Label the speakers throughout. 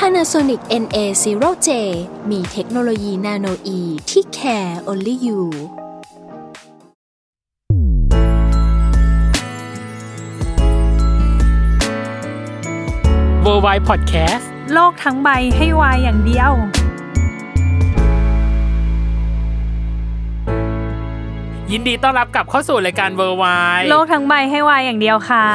Speaker 1: Panasonic NA0J มีเทคโนโลยีนาโนอีที่ care only you
Speaker 2: w o r l d w i d e Podcast
Speaker 3: โลกทั้งใบให้วายอย่างเดียว
Speaker 2: ยินดีต้อนรับกลับเข้าสู่รายการ w o r l d w i d e
Speaker 3: โลกทั้งใบให้วายอย่างเดียวค่ะ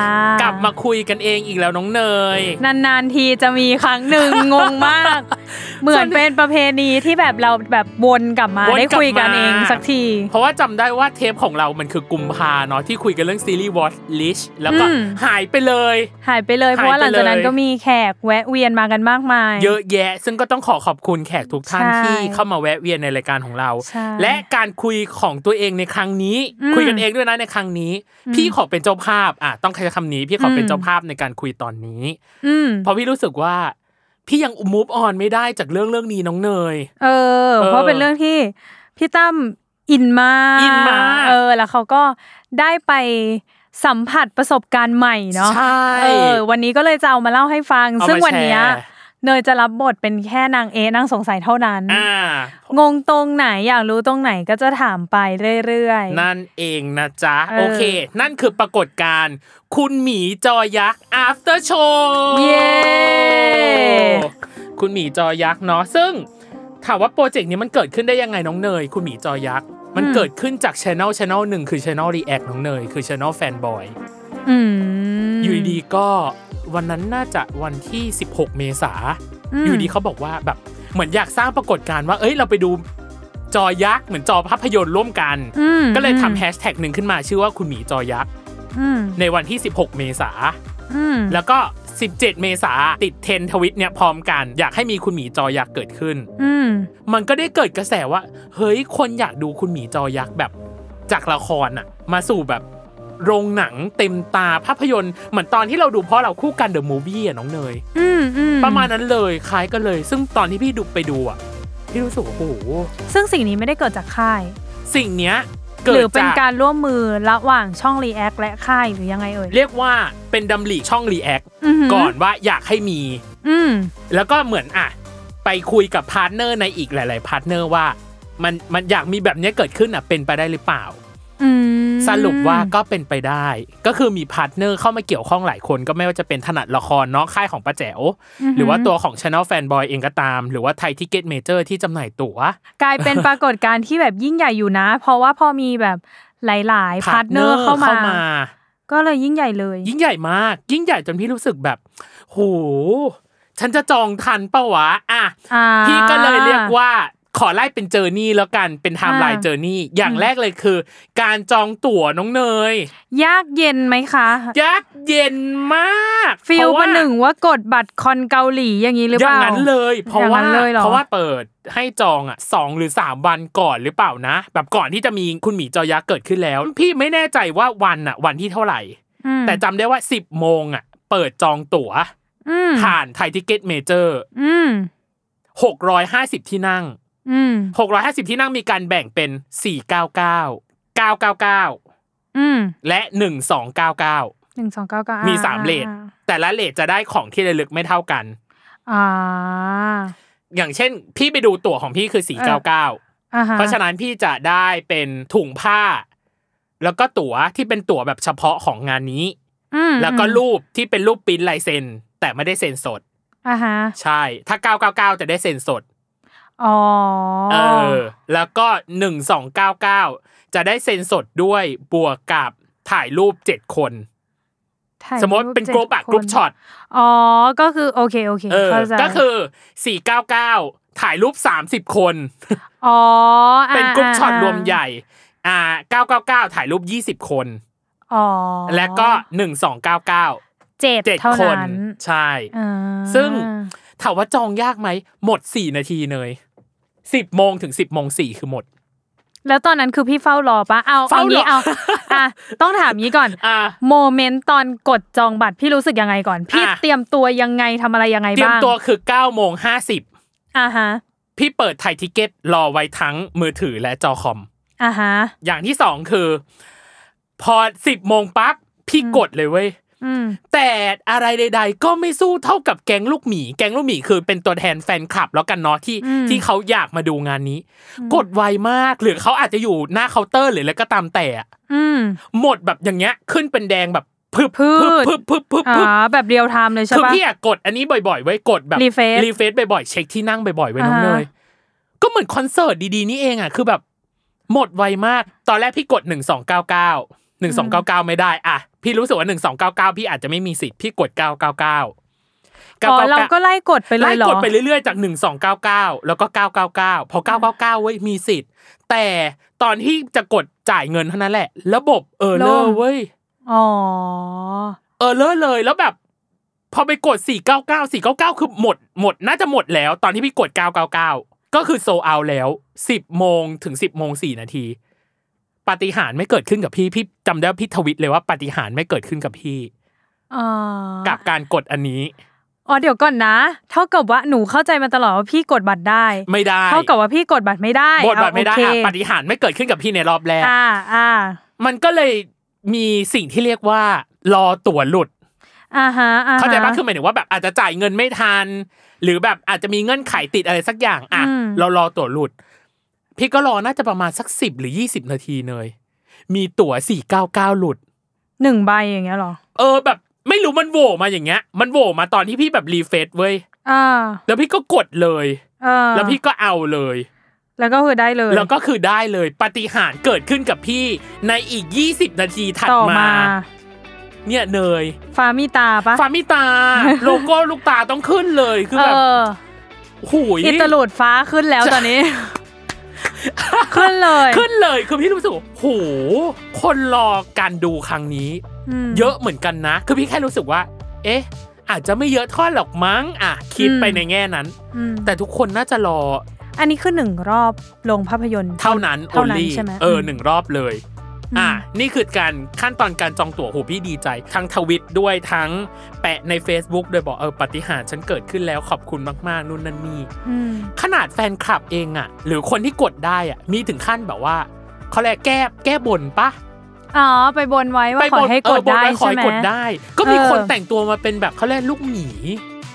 Speaker 2: กลับมาคุยกันเองอีกแล้วน้องเนย
Speaker 3: นานๆทีจะมีครั้งหนึ่ง งงมาก เหมือนเป็นประเพณีที่แบบเราแบบวนกลับมา
Speaker 2: วนกลับมา
Speaker 3: ได้คุยกันเองสักที
Speaker 2: เพราะว่าจำได้ว่าเทปของเรามันคือกุมภาเนาะที่คุยกันเรื่องซีรีส์ Watch List แล้วก็
Speaker 3: อืม
Speaker 2: หายไปเลย
Speaker 3: หายไปเลย
Speaker 2: หายไป
Speaker 3: เพราะว่าหลังจากนั้นก็มีแขกแวะเวียนมากันมากมาย
Speaker 2: เยอะแยะ ซึ่งก็ต้องขอขอบคุณแขกทุกท่าน
Speaker 3: ใช่
Speaker 2: ที่เข้ามาแวะเวียนในรายการของเรา
Speaker 3: ใช่
Speaker 2: และการคุยของตัวเองในครั้งนี้
Speaker 3: อืม
Speaker 2: คุยกันเองด้วยนะในครั้งนี้ พี่ขอเป็นเจ้าภาพอ่ะต้องใช้คำนี้พี่ขอเป็น
Speaker 3: อืม
Speaker 2: เจ้าภาพในการคุยตอนนี้
Speaker 3: อืม
Speaker 2: เพราะพี่รู้สึกว่า พี่ยังมูฟออนไม่ได้จากเรื่องเรื่องนี้น้องเนย
Speaker 3: เออ เพราะเป็นเรื่องที่พี่ตั้มอินมาก
Speaker 2: อินมาก
Speaker 3: เออ แล้วเขาก็ได้ไปสัมผัสประสบการณ์ใหม่เนาะ
Speaker 2: ใช่
Speaker 3: เออวันนี้ก็เลยจะเอามาเล่าให้ฟัง
Speaker 2: เอามา
Speaker 3: ซึ่งวันเนี้ย
Speaker 2: แชร์
Speaker 3: เนยจะรับบทเป็นแค่นางเอนางสงสัยเท่านั้น
Speaker 2: อ่าง
Speaker 3: งตรงไหนอยากรู้ตรงไหนก็จะถามไปเรื่อย
Speaker 2: นั่นเองนะจ๊ะ
Speaker 3: เออ
Speaker 2: โอเค นั่นคือปรากฏการณ์คุณหมีจอยักษ์ after show
Speaker 3: เย้
Speaker 2: คุณหมีจอยักษ์เนาะซึ่งถามว่าโปรเจกต์นี้มันเกิดขึ้นได้ยังไงน้องเนย คุณหมีจอยักษ์ มันเกิดขึ้นจากช anel ช anel หนึ่งคือช anel react น้องเนย คือช anel fanboy
Speaker 3: อืม
Speaker 2: อยู่ดีๆก็วันนั้นน่าจะวันที่ 16 เมษา
Speaker 3: ม
Speaker 2: อยู่ดีเขาบอกว่าแบบเหมือนอยากสร้างปรากฏการณ์ว่า เอ้ยเราไปดูจอยักษ์เหมือนจอภาพยนตร์ร่วมกัน
Speaker 3: อืม
Speaker 2: ก็เลยทำแฮชแท็กหนึ่งขึ้นมาชื่อว่าคุณหมีจอยักษ์
Speaker 3: อืม
Speaker 2: ในวันที่ 16 เมษา
Speaker 3: อืม
Speaker 2: แล้วก็ 17 เมษาติดเทรนด์ทวิตเนี่ยพร้อมกัน อยากให้มีคุณหมีจอยักษ์เกิดขึ้น
Speaker 3: อืม
Speaker 2: มันก็ได้เกิดกระแสว่า เฮ้ยคนอยากดูคุณหมีจอยักษ์แบบจากละครอะมาสู่แบบโรงหนังเต็มตาภาพยนตร์เหมือนตอนที่เราดูเพราะเราคู่กันเดอะมูวี่อะน้องเนย
Speaker 3: อืมอืม
Speaker 2: ประมาณนั้นเลยคล้ายกันเลย ซึ่งตอนที่พี่ดูไปดูอ่ะ พี่รู้สึกว่าโอ้โห
Speaker 3: ซึ่งสิ่งนี้ไม่ได้เกิดจากค่าย
Speaker 2: สิ่งเนี้ยเกิ
Speaker 3: หรื
Speaker 2: ด
Speaker 3: อเป็น
Speaker 2: จาก
Speaker 3: การร่วมมือระหว่างช่อง React และค่ายหรือยังไงเอ่ย
Speaker 2: เรียกว่าเป็นดำริช่องรีแอค
Speaker 3: อืม
Speaker 2: ก่อนว่าอยากให้มี
Speaker 3: อืม
Speaker 2: แล้วก็เหมือนอ่ะ ไปคุยกับพาร์ทเนอร์ในอีกหลาย ๆ พาร์ทเนอร์ว่า มันมันอยากมีแบบเนี้ยเกิดขึ้นอ่ะเป็นไปได้หรือเปล่า
Speaker 3: อืม
Speaker 2: สรุปว่าก็เป็นไปได้ ก็คือมีพาร์ทเนอร์เข้ามาเกี่ยวข้องหลายคน ก็ไม่ว่าจะเป็นถนัดละครเน้องค่ายของป้าแจ๋ว
Speaker 3: อือหือ
Speaker 2: หรือว่าตัวของ Channel Fanboy เองก็ตาม หรือว่าไทยทิเก็ตเมเจอร์ที่จำหน่ายตั๋ว
Speaker 3: กลาย เป็นปรากฏการณ์ที่แบบยิ่งใหญ่อยู่นะ เพราะว่าพอมีแบบหลาย ๆ พาร์ทเนอ
Speaker 2: partner
Speaker 3: ร์เข้ามา
Speaker 2: มา
Speaker 3: ก็เลยยิ่งใหญ่เลย
Speaker 2: ยิ่งใหญ่มาก ยิ่งใหญ่จนพี่รู้สึกแบบโหฉันจะจองทันเปะวะอ่ะ
Speaker 3: อ่า
Speaker 2: พี่ก็เลยเรียกว่าขอไล่เป็นเจอร์นี่แล้วกันเป็นไทม์ไลน์
Speaker 3: อ่า
Speaker 2: เจอร์นี่อย่างแรกเลยคือ การจองตั๋วน้องเนย
Speaker 3: ยากเย็นไหมคะ
Speaker 2: ยากเย็นมาก
Speaker 3: ฟิ
Speaker 2: เพ
Speaker 3: ล
Speaker 2: ราะว่า
Speaker 3: ประหนึ่งว่ากดบัตรคอนเกาหลีอย่างนี้หรือ
Speaker 2: อ
Speaker 3: เป
Speaker 2: ย่าง
Speaker 3: ล่า
Speaker 2: นั้นเลยเพราะ
Speaker 3: อย่างนั้
Speaker 2: ว่าน
Speaker 3: เลยเหรอ
Speaker 2: เพราะว่าเปิดให้จองอ่ะสองหรือสามวันก่อนหรือเปล่านะ แบบก่อนที่จะมีคุณหมีจอยักษ์เกิดขึ้นแล้ว พี่ไม่แน่ใจว่าวันอ่ะ วันที่เท่าไหร่
Speaker 3: อืม
Speaker 2: แต่จำได้ว่าสิบโมงอ่ะ เปิดจองตั๋ว
Speaker 3: อืม
Speaker 2: ผ่านไทยทิเก็ตเมเจอร์
Speaker 3: อืม
Speaker 2: 650 ที่นั่ง
Speaker 3: อืม
Speaker 2: 650 ที่นั่งมีการแบ่งเป็น 499 999
Speaker 3: อืม
Speaker 2: และ 1299
Speaker 3: หนึ่งสองเก้าเก้า
Speaker 2: มี
Speaker 3: มี
Speaker 2: 3 เลทแต่ละเลทจะได้ของที่ระลึกไม่เท่ากัน
Speaker 3: อ่า
Speaker 2: อย่างเช่น พี่ไปดูตั๋วของพี่คือ 499
Speaker 3: อ่าฮะ
Speaker 2: เพราะฉะนั้นพี่จะได้เป็นถุงผ้า แล้วก็ตั๋วที่เป็นตั๋วแบบเฉพาะของงานนี้
Speaker 3: อืม
Speaker 2: แล้วก็รูปที่เป็นรูปปริ้นท์ลายเซ็น แต่ไม่ได้เซ็นสด
Speaker 3: อ่าฮะ
Speaker 2: ใช่ ถ้า 999 จะได้เซ็นสด
Speaker 3: อ๋อ
Speaker 2: เออ แล้วก็หนึ่งสองเก้าเก้าจะได้เซ็นสดด้วยบวกกับถ่ายรูปเจ็ดคน
Speaker 3: ถ่าย
Speaker 2: สมมติเป็น
Speaker 3: จ็ด
Speaker 2: กรุ๊ปอะ
Speaker 3: ค
Speaker 2: กรุ๊ปช็อต
Speaker 3: อ๋อก็คือโอเคโอเค
Speaker 2: เออ
Speaker 3: เข้าใจ
Speaker 2: ก็คือสี่เก้าเก้าถ่ายรูปสามสิบคน
Speaker 3: อ๋ออ่า
Speaker 2: เป็นกรุ๊ปช็อต
Speaker 3: าร
Speaker 2: วมใหญ่ อ่าเก้าเก้าเก้าถ่ายรูปยี่สิบคน
Speaker 3: อ๋อ
Speaker 2: และก็หนึ่งสองเก้าเก้า
Speaker 3: เจ็ด
Speaker 2: เจ็ด
Speaker 3: เท่า
Speaker 2: คน
Speaker 3: นั้น
Speaker 2: ใช่
Speaker 3: อ่า
Speaker 2: ซึ่ง ถามว่าจองยากไหม หมดสี่นาทีเนยสิบโมงถึงสิบโมงสี่คือหมด
Speaker 3: แล้วตอนนั้นคือพี่เฝ้ารอปะเอา
Speaker 2: เฝ้า
Speaker 3: เอา
Speaker 2: รอ
Speaker 3: งี้เอาอ่ะต้องถามงี้ก่อน
Speaker 2: อ่า
Speaker 3: โมเมนต์ตอนกดจองบัตรพี่รู้สึกยังไงก่อน พี่
Speaker 2: อ่ะ
Speaker 3: เตรียมตัวยังไงทำอะไรยังไง
Speaker 2: เตรียม
Speaker 3: บ้าง
Speaker 2: ตัวคือเก้าโมงห้าสิบ
Speaker 3: อ่าฮะ
Speaker 2: พี่เปิดไทยทิเก็ตรอไว้ทั้งมือถือและจอคอม
Speaker 3: อ่าฮะ
Speaker 2: อย่างที่สองคือ พอสิบโมงปั๊บพี่
Speaker 3: อืม
Speaker 2: กดเลยเว้ย
Speaker 3: อืม
Speaker 2: แต่อะไรใด ๆ ก็ไม่สู้เท่ากับแก๊งลูกหมี แก๊งลูกหมีคือเป็นตัวแทนแฟนคลับแล้วกันเนาะที่
Speaker 3: อืม
Speaker 2: ที่เขาอยากมาดูงานนี้ กดไวมากหรือเขาอาจจะอยู่หน้าเคาน์เตอร์หรืออะไรก็ตามแต่อะ
Speaker 3: อืม
Speaker 2: หมดแบบอย่างเงี้ย ขึ้นเป็นแดงแบบพึบ
Speaker 3: พืช
Speaker 2: พึบพึบพึบ
Speaker 3: อ๋
Speaker 2: พึบ
Speaker 3: อแบบเรียลไทม์เลยใช่
Speaker 2: คือ
Speaker 3: ปะ
Speaker 2: พี่อะกดอันนี้บ่อยๆไว้ยกดแบบ
Speaker 3: Refresh
Speaker 2: รีเฟซบ่อยๆเช็คที่นั่งบ่อยๆไว้น้อง
Speaker 3: อ่า
Speaker 2: เนยก็เหมือนคอนเสิร์ตดีๆนี่เองอะคือแบบ หมดไวมาก ตอนแรกพี่กดหนึ่งสองเก้าเก้าหนึ่งสองเก้าเก้าไม่ได้อะพี่รู้สึกว่าหนึ่งสองเก้าเก้าพี่อาจจะไม่มีสิทธิ์พี่กดเก้าเก้าเก้า
Speaker 3: อ๋อเราก็ไล่กดไปเลยเหรอ
Speaker 2: ไกดไปเรื่อยๆจาก 1299 แล้วก็ 999 พอ 999 เว้ย มีสิทธิ์ แต่ตอนที่จะกดจ่ายเงินเท่านั้นแหละ ระบบเออเลอ
Speaker 3: ล่ม
Speaker 2: เว้ย
Speaker 3: อ๋อ
Speaker 2: เออเลอเลยแล้วแบบ พอไปกด 499 499 คือหมดหมดน่าจะหมดแล้ว ตอนที่พี่กด 999 ก็คือโซเอาแล้ว 10 โมงถึง 10 โมง 4 นาที ปาฏิหาริย์ไม่เกิดขึ้นกับพี่ พี่จำได้ว่าพี่ทวิตเลยว่าปาฏิหาริย์ไม่เกิดขึ้นกับพี่
Speaker 3: อ๋อ
Speaker 2: กับการกดอันนี้
Speaker 3: อ๋อเดี๋ยวก่อนนะ เท่ากับว่าหนูเข้าใจมาตลอดว่าพี่กดบัตรได้
Speaker 2: ไม่ได้
Speaker 3: เท่ากับว่าพี่กดบัตรไม่ได้
Speaker 2: บทบาทไม่ได้อะ
Speaker 3: เอาโอเค
Speaker 2: ปาฏิหารย์ไม่เกิดขึ้นกับพี่ในรอบแรก
Speaker 3: อ่าอ่า
Speaker 2: มันก็เลยมีสิ่งที่เรียกว่ารอตั๋วหลุด
Speaker 3: อ่าฮะอ่าฮะ
Speaker 2: เข้าใจปะคือหมายถึงว่าแบบอาจจะจ่ายเงินไม่ทัน หรือแบบอาจจะมีเงื่อนไขติดอะไรสักอย่างอ่ะ
Speaker 3: อืม
Speaker 2: เรารอตั๋วหลุด พี่ก็รอน่าจะประมาณสักสิบหรือยี่สิบนาทีเลย มีตั๋วสี่เก้าเก้าหลุด
Speaker 3: หนึ่งใบอย่างเงี้ยเหรอ
Speaker 2: เออแบบไม่รู้มันโหวมาอย่างเงี้ย มันโหวมาตอนที่พี่แบบรีเฟซเว้ย
Speaker 3: อ่า
Speaker 2: แล้วพี่ก็กดเลย
Speaker 3: เออ
Speaker 2: แล้วพี่ก็เอาเลย
Speaker 3: แล้วก็คือได้เลย
Speaker 2: แล้วก็คือได้เลยปาฏิหารย์เกิดขึ้นกับพี่ในอีก 20 นาทีถัด
Speaker 3: ต่อ
Speaker 2: มา
Speaker 3: มา
Speaker 2: เนี่ยเนย
Speaker 3: ฟามิตาปะ
Speaker 2: ฟามิตา โลโก้ลูกตาต้องขึ้นเลยคือ
Speaker 3: เอ
Speaker 2: แบบ
Speaker 3: อ
Speaker 2: หูย
Speaker 3: อิตาลูดฟ้าขึ้นแล้วตอนนี้ ขึ้นเลย
Speaker 2: ขึ้นเลยคือพี่รู้สึกว่าโหคนรอการดูครั้งนี้
Speaker 3: ม
Speaker 2: เยอะเหมือนกันนะ คือพี่แค่รู้สึกว่า เอ๊ะ อาจจะไม่เยอะเท่าหรอกมั้งอ่ะคิด
Speaker 3: อืม
Speaker 2: ไปในแง่นั้น
Speaker 3: อืม
Speaker 2: แต่ทุกคนน่าจะรอ
Speaker 3: อันนี้คือหนึ่งรอบลงภาพยนตร์
Speaker 2: เท่านั้นโอ
Speaker 3: เท่านั้น
Speaker 2: ลี่
Speaker 3: ใช่ไหม
Speaker 2: เอออ
Speaker 3: ม
Speaker 2: หนึ่งรอบเลย
Speaker 3: อ่า
Speaker 2: อ่ะนี่คือการขั้นตอนการจองตั๋วโหพี่ดีใจ ทั้งทวิตด้วยทั้งแปะใน Facebook โดวยบอกเออปาฏิหารย์ฉันเกิดขึ้นแล้วขอบคุณมาก ๆ นู่นนั่นนี่
Speaker 3: อืม
Speaker 2: ขนาดแฟนคลับเองอะหรือคนที่กดได้อะมีถึงขั้นแบบว่าเขาเรียกแก้แก้บนปะ
Speaker 3: อ๋อ ไปบนไว้ว่าขอให้
Speaker 2: เอกอ
Speaker 3: ด
Speaker 2: บน
Speaker 3: ได้
Speaker 2: ว้ขอ
Speaker 3: ใช่
Speaker 2: ให้
Speaker 3: ไหม
Speaker 2: กดได้ ก็มี
Speaker 3: เออ
Speaker 2: คนแต่งตัวมาเป็นแบบเขาเรียกลูกหมี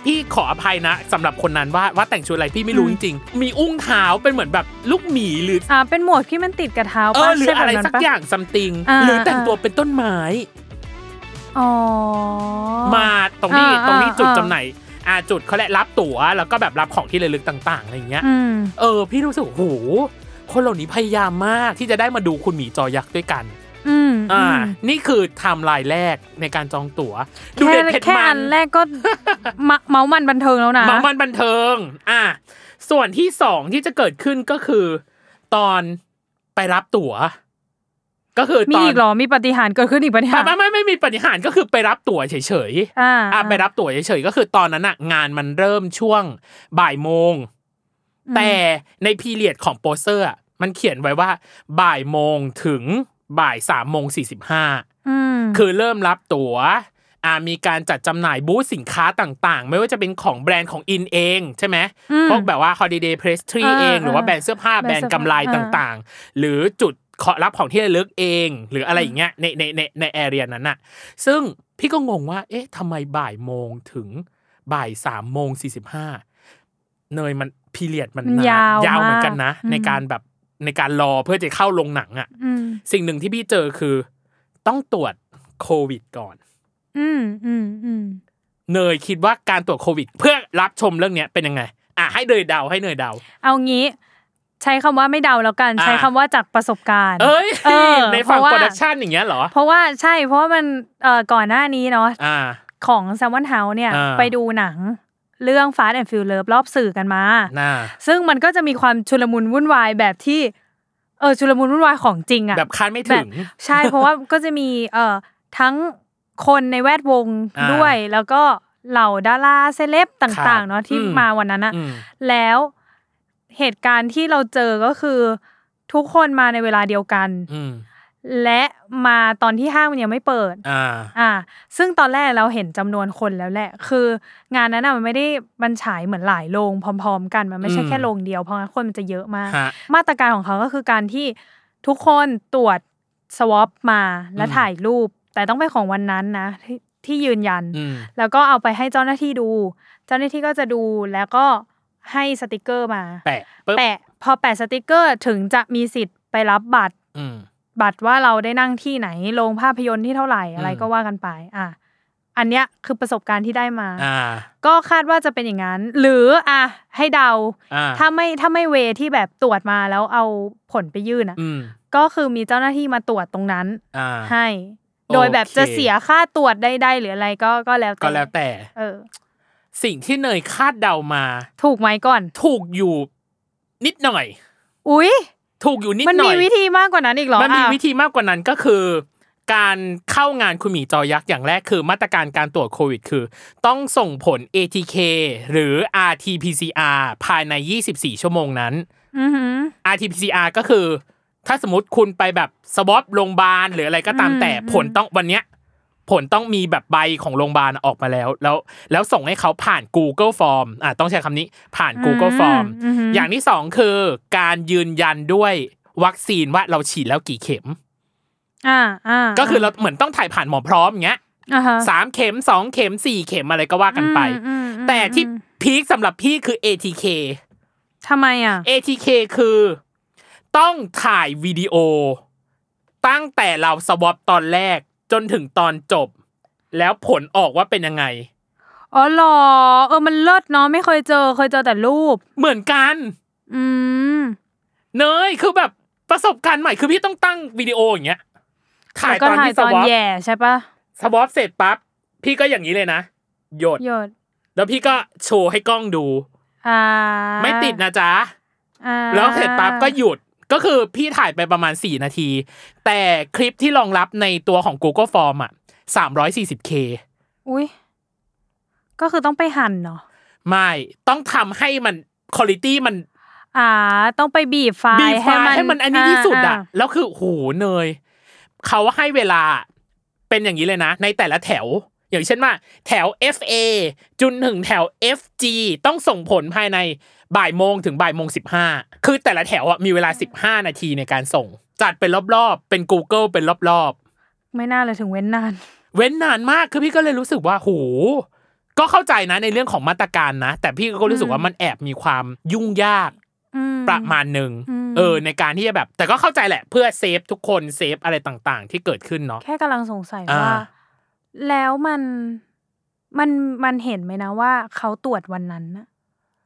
Speaker 2: พี่ขออภัยนะสำหรับคนนั้นว่าว่าแต่งชุดอะไรพี่ไม่รู้จริงๆมีอุ้งเท้าเป็นเหมือนแบบลูกหมีหรือ
Speaker 3: อ่าเป็นหมวกที่มันติดกับเท้า
Speaker 2: เอ
Speaker 3: ปะ
Speaker 2: อหรือ
Speaker 3: ใช่แบ
Speaker 2: อะ
Speaker 3: บ
Speaker 2: ไร
Speaker 3: นั้น
Speaker 2: สัก
Speaker 3: ปะ
Speaker 2: อย่างซัมติง
Speaker 3: อ่า
Speaker 2: หรือแต่ง
Speaker 3: อ่า
Speaker 2: ตัวเป็นต้นไม้
Speaker 3: อ๋อ
Speaker 2: มาตรงนี้
Speaker 3: อ่า
Speaker 2: ตรงนี้
Speaker 3: อ่า
Speaker 2: จุด
Speaker 3: อ่า
Speaker 2: จำหน่ายอ่าจุดเขาแหละรับตั๋วแล้วก็แบบรับของที่ระลึกต่าง ๆอะไรอย่างเงี้ย
Speaker 3: อืม
Speaker 2: เออพี่รู้สึกโอ้โหคนเหล่านี้พยายามมากที่จะได้มาดูคุณหมีจอยักษ์ด้วยกัน
Speaker 3: อืม
Speaker 2: อ่า
Speaker 3: ม
Speaker 2: นี่คือไทม์ไลน์แรกในการจองตั๋ว ดู
Speaker 3: แค่
Speaker 2: เด็ดเผ็ด
Speaker 3: แค่
Speaker 2: มั
Speaker 3: อั
Speaker 2: น
Speaker 3: นแร กก็ มะเมามันบันเทิงแล้วนะ
Speaker 2: หมามันบันเทิง อ่า ส่วนที่สองที่จะเกิดขึ้นก็คือ ตอนไปรับตั๋ว ก็คือ
Speaker 3: มี
Speaker 2: ตอน
Speaker 3: อีกเหรอ มีปาฏิหารย์เกิดขึ้นอีกปะเนี่ย
Speaker 2: ไม่ไม่ไม่มีปฏิหารย์ก็คือไปรับตั๋วเฉยๆ
Speaker 3: อ่า
Speaker 2: อ่ะไปรับตั๋วเฉยๆก็คือตอนนั้นน่ะงานมันเริ่มช่วงบ่ายโมง
Speaker 3: อืม
Speaker 2: แต่ในพีเรียดของโปสเตอร์อ่ะมันเขียนไว้ว่าบ่ายโมงถึงบ่ายสามโมงสี่สิบห้า
Speaker 3: อืม
Speaker 2: คือเริ่มรับตั๋วอ่ะมีการจัดจำหน่ายบูธสินค้าต่างๆ ไม่ว่าจะเป็นของแบรนด์ของอินเองใช่ไหม
Speaker 3: ม
Speaker 2: พวกแบบว่า Holiday Pastry
Speaker 3: อ่า
Speaker 2: เอง หรือว่า
Speaker 3: อ่า
Speaker 2: แบรนด์เสื้อผ้าแบ
Speaker 3: แบ
Speaker 2: ร
Speaker 3: รน
Speaker 2: น
Speaker 3: ด์เสื้อผ้า
Speaker 2: ด์ำ
Speaker 3: ก
Speaker 2: ไร
Speaker 3: อ่า
Speaker 2: ต่างๆ หรือจุดขอรับของที่ระลึกเอง หรืออะไรอย่างเงี้ยในในในในแอเรียนั้นน่ะ ซึ่งพี่ก็งงว่า เอ๊ะทำไมบ่ายโมงถึงบ่ายสามโมงสี่สิบห้าเนยมันพีเรียดมัน
Speaker 3: มัน
Speaker 2: นาน
Speaker 3: ยาวย
Speaker 2: าวเหมือนกันนะ
Speaker 3: มากอืม
Speaker 2: ในการแบบในการรอเพื่อจะเข้าโรงหนังอะ่ะ
Speaker 3: อืม
Speaker 2: สิ่งหนึ่งที่พี่เจอคือ ต้องตรวจโควิดก่อน
Speaker 3: อืมอืมอืม
Speaker 2: เนยคิดว่าการตรวจโควิด เพื่อรับชมเรื่องเนี้ยเป็นยังไง อ่ะให้เนยเดาให้เนยเดา
Speaker 3: เอางี้ ใช้คำว่าไม่เดาแล้วกัน
Speaker 2: อ่า
Speaker 3: ใช้คำว่าจากประสบการณ์
Speaker 2: เอ้ย
Speaker 3: เออ
Speaker 2: ในฝั่ง
Speaker 3: เพราะว่า
Speaker 2: โปรดักชันอย่างเงี้ยเหรอ
Speaker 3: เพราะว่าใช่เพราะว่ามันเอ่อก่อนหน้านี้เนาะ
Speaker 2: อ่า
Speaker 3: ของ s ซ m o n House เนี่ย
Speaker 2: อ่า
Speaker 3: ไปดูหนังเรื่อง Fast and Furious รอบสื่อกันมา
Speaker 2: น่า
Speaker 3: ซึ่งมันก็จะมีความชุลมุนวุ่นวายแบบที่ เออชุลมุนวุ่นวายของจริงอะ
Speaker 2: แบบคาดไม่ถึง
Speaker 3: ใช่ เพราะว่าก็จะมีเอ่อทั้งคนในแวดวง
Speaker 2: อ่า
Speaker 3: ด้วย แล้วก็ เหล่าดาราเซเลบต่าง
Speaker 2: ครับ
Speaker 3: ๆ เนาะที่
Speaker 2: อืม
Speaker 3: มาวันนั้นอะ
Speaker 2: อืม
Speaker 3: แล้วเหตุการณ์ที่เราเจอก็คือ ทุกคนมาในเวลาเดียวกัน
Speaker 2: อืม
Speaker 3: และมาตอนที่ห้างมันยังไม่เปิด
Speaker 2: อ่า
Speaker 3: อ่า ซึ่งตอนแรกเราเห็นจำนวนคนแล้วแหละ คืองานนั้นอะมันไม่ได้บรรฉายเหมือนหลายโรงพร้อม ๆ กันมันไม่ใช่
Speaker 2: อืม
Speaker 3: แค่โรงเดียวเพราะงั้นคนมันจะเยอะมาก
Speaker 2: ฮะ
Speaker 3: มาตรการของเขาก็คือการที่ทุกคนตรวจสวอปมาและ
Speaker 2: อืม
Speaker 3: ถ่ายรูป แต่ต้องเป็นของวันนั้นนะทที่ยืนยัน
Speaker 2: อืม
Speaker 3: แล้วก็เอาไปให้เจ้าหน้าที่ดู เจ้าหน้าที่ก็จะดูแล้วก็ให้สติกเกอร์มา
Speaker 2: แปะปึ๊บ
Speaker 3: แปะพอแปะสติกเกอร์ถึงจะมีสิทธิ์ไปรับบัตร
Speaker 2: อืม
Speaker 3: บัตรว่าเราได้นั่งที่ไหนโรงภาพยนตร์ที่เท่าไหร่อะไร
Speaker 2: อืม
Speaker 3: ก็ว่ากันไป อ่ะอันเนี้ยคือประสบการณ์ที่ได้มา
Speaker 2: อ่า
Speaker 3: ก็คาดว่าจะเป็นอย่างนั้น หรืออ่ะให้เดา
Speaker 2: อ่า
Speaker 3: ถ้าไม่ถ้าไม่เวที่แบบตรวจมาแล้วเอาผลไปยื่นอ่ะ
Speaker 2: อืม
Speaker 3: ก็คือมีเจ้าหน้าที่มาตรวจตรงนั้น
Speaker 2: อ่า
Speaker 3: ให้
Speaker 2: โอเค
Speaker 3: โดยแบบจะเสียค่าตรวจใดๆหรืออะไรก็ก็แล้วแต่
Speaker 2: ก็แล้วแต่
Speaker 3: เออ
Speaker 2: สิ่งที่เนยคาดเดามา
Speaker 3: ถูกไหมก่อน
Speaker 2: ถูกอยู่นิดหน่อย
Speaker 3: อุ๊ย
Speaker 2: ถูกอยู่นิดหน่
Speaker 3: มั
Speaker 2: อย
Speaker 3: นมีวิธีมากกว่านั้นอีกเหรอ
Speaker 2: มันมี
Speaker 3: อ่ะ
Speaker 2: วิธีมากกว่านั้นก็คือ การเข้างานคุณหมีจอยักษ์อย่างแรกคือมาตรการการตรวจโควิด คือ ต้องส่งผล ATK หรือ RT-PCR ภายใน 24 ชั่วโมงนั้น
Speaker 3: อือหือ
Speaker 2: RT-PCR ก็คือ ถ้าสมมติคุณไปแบบสวอปโรงพยาบาลหรืออะไรก็ตาม
Speaker 3: อืม
Speaker 2: แต่
Speaker 3: อืม
Speaker 2: ผลต้องวันเนี้ย ผลต้องมีแบบใบของโรงพยาบาลออกมาแล้ว แล้ว แล้วส่งให้เขาผ่าน Google Form อ่ะต้องใช้คำนี้ผ่าน Google
Speaker 3: ม
Speaker 2: Form
Speaker 3: หื
Speaker 2: อย่างที่สองคือการยืนยันด้วยวัคซีนว่าเราฉีดแล้วกี่เข็ม
Speaker 3: อ่าอ่า
Speaker 2: ก็คือเราเหมือนต้องถ่ายผ่านหมอพร้อมอย่างเงี้ย
Speaker 3: อ่าฮะ
Speaker 2: สามเข็มสองเข็มสี่เข็มอะไรก็ว่ากันไป
Speaker 3: อืมอืม
Speaker 2: แต่ที่
Speaker 3: อืม
Speaker 2: พีคสำหรับพี่คือ ATK
Speaker 3: ทำไมอ่ะ
Speaker 2: ATK คือ ต้องถ่ายวิดีโอ ตั้งแต่เราสวอปตอนแรกจนถึงตอนจบ แล้วผลออกว่าเป็นยังไง
Speaker 3: อ๋อเหรอเออมันเลิศเนาะไม่เคยเจอเคยเจอแต่รูป
Speaker 2: เหมือนกัน
Speaker 3: อืม
Speaker 2: เนยคือแบบประสบการณ์ใหม่คือพี่ต้องตั้งวิดีโออย่างเงี้ยถ่าย
Speaker 3: แล้วก็
Speaker 2: ตอน
Speaker 3: ถ่าย
Speaker 2: ที่ส
Speaker 3: ตอน
Speaker 2: วอป
Speaker 3: แย่ใช่ปะ
Speaker 2: สวอปเสร็จปั๊บพี่ก็อย่างนี้เลยนะหยด
Speaker 3: หยด
Speaker 2: แล้วพี่ก็โชว์ให้กล้องดู
Speaker 3: อ่า
Speaker 2: ไม่ติดนะจ๊ะ
Speaker 3: อ่า
Speaker 2: แล้วเสร็จปั๊บก็หยุด ก็คือพี่ถ่ายไปประมาณ 4 นาที แต่คลิปที่รองรับในตัวของ Google Form อ่ะ 340k
Speaker 3: อุ้ยก็คือต้องไปหั่นเนาะ
Speaker 2: ไม่ ต้องทำให้มันคุณ i t y มัน
Speaker 3: อ่า ต้องไปบีบไฟล์
Speaker 2: บีฟายให้มันอันนี้ที่สุดอ่ะ แล้วคือโหเนย เขาให้เวลาเป็นอย่างนี้เลยนะ ในแต่ละแถว อย่างเช่นว่า แถว FA จุนถึงแถว FG ต้องส่งผลภายในบ่ายโมงถึงบ่ายโมงสิบห้าคือแต่ละแถวอ่ะมีเวลา 15 นาทีในการส่ง จัดเป็นรอบๆ เป็น Google เป็นรอบๆ
Speaker 3: ไม่น่าเลยถึงเว้นนาน
Speaker 2: เว้นนานมากคือพี่ก็เลยรู้สึกว่าโหก็เข้าใจนะในเรื่องของมาตรการนะ แต่พี่ก็รู้สึกว่ามันแอบมีความยุ่งยาก
Speaker 3: อืม
Speaker 2: ประมาณหนึ่ง
Speaker 3: อืม
Speaker 2: เออ ในการที่จะแบบ แต่ก็เข้าใจแหละ เพื่อเซฟทุกคนเซฟอะไรต่างๆ ที่เกิดขึ้นเนาะ
Speaker 3: แค่กำลังสงสัย
Speaker 2: อ่า
Speaker 3: ว่า แล้วมันมันมันเห็นไหมนะว่าเขาตรวจวันนั้นน่ะ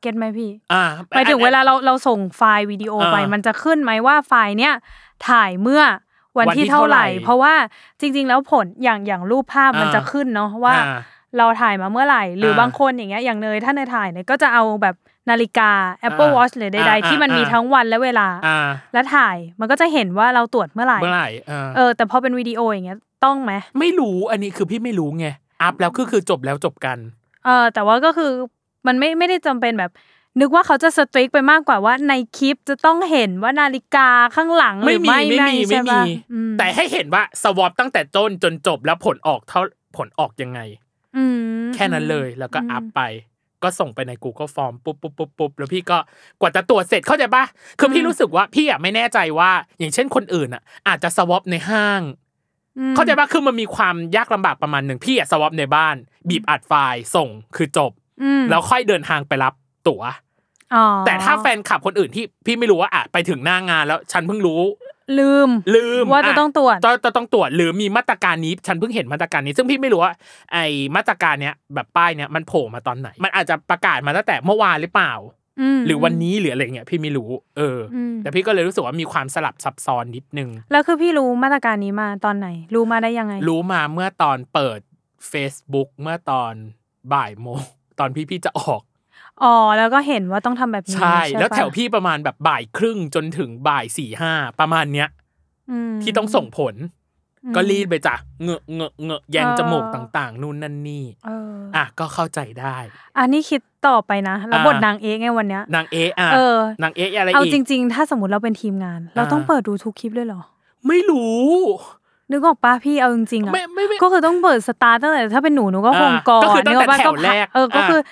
Speaker 3: เก็ตไหมพี่
Speaker 2: อ่า
Speaker 3: หมายถึงเวลาเราเราส่งไฟล์วิดีโอไป
Speaker 2: อ่ามั
Speaker 3: มันจะขึ้นไหมว่าไฟล์เนี้ยถ่ายเมื่อวัน
Speaker 2: วันที่
Speaker 3: ที่เท่าไหร่
Speaker 2: เท่าไหร่
Speaker 3: เพราะว่าจริง ๆ แล้วผลอย่างอย่างรูปภาพมัน
Speaker 2: อ่า
Speaker 3: จะขึ้นเนาะว่า
Speaker 2: อ่
Speaker 3: เราถ่ายมาเมื่อไหร่ หรืออา บางคนอย่างเงี้ยอย่างเนยถ้าเนยถ่ายเนี่ยก็จะเอาแบบนาฬิกา Apple
Speaker 2: อ่า
Speaker 3: Watch หรือใด
Speaker 2: อ่า
Speaker 3: ๆที่มัน
Speaker 2: อ่ามี
Speaker 3: มีทั้งวันและเวลา
Speaker 2: อ่า
Speaker 3: แล้วถ่ายมันก็จะเห็นว่าเราตรวจเมื่อไหร่
Speaker 2: เมื่อไหร่อ่า
Speaker 3: เออแต่พอเป็นวิดีโออย่างเงี้ยต้องไหม
Speaker 2: ไม่รู้อันนี้คือพี่ไม่รู้ไงอัพแล้วคือคือจบแล้วจบกัน
Speaker 3: เออแต่ว่าก็คือมันไม่ไม่ได้จำเป็นแบบ นึกว่าเขาจะสตรีกไปมากกว่าว่าในคลิปจะต้องเห็นว่านาฬิกาข้างหลังห
Speaker 2: ไม่
Speaker 3: รือ
Speaker 2: มี
Speaker 3: ไม่
Speaker 2: ไม่มี
Speaker 3: ใช่
Speaker 2: ไม่มี
Speaker 3: ปะอืม
Speaker 2: แต่ให้เห็นว่าสวอปตั้งแต่ต้นจนจบแล้วผลออกเท่าผลออกยังไง
Speaker 3: อืม
Speaker 2: แค่นั้นเลยแล้วก็
Speaker 3: อืม
Speaker 2: อัพไป ก็ส่งไปใน Google Form ปุ๊บปุ๊บปุ๊บปุ๊บแล้วพี่ก็กว่าจะตรวจเสร็จเข้าใจปะคือพี่รู้สึกว่าพี่อะไม่แน่ใจว่า อย่างเช่นคนอื่นอะอาจจะสวอปในห้าง
Speaker 3: อืม
Speaker 2: เข้าใจปะคือมันมีความยากลำบากประมาณหนึ่งพี่อะสวอปในบ้าน บีบอัดไฟล์ส่งคือจบ
Speaker 3: อืม
Speaker 2: แล้วค่อยเดินทางไปรับตั๋ว
Speaker 3: อ๋อ
Speaker 2: แต่ถ้าแฟนคลับคนอื่นที่พี่ไม่รู้ว่าอะไปถึงหน้างานแล้ว ฉันเพิ่งรู้
Speaker 3: ลืม
Speaker 2: ลืม
Speaker 3: ว่าจะต้องตรวจ
Speaker 2: ต้องต้องตรวจหรือมีมาตรการนี้ฉันเพิ่งเห็นมาตรการนี้ ซึ่งพี่ไม่รู้ว่าไอ้มาตรการเนี้ยแบบป้ายเนี้ยมันโผล่มาตอนไหน มันอาจจะประกาศมาตั้งแต่เมื่อวานหรือเปล่า
Speaker 3: ม
Speaker 2: หรือวันนี้หรืออะไรเงี้ยพี่ไม่รู้ เอออ
Speaker 3: ม
Speaker 2: แต่พี่ก็เลยรู้สึกว่ามีความสลับซับซ้อนนิดนึง
Speaker 3: แล้วคือพี่รู้มาตรการนี้มาตอนไหน รู้มาได้ยังไง
Speaker 2: รู้มาเมื่อตอนเปิด Facebook เมื่อตอนบ่ายโมง ตอนพี่พี่จะออก
Speaker 3: อ๋อ แล้วก็เห็นว่าต้องทำแบบนี้
Speaker 2: ใช่
Speaker 3: ปะ
Speaker 2: แล้วแถวพี่ประมาณแบบบ่ายครึ่งจนถึงบ่ายสี่ห้าประมาณเนี้ย
Speaker 3: ม
Speaker 2: ที่ต้องส่งผล ก็รีดไปจ้ะเงอะเงอะเงอะแยงจมูกต่างๆ นู่นนั่นนี่
Speaker 3: เอออ่ะ
Speaker 2: อ่ะก็เข้าใจได้
Speaker 3: อันนี้คิดต่อไปนะแล้ว
Speaker 2: อ่า
Speaker 3: บทนางเอกไงวันเนี้ย
Speaker 2: นางเอะอ่ะ
Speaker 3: เออ
Speaker 2: นางเอะอะไร
Speaker 3: เอา
Speaker 2: อีก
Speaker 3: จริง ๆ ถ้าสมมติเราเป็นทีมงาน เรา
Speaker 2: อ่า
Speaker 3: ต้องเปิดดูทุกคลิปเลยเหรอ
Speaker 2: ไม่รู้
Speaker 3: นึกออกปะพี่เอาจริงๆอ่ะ
Speaker 2: ไม่ไม่ไม่
Speaker 3: ก็คือต้องเปิดสตาร์ทตั้งแต่ถ้าเป็นหนูหนูก็
Speaker 2: อ่า
Speaker 3: คงก่อน
Speaker 2: ก็คือตั้งแต่
Speaker 3: นึกกปะ
Speaker 2: แถวแรก
Speaker 3: เออก็
Speaker 2: อ่า
Speaker 3: คือ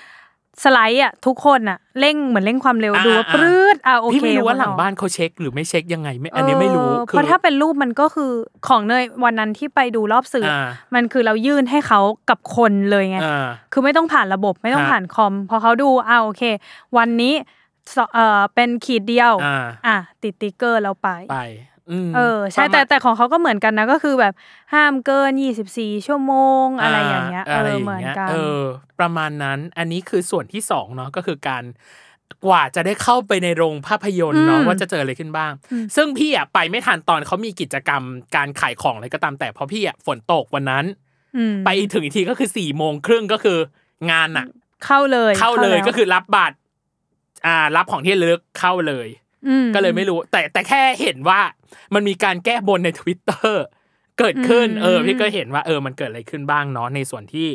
Speaker 3: สไลด์อ่ะทุกคนอ่ะเร่งเหมือนเร่งความเร็ว
Speaker 2: อ่า
Speaker 3: ดูว่า
Speaker 2: อ่า
Speaker 3: ปรืดอ่ะโอเค
Speaker 2: พี่ไม่รู้ว่าหลัง
Speaker 3: ออก
Speaker 2: บ้านเขาเช็คหรือไม่เช็คยังไงไม่อันนี้ไม่รู้
Speaker 3: เออ
Speaker 2: คือ
Speaker 3: เพราะถ้าเป็นรูปมันก็คือของเนยวันนั้นที่ไปดูรอบสื่ออ่ะ
Speaker 2: อ่า
Speaker 3: มันคือเรายื่นให้เขากับคนเลยไง
Speaker 2: อ่า
Speaker 3: คือไม่ต้องผ่านระบบไม่ต้อง
Speaker 2: ฮะ
Speaker 3: ผ่านคอมพอเขาดูอ้าวโอเค วันนี้สเอ่อเป็นขีดเดียว
Speaker 2: อ่า
Speaker 3: อ่ะติดติ๊กเกอร์เราไป
Speaker 2: ไปม
Speaker 3: เออ
Speaker 2: ป
Speaker 3: ใช่
Speaker 2: ระมาณ
Speaker 3: แต่แต่ของเขาก็เหมือนกันนะก็คือแบบห้ามเกิน 24 ชั่วโมงอะไรอย่างเงี้ยเออ
Speaker 2: ไรางงี้
Speaker 3: เหมือนกัน
Speaker 2: เออ ประมาณนั้น อันนี้คือส่วนที่สองเนาะก็คือการกว่าจะได้เข้าไปในโรงภาพยนตร์เนาะ
Speaker 3: อืม
Speaker 2: ว่าจะเจออะไรขึ้นบ้าง
Speaker 3: อืม
Speaker 2: ซึ่งพี่อ่ะไปไม่ทันตอนเขามีกิจกรรมการขายของอะไรก็ตามแต่เพราะพี่อ่ะฝนตกวันนั้น
Speaker 3: ม
Speaker 2: ไปถึงอีกทีก็คือสี่โมงครึ่งก็คืองานอ่ะ
Speaker 3: เข้าเลย
Speaker 2: เข้าเลย
Speaker 3: แว
Speaker 2: ก็คือรับบัตรอ่า รับของที่ระลึกเข้าเลย
Speaker 3: ม
Speaker 2: ก็เลยไม่รู้ แต่แต่แค่เห็นว่ามันมีการแก้บนใน Twitter เกิดขึ้น
Speaker 3: อืม
Speaker 2: เออ พี่ก็เห็นว่าเออมันเกิดอะไรขึ้นบ้างเนาะในส่วนที่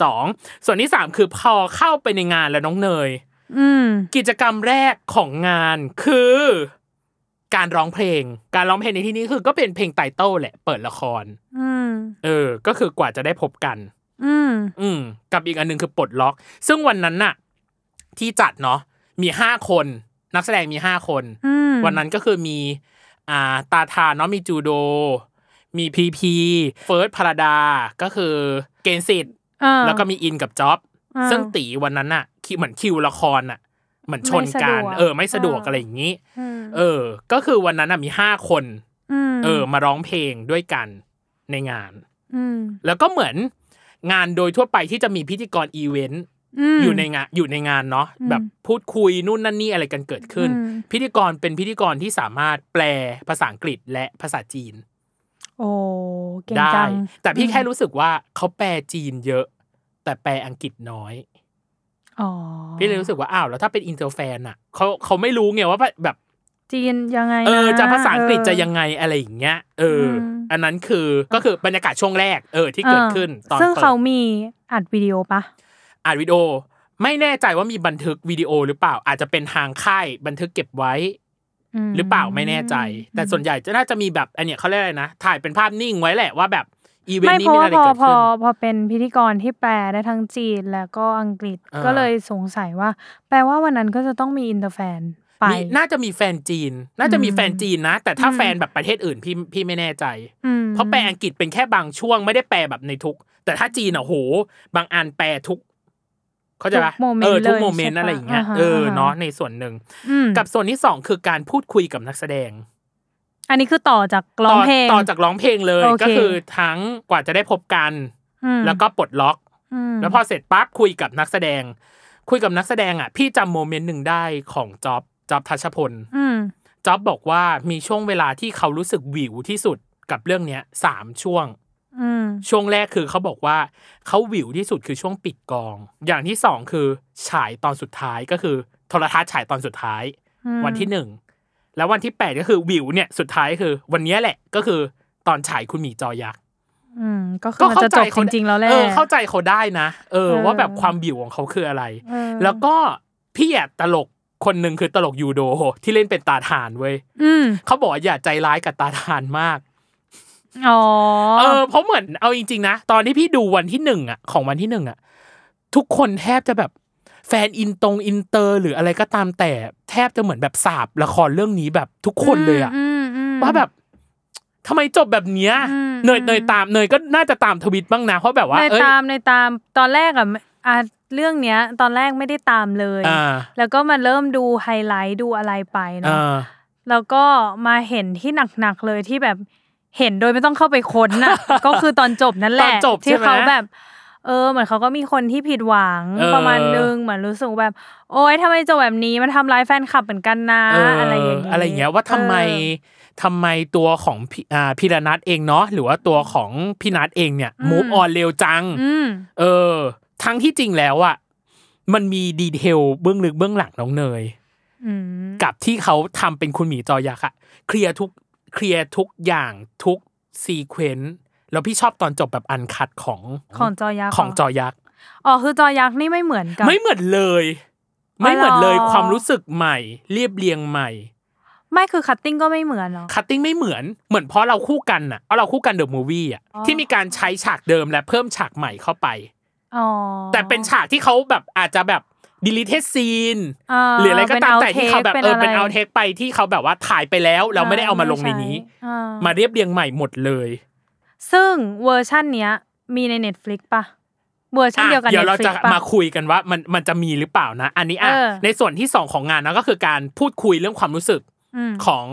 Speaker 2: สองส่วนที่สามคือพอเข้าไปในงานแล้วน้องเนย
Speaker 3: อืม
Speaker 2: กิจกรรมแรกของงานคือ การร้องเพลง การร้องเพลงในที่นี้คือก็เป็นเพลงไตเติ้ลแหละเปิดละคร
Speaker 3: อืม
Speaker 2: เออ ก็คือกว่าจะได้พบกัน
Speaker 3: อืม
Speaker 2: อืมกับอีกอันหนึงคือปลดล็อก ซึ่งวันนั้นน่ะ ที่จัดเนาะมีห้าคน นักแสดงมีห้าคน
Speaker 3: อืม
Speaker 2: วันนั้นก็คือมี อ่าตาทาเนาะมีจูโด มีพีพีเฟิร์สพาราดา ก็คือเกณฑ์สิทธิ์
Speaker 3: อ่า
Speaker 2: แล้วก็มีอินกับจ็อบ
Speaker 3: อ่า
Speaker 2: ซึ่งตีวันนั้นน่ะคิเหมือนคิวละครน่ะเหมือนชนกัน
Speaker 3: ไม่สะดวก
Speaker 2: เออ ไม่สะดวก
Speaker 3: อ่า
Speaker 2: อะไรอย่างนี้
Speaker 3: อืม
Speaker 2: เออ ก็คือวันนั้นน่ะมีห้าคน
Speaker 3: ม
Speaker 2: เออ มาร้องเพลงด้วยกันในงาน
Speaker 3: อืม
Speaker 2: แล้วก็เหมือนงานโดยทั่วไปที่จะมีพิธีกรอีเวนต์
Speaker 3: ม
Speaker 2: อยู่ในงานอยู่ในงานเนาะ
Speaker 3: อืม
Speaker 2: แบบพูดคุยนู่นนั่นนี่อะไรกันเกิดขึ้น
Speaker 3: อืม
Speaker 2: พิธีกรเป็นพิธีกรที่สามารถแปลภาษาอังกฤษและภาษาจีน
Speaker 3: โอ้เก่ง
Speaker 2: ได้
Speaker 3: จัง
Speaker 2: แต่พี่แค่
Speaker 3: อืม
Speaker 2: รู้สึกว่าเขาแปลจีนเยอะ แต่แปลอังกฤษน้อย
Speaker 3: อ๋อ
Speaker 2: พี่เลยรู้สึกว่าอ้าวแล้วถ้าเป็นอินเตอร์แฟนอ่ะเขาเขาไม่รู้ไงว่าแบบ
Speaker 3: จีนยังไง
Speaker 2: เออ
Speaker 3: นะ
Speaker 2: จะภาษาอังกฤษ
Speaker 3: เ
Speaker 2: จะยังไงอะไรอย่างเงี้ยเอออ
Speaker 3: ม
Speaker 2: อันนั้นคือก็คือบรรยากาศช่วงแรกเออที่เกิดขึ้นตอน
Speaker 3: ซึ่ง
Speaker 2: ปิด
Speaker 3: เขามีอัดวิดีโอปะ
Speaker 2: อัดวิดีโอไม่แน่ใจว่ามีบันทึกวิดีโอหรือเปล่า อาจจะเป็นทางค่ายบันทึกเก็บไว้
Speaker 3: ม
Speaker 2: หรือเปล่าไม่แน่ใจ แต่ส่วนใหญ่จะน่าจะมีแบบอันเนี้ยเขาเรียกอะไรนะ ถ่ายเป็นภาพนิ่งไว้แหละว่าแบบอีเวน
Speaker 3: ไม่
Speaker 2: ต์
Speaker 3: เพ
Speaker 2: นี้
Speaker 3: ราะ
Speaker 2: มี
Speaker 3: ว่า
Speaker 2: อะไร
Speaker 3: พอ
Speaker 2: เกิด
Speaker 3: พอ
Speaker 2: ขึ้น
Speaker 3: พอเป็นพิธีกรที่แปลได้ทั้งจีนแล้วก็อังกฤษ
Speaker 2: อ่า
Speaker 3: ก็เลยสงสัยว่า แปลว่าวันนั้นก็จะต้องมีอินเตอร์แฟนไป
Speaker 2: มีน่าจะมีแฟนจีน น่าจะมีแฟนจีนนะ แต่ถ้า
Speaker 3: อืม
Speaker 2: แฟนแบบประเทศอื่นพี่พี่ไม่แน่ใจ
Speaker 3: อืม
Speaker 2: เพราะแปลอังกฤษเป็นแค่บางช่วงไม่ได้แปลแบบในทุก แต่ถ้าจีนอ่ะโห บางอันแปลทุก เขาใจปะ
Speaker 3: ทุกโมเมน
Speaker 2: เอ
Speaker 3: ต์
Speaker 2: อ
Speaker 3: เลย
Speaker 2: ทุกโมเมนต์
Speaker 3: ใช่ป
Speaker 2: อะไรอย่างเงี้ย
Speaker 3: ฮ
Speaker 2: เออ
Speaker 3: ฮ
Speaker 2: เนาะในส่วนหนึ่ง
Speaker 3: อืม
Speaker 2: กับส่วนที่สองคือการพูดคุยกับนักแสดง
Speaker 3: อันนี้คือต่อจากร้องเพลง
Speaker 2: ต่อต่อจากร้องเพลงเลย
Speaker 3: โอเค
Speaker 2: ก็คือทั้งกว่าจะได้พบกัน
Speaker 3: อืม
Speaker 2: แล้วก็ปลดล็อก
Speaker 3: ม
Speaker 2: แล้วพอเสร็จปั๊บคุยกับนักแสดง คุยกับนักแสดงอ่ะพี่จำโมเมนต์หนึ่งได้ของจ๊อบจ๊อบทัชพล
Speaker 3: อืม
Speaker 2: จ๊อบบอกว่ามีช่วงเวลาที่เขารู้สึกหวิวที่สุดกับเรื่องเนี้ยสามช่วง
Speaker 3: อืม
Speaker 2: ช่วงแรกคือเขาบอกว่าเขาหวิวที่สุดคือช่วงปิดกอง อย่างที่สองคือฉายตอนสุดท้ายก็คือโทรทัศน์ฉายตอนสุดท้าย
Speaker 3: อืม
Speaker 2: วันที่หนึ่งแล้ววันที่แปดก็คือวิวเนี่ยสุดท้ายคือ วันเนี้ยแหละก็คือตอนฉายคุณหมีจอยักษ์
Speaker 3: อืมก็คือมันจะจบจริงๆแล้วแหละ
Speaker 2: เออเข้าใจเขาได้นะ เออ
Speaker 3: เออ
Speaker 2: ว่าแบบความวิวของเขาคืออะไร
Speaker 3: เออ
Speaker 2: แล้วก็พี่อะตลกคนหนึ่งคือตลกยูโดที่เล่นเป็นตาทานเว้ย
Speaker 3: อืม
Speaker 2: เขาบอกว่าอย่าใจร้ายกับตาทานมาก
Speaker 3: อ๋อ
Speaker 2: เออเพราะเหมือนเอาจริงๆนะ ตอนที่พี่ดูวันที่หนึ่งอะของวันที่หนึ่งอะทุกคนแทบจะแบบแฟนอินตรงอินเตอร์หรืออะไรก็ตามแต่แทบจะเหมือนแบบสาบละครเรื่องนี้แบบทุกคนเลยอะ
Speaker 3: มอืม
Speaker 2: ว่าแบบทำไมจบแบบเนี้ย
Speaker 3: อืม
Speaker 2: เนย
Speaker 3: อืม
Speaker 2: เนยตามเนยก็น่าจะตามทวิตบ้างนะเพราะแบบว่า
Speaker 3: ใน
Speaker 2: เอ้ย
Speaker 3: ตามในตามตอนแรกอ่ะไม่อ่ะเรื่องเนี้ย ตอนแรกไม่ได้ตามเลย
Speaker 2: อ่า
Speaker 3: แล้วก็มาเริ่มดูไฮไลท์ดูอะไรไป
Speaker 2: อ่
Speaker 3: เนาะ
Speaker 2: า
Speaker 3: แล้วก็มาเห็นที่หนักๆเลยที่แบบเห็นโดยไม่ต้องเข้าไปค้น น่ะ ก็คือตอนจบนั่นแห
Speaker 2: ตอน
Speaker 3: ละ
Speaker 2: จบ
Speaker 3: ที่
Speaker 2: ใช่ไหม
Speaker 3: เขาแบบ เออเหมือนเขาก็มีคนที่ผิดหวัง
Speaker 2: เออ
Speaker 3: ประมาณนึงเหมือนรู้สึกแบบ โอ๊ยทำไมจบแบบนี้มันทำร้ายแฟนคลับเหมือนกันนะ
Speaker 2: เ
Speaker 3: อะไรอย่าง
Speaker 2: อะไรอย่างเงี้ยว่าทำไม
Speaker 3: เออ
Speaker 2: ทำไมตัวของพี่อ่าพี่ระนัทเองเนาะหรือว่าตัวของพี่นัทเองเนี่ย
Speaker 3: อืม
Speaker 2: มูฟออนเร็วจัง
Speaker 3: อืม
Speaker 2: เออ ทั้งที่จริงแล้วอะมันมีดีเทลเบื้องลึกเบื้องหลังน้องเนย
Speaker 3: อืม
Speaker 2: กับที่เขาทำเป็นคุณหมีจอยักษ์อะเคลียร์ทุกเคลียร์ทุกอย่างทุก ซีเควนต์แล้วพี่ชอบตอนจบแบบอันคัดของ
Speaker 3: ของจอยักษ์
Speaker 2: ของจ
Speaker 3: เหร
Speaker 2: อยักษ์
Speaker 3: อ๋อคือจอยักษ์นี่ไม่เหมือนกับ
Speaker 2: ไม่เหมือนเลย
Speaker 3: อ๋อ
Speaker 2: ไม่เหมือนเลย
Speaker 3: เหรอ
Speaker 2: ความรู้สึกใหม่ เรียบเรียงใหม่
Speaker 3: ไม่คือคัตติ้งก็ไม่เหมือนเหรอ
Speaker 2: คัตติ้งไม่เหมือนเหมือนเพราะเราคู่กันน่ะเอาเราคู่กันเดอะมูวี่อ่ะ
Speaker 3: อ๋อ
Speaker 2: ที่มีการใช้ฉากเดิมและเพิ่มฉากใหม่เข้าไป
Speaker 3: อ๋อ
Speaker 2: แต่เป็นฉากที่เขาแบบอาจจะแบบดิลิเทสซีน
Speaker 3: า
Speaker 2: หรืออะไรก็ตาม
Speaker 3: ป็น
Speaker 2: แต่ที่เขาแบบ
Speaker 3: outtake
Speaker 2: เออเป็น
Speaker 3: ะไร
Speaker 2: เอาเทคไปที่เขาแบบว่าถ่ายไปแล้วเราไม่ได้เอามาลงในนี้
Speaker 3: ช่อ่
Speaker 2: มาเรียบเรียงใหม่หมดเลย
Speaker 3: ซึ่งเวอร์ชันเนี้ย มีใน Netflix ปะเวอร์ชันเดียวกัน
Speaker 2: อ่ะเดี๋ยวเราจะ
Speaker 3: Netflix ป
Speaker 2: มาคุยกันว่ามันมันจะมีหรือเปล่านะ อันนี้อ่ะ
Speaker 3: เออ
Speaker 2: ในส่วนที่ 2 ของงานนะก็คือการพูดคุยเรื่องความรู้สึก
Speaker 3: อืม
Speaker 2: ของ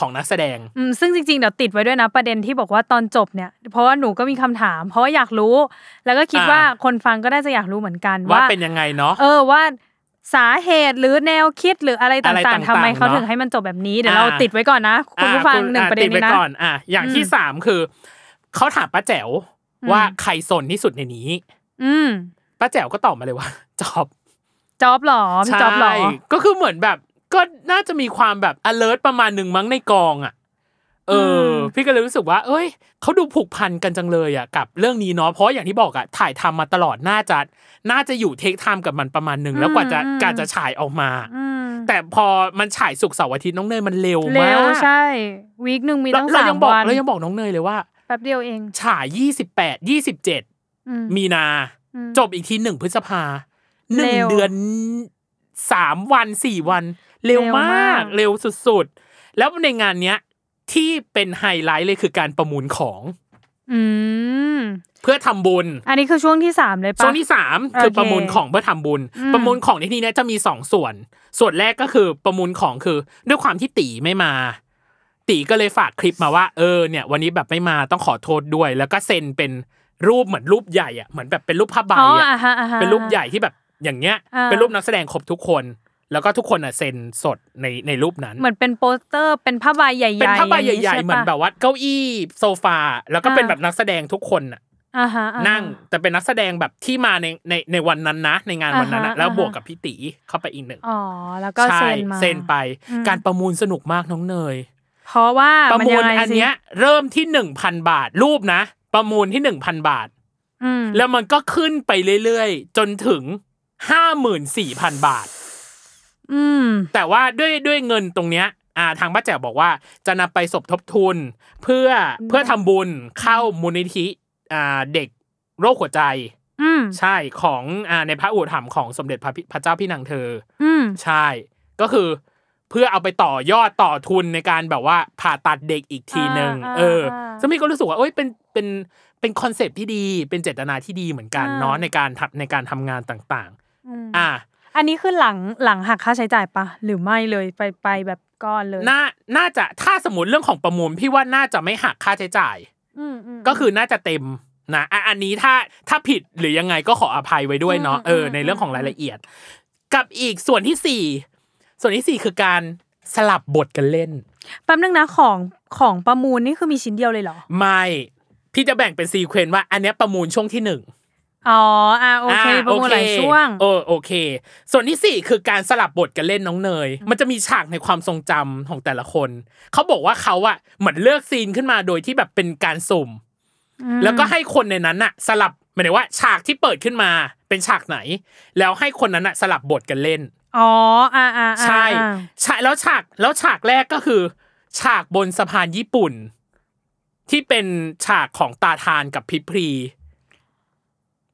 Speaker 2: ของนักแสดง
Speaker 3: อืมซึ่งจริงๆ เดี๋ยวติดไว้ด้วยนะประเด็นที่บอกว่าตอนจบเนี่ย เพราะว่าหนูก็มีคำถาม เพราะว่าอยากรู้ แล้วก็คิด
Speaker 2: อ่า
Speaker 3: ว่าคนฟังก็น่าจะอยากรู้เหมือนกัน
Speaker 2: ว่า
Speaker 3: ว่า
Speaker 2: เป็นยังไงเนาะ
Speaker 3: เออว่าสาเหตุหรือแนวคิดหรืออะไร
Speaker 2: อะไร
Speaker 3: ต่า
Speaker 2: ต่าง งๆ
Speaker 3: ๆทำไมเขา
Speaker 2: เนอะ
Speaker 3: ถึงให้มันจบแบบนี้เดี๋ยวเรา
Speaker 2: อ่า
Speaker 3: ติดไว้ก่อนนะคุณผู้ฟัง
Speaker 2: อ่
Speaker 3: หนึ่ง
Speaker 2: อ่
Speaker 3: ประเด็น
Speaker 2: ติ
Speaker 3: นี้
Speaker 2: ไว้
Speaker 3: นะ
Speaker 2: ก่อนอ่ะอย่างที่
Speaker 3: อืม
Speaker 2: สามคือเขาถามป้าแจ๋ว
Speaker 3: อืม
Speaker 2: ว่าใครสนที่สุดในนี้
Speaker 3: อืม
Speaker 2: ป้าแจ๋วก็ตอบมาเลยว่า จอบ
Speaker 3: จอบหรอพี่จอบหรอ
Speaker 2: ใช่ก็คือเหมือนแบบ ก็น่าจะมีความแบบ alert ประมาณหนึ่งมั้งในกองอ่ะ เออ
Speaker 3: ม
Speaker 2: พี่ก็เลยรู้สึกว่า เอ้ยเขาดูผูกพันกันจังเลยอ่ะกับเรื่องนี้เนาะเพราะอย่างที่บอกอ่ะถ่ายทำมาตลอดน่าจะน่าจะอยู่เทคไทม์กับมันประมาณหนึ่งแล้วกว่าจะการจะฉายออกมา
Speaker 3: อืม
Speaker 2: แต่พอมันฉายสุกร์เสาร์อาทิตย์น้องเนยมันเร็ว
Speaker 3: เร็
Speaker 2: มาก
Speaker 3: วใช่ วีคหนึ่งมีตั้ง
Speaker 2: เรา
Speaker 3: สา
Speaker 2: ยั
Speaker 3: ม
Speaker 2: บอก
Speaker 3: วัน
Speaker 2: เรายังบอกน้องเนยเลยว่า
Speaker 3: แป๊บเดียวเอง
Speaker 2: ฉายยี่สิบแปดยี่สิบเจ็ด
Speaker 3: อืม
Speaker 2: มีนา
Speaker 3: อืม
Speaker 2: จบอีกทีหนึ่งพฤษภาหนึ่ง
Speaker 3: เร็ว
Speaker 2: เดือนสามวันสี่วัน เร็ว
Speaker 3: เร็วมาม
Speaker 2: าก
Speaker 3: ก
Speaker 2: เร็วสุดๆ แล้วในงานเนี้ย ที่เป็นไฮไลท์เลยคือการประมูลของ
Speaker 3: อืม
Speaker 2: เพื่อทำบุญ
Speaker 3: อันนี้คือช่วงที่สามเลยปะ
Speaker 2: ส่วนที่สาม
Speaker 3: โอเค
Speaker 2: คือประมูลของเพื่อทำบุญ
Speaker 3: อืม
Speaker 2: ประมูลของในที่เนี้ยจะมีสองส่วน ส่วนแรกก็คือประมูลของคือ ด้วยความที่ตีไม่มา ตีก็เลยฝากคลิปมาว่าเออเนี่ย วันนี้แบบไม่มาต้องขอโทษด้วย แล้วก็เซ็นเป็นรูปเหมือนรูปใหญ่อะเหมือนแบบเป็นรูปผ้าใบ
Speaker 3: อ๋อ
Speaker 2: อะ
Speaker 3: อ่าฮะอ่าฮะ
Speaker 2: เป็นรูปใหญ่ที่แบบอย่างเงี้ย
Speaker 3: อ่า
Speaker 2: เป็นรูปนักแสดงครบทุกคน แล้วก็ทุกคนอ่ะเซ็นสดในในรูปนั้น
Speaker 3: เหมือนเป็นโปสเตอร์เป็นผ้าใบใหญ่ๆ
Speaker 2: เป็นผ้าใบ
Speaker 3: อย่ง
Speaker 2: ใหญ่ๆ
Speaker 3: ช่ปะ
Speaker 2: เหมือนแบบว่าเก้าอี้โซฟา แล้วก็เป็น
Speaker 3: อ่า
Speaker 2: แบบนักแสดงทุกคนน่ะ
Speaker 3: อ่าฮะอ่าฮะ
Speaker 2: นั่ง แต่เป็นนักแสดงแบบที่มาในในในวันนั้นนะ ในงานวันนั้นนะ
Speaker 3: อ่าฮะ
Speaker 2: แล้วบวก
Speaker 3: อ่าฮะ
Speaker 2: กับพี่ตีเข้าไปอีกหนึ่ง
Speaker 3: อ๋อแล้วก็
Speaker 2: ใช่
Speaker 3: เซ็นมา
Speaker 2: เซ็นไป
Speaker 3: อืม
Speaker 2: การประมูลสนุกมากน้องเนย
Speaker 3: เพราะว่า
Speaker 2: ประ
Speaker 3: น
Speaker 2: มู
Speaker 3: ยั
Speaker 2: ล
Speaker 3: งไง
Speaker 2: อัน
Speaker 3: สิ
Speaker 2: เนี้ยเริ่มที่หนึ่งพันบาทรูปนะ ประมูลที่หนึ่งพันบาท
Speaker 3: อืม
Speaker 2: แล้วมันก็ขึ้นไปเรื่อยๆ จนถึงห้าหมื่นสี่พันบาท
Speaker 3: อืม
Speaker 2: แต่ว่าด้วยด้วยเงินตรงเนี้ยอ่าทางป้าแจ๋วบอกว่าจะนำไปสมทบทุน เพื่อเพื่อทำบุญเข้ามูลนิธิอ่าเด็กโรคหัวใจ
Speaker 3: อืม
Speaker 2: ใช่ของอ่าในพระอุปถัมภ์ของสมเด็จพระพิพระเจ้าพี่นางเธอ
Speaker 3: อืม
Speaker 2: ใช่ ก็คือเพื่อเอาไปต่อยอดต่อทุนในการแบบว่าผ่าตัดเด็กอีกทีหนึ่ง
Speaker 3: อ่า
Speaker 2: เออ
Speaker 3: อ่า
Speaker 2: ซึ่งพี่ก็รู้สึกว่าเอ้ยเป็นเป็นเป็นคอนเซปต์ที่ดีเป็นเจตนาที่ดีเหมือนกัน
Speaker 3: อ่า
Speaker 2: เนาะในการทำในการทำงานต่าง
Speaker 3: อืม
Speaker 2: ๆ อ่า
Speaker 3: อันนี้คือหลังหลังหักค่าใช้จ่ายปะหรือไม่เลยไปไปแบบก้อนเลย
Speaker 2: น่า น่าจะ ถ้าสมมติเรื่องของประมูล พี่ว่าน่าจะไม่หักค่าใช้จ่าย
Speaker 3: อืมม
Speaker 2: ก็คือน่าจะเต็มนะอ่ะอันนี้ถ้า ถ้าผิดหรือยังไงก็ขออภัยไว้ด้วยเนาะ
Speaker 3: อืม
Speaker 2: เออ ในเรื่องของรายละเอียด กับอีกส่วนที่สี่ ส่วนที่สี่คือการสลับบทกันเล่น
Speaker 3: แป๊บนึงนะของของประมูลนี่คือมีชิ้นเดียวเลยเหรอ
Speaker 2: ไม่ พี่จะแบ่งเป็นซีเควนต์ว่า อันเนี้ยประมูลช่วงที่หนึ่ง
Speaker 3: อ๋ออ่าโอเค
Speaker 2: า
Speaker 3: ประมูลหลายช่วง
Speaker 2: โอเคเออโอเค ส่วนที่สี่คือการสลับบทกันเล่นน้องเนย มันจะมีฉากในความทรงจำของแต่ละคน เขาบอกว่าเขาอะเหมือนเลือกซีนขึ้นมาโดยที่แบบเป็นการสุ่ม แล้วก็ให้คนในนั้นอะสลับหมายถึงว่าฉากที่เปิดขึ้นมาเป็นฉากไหน แล้วให้คนนั้นอะสลับบทกันเล่น
Speaker 3: อ๋ออ่าอ่าอ่า
Speaker 2: ใช่
Speaker 3: อ่า
Speaker 2: ใช่แล้วฉากแล้วฉากแรกก็คือ ฉากบนสะพานญี่ปุ่น ที่เป็นฉากของตาทานกับพิพรี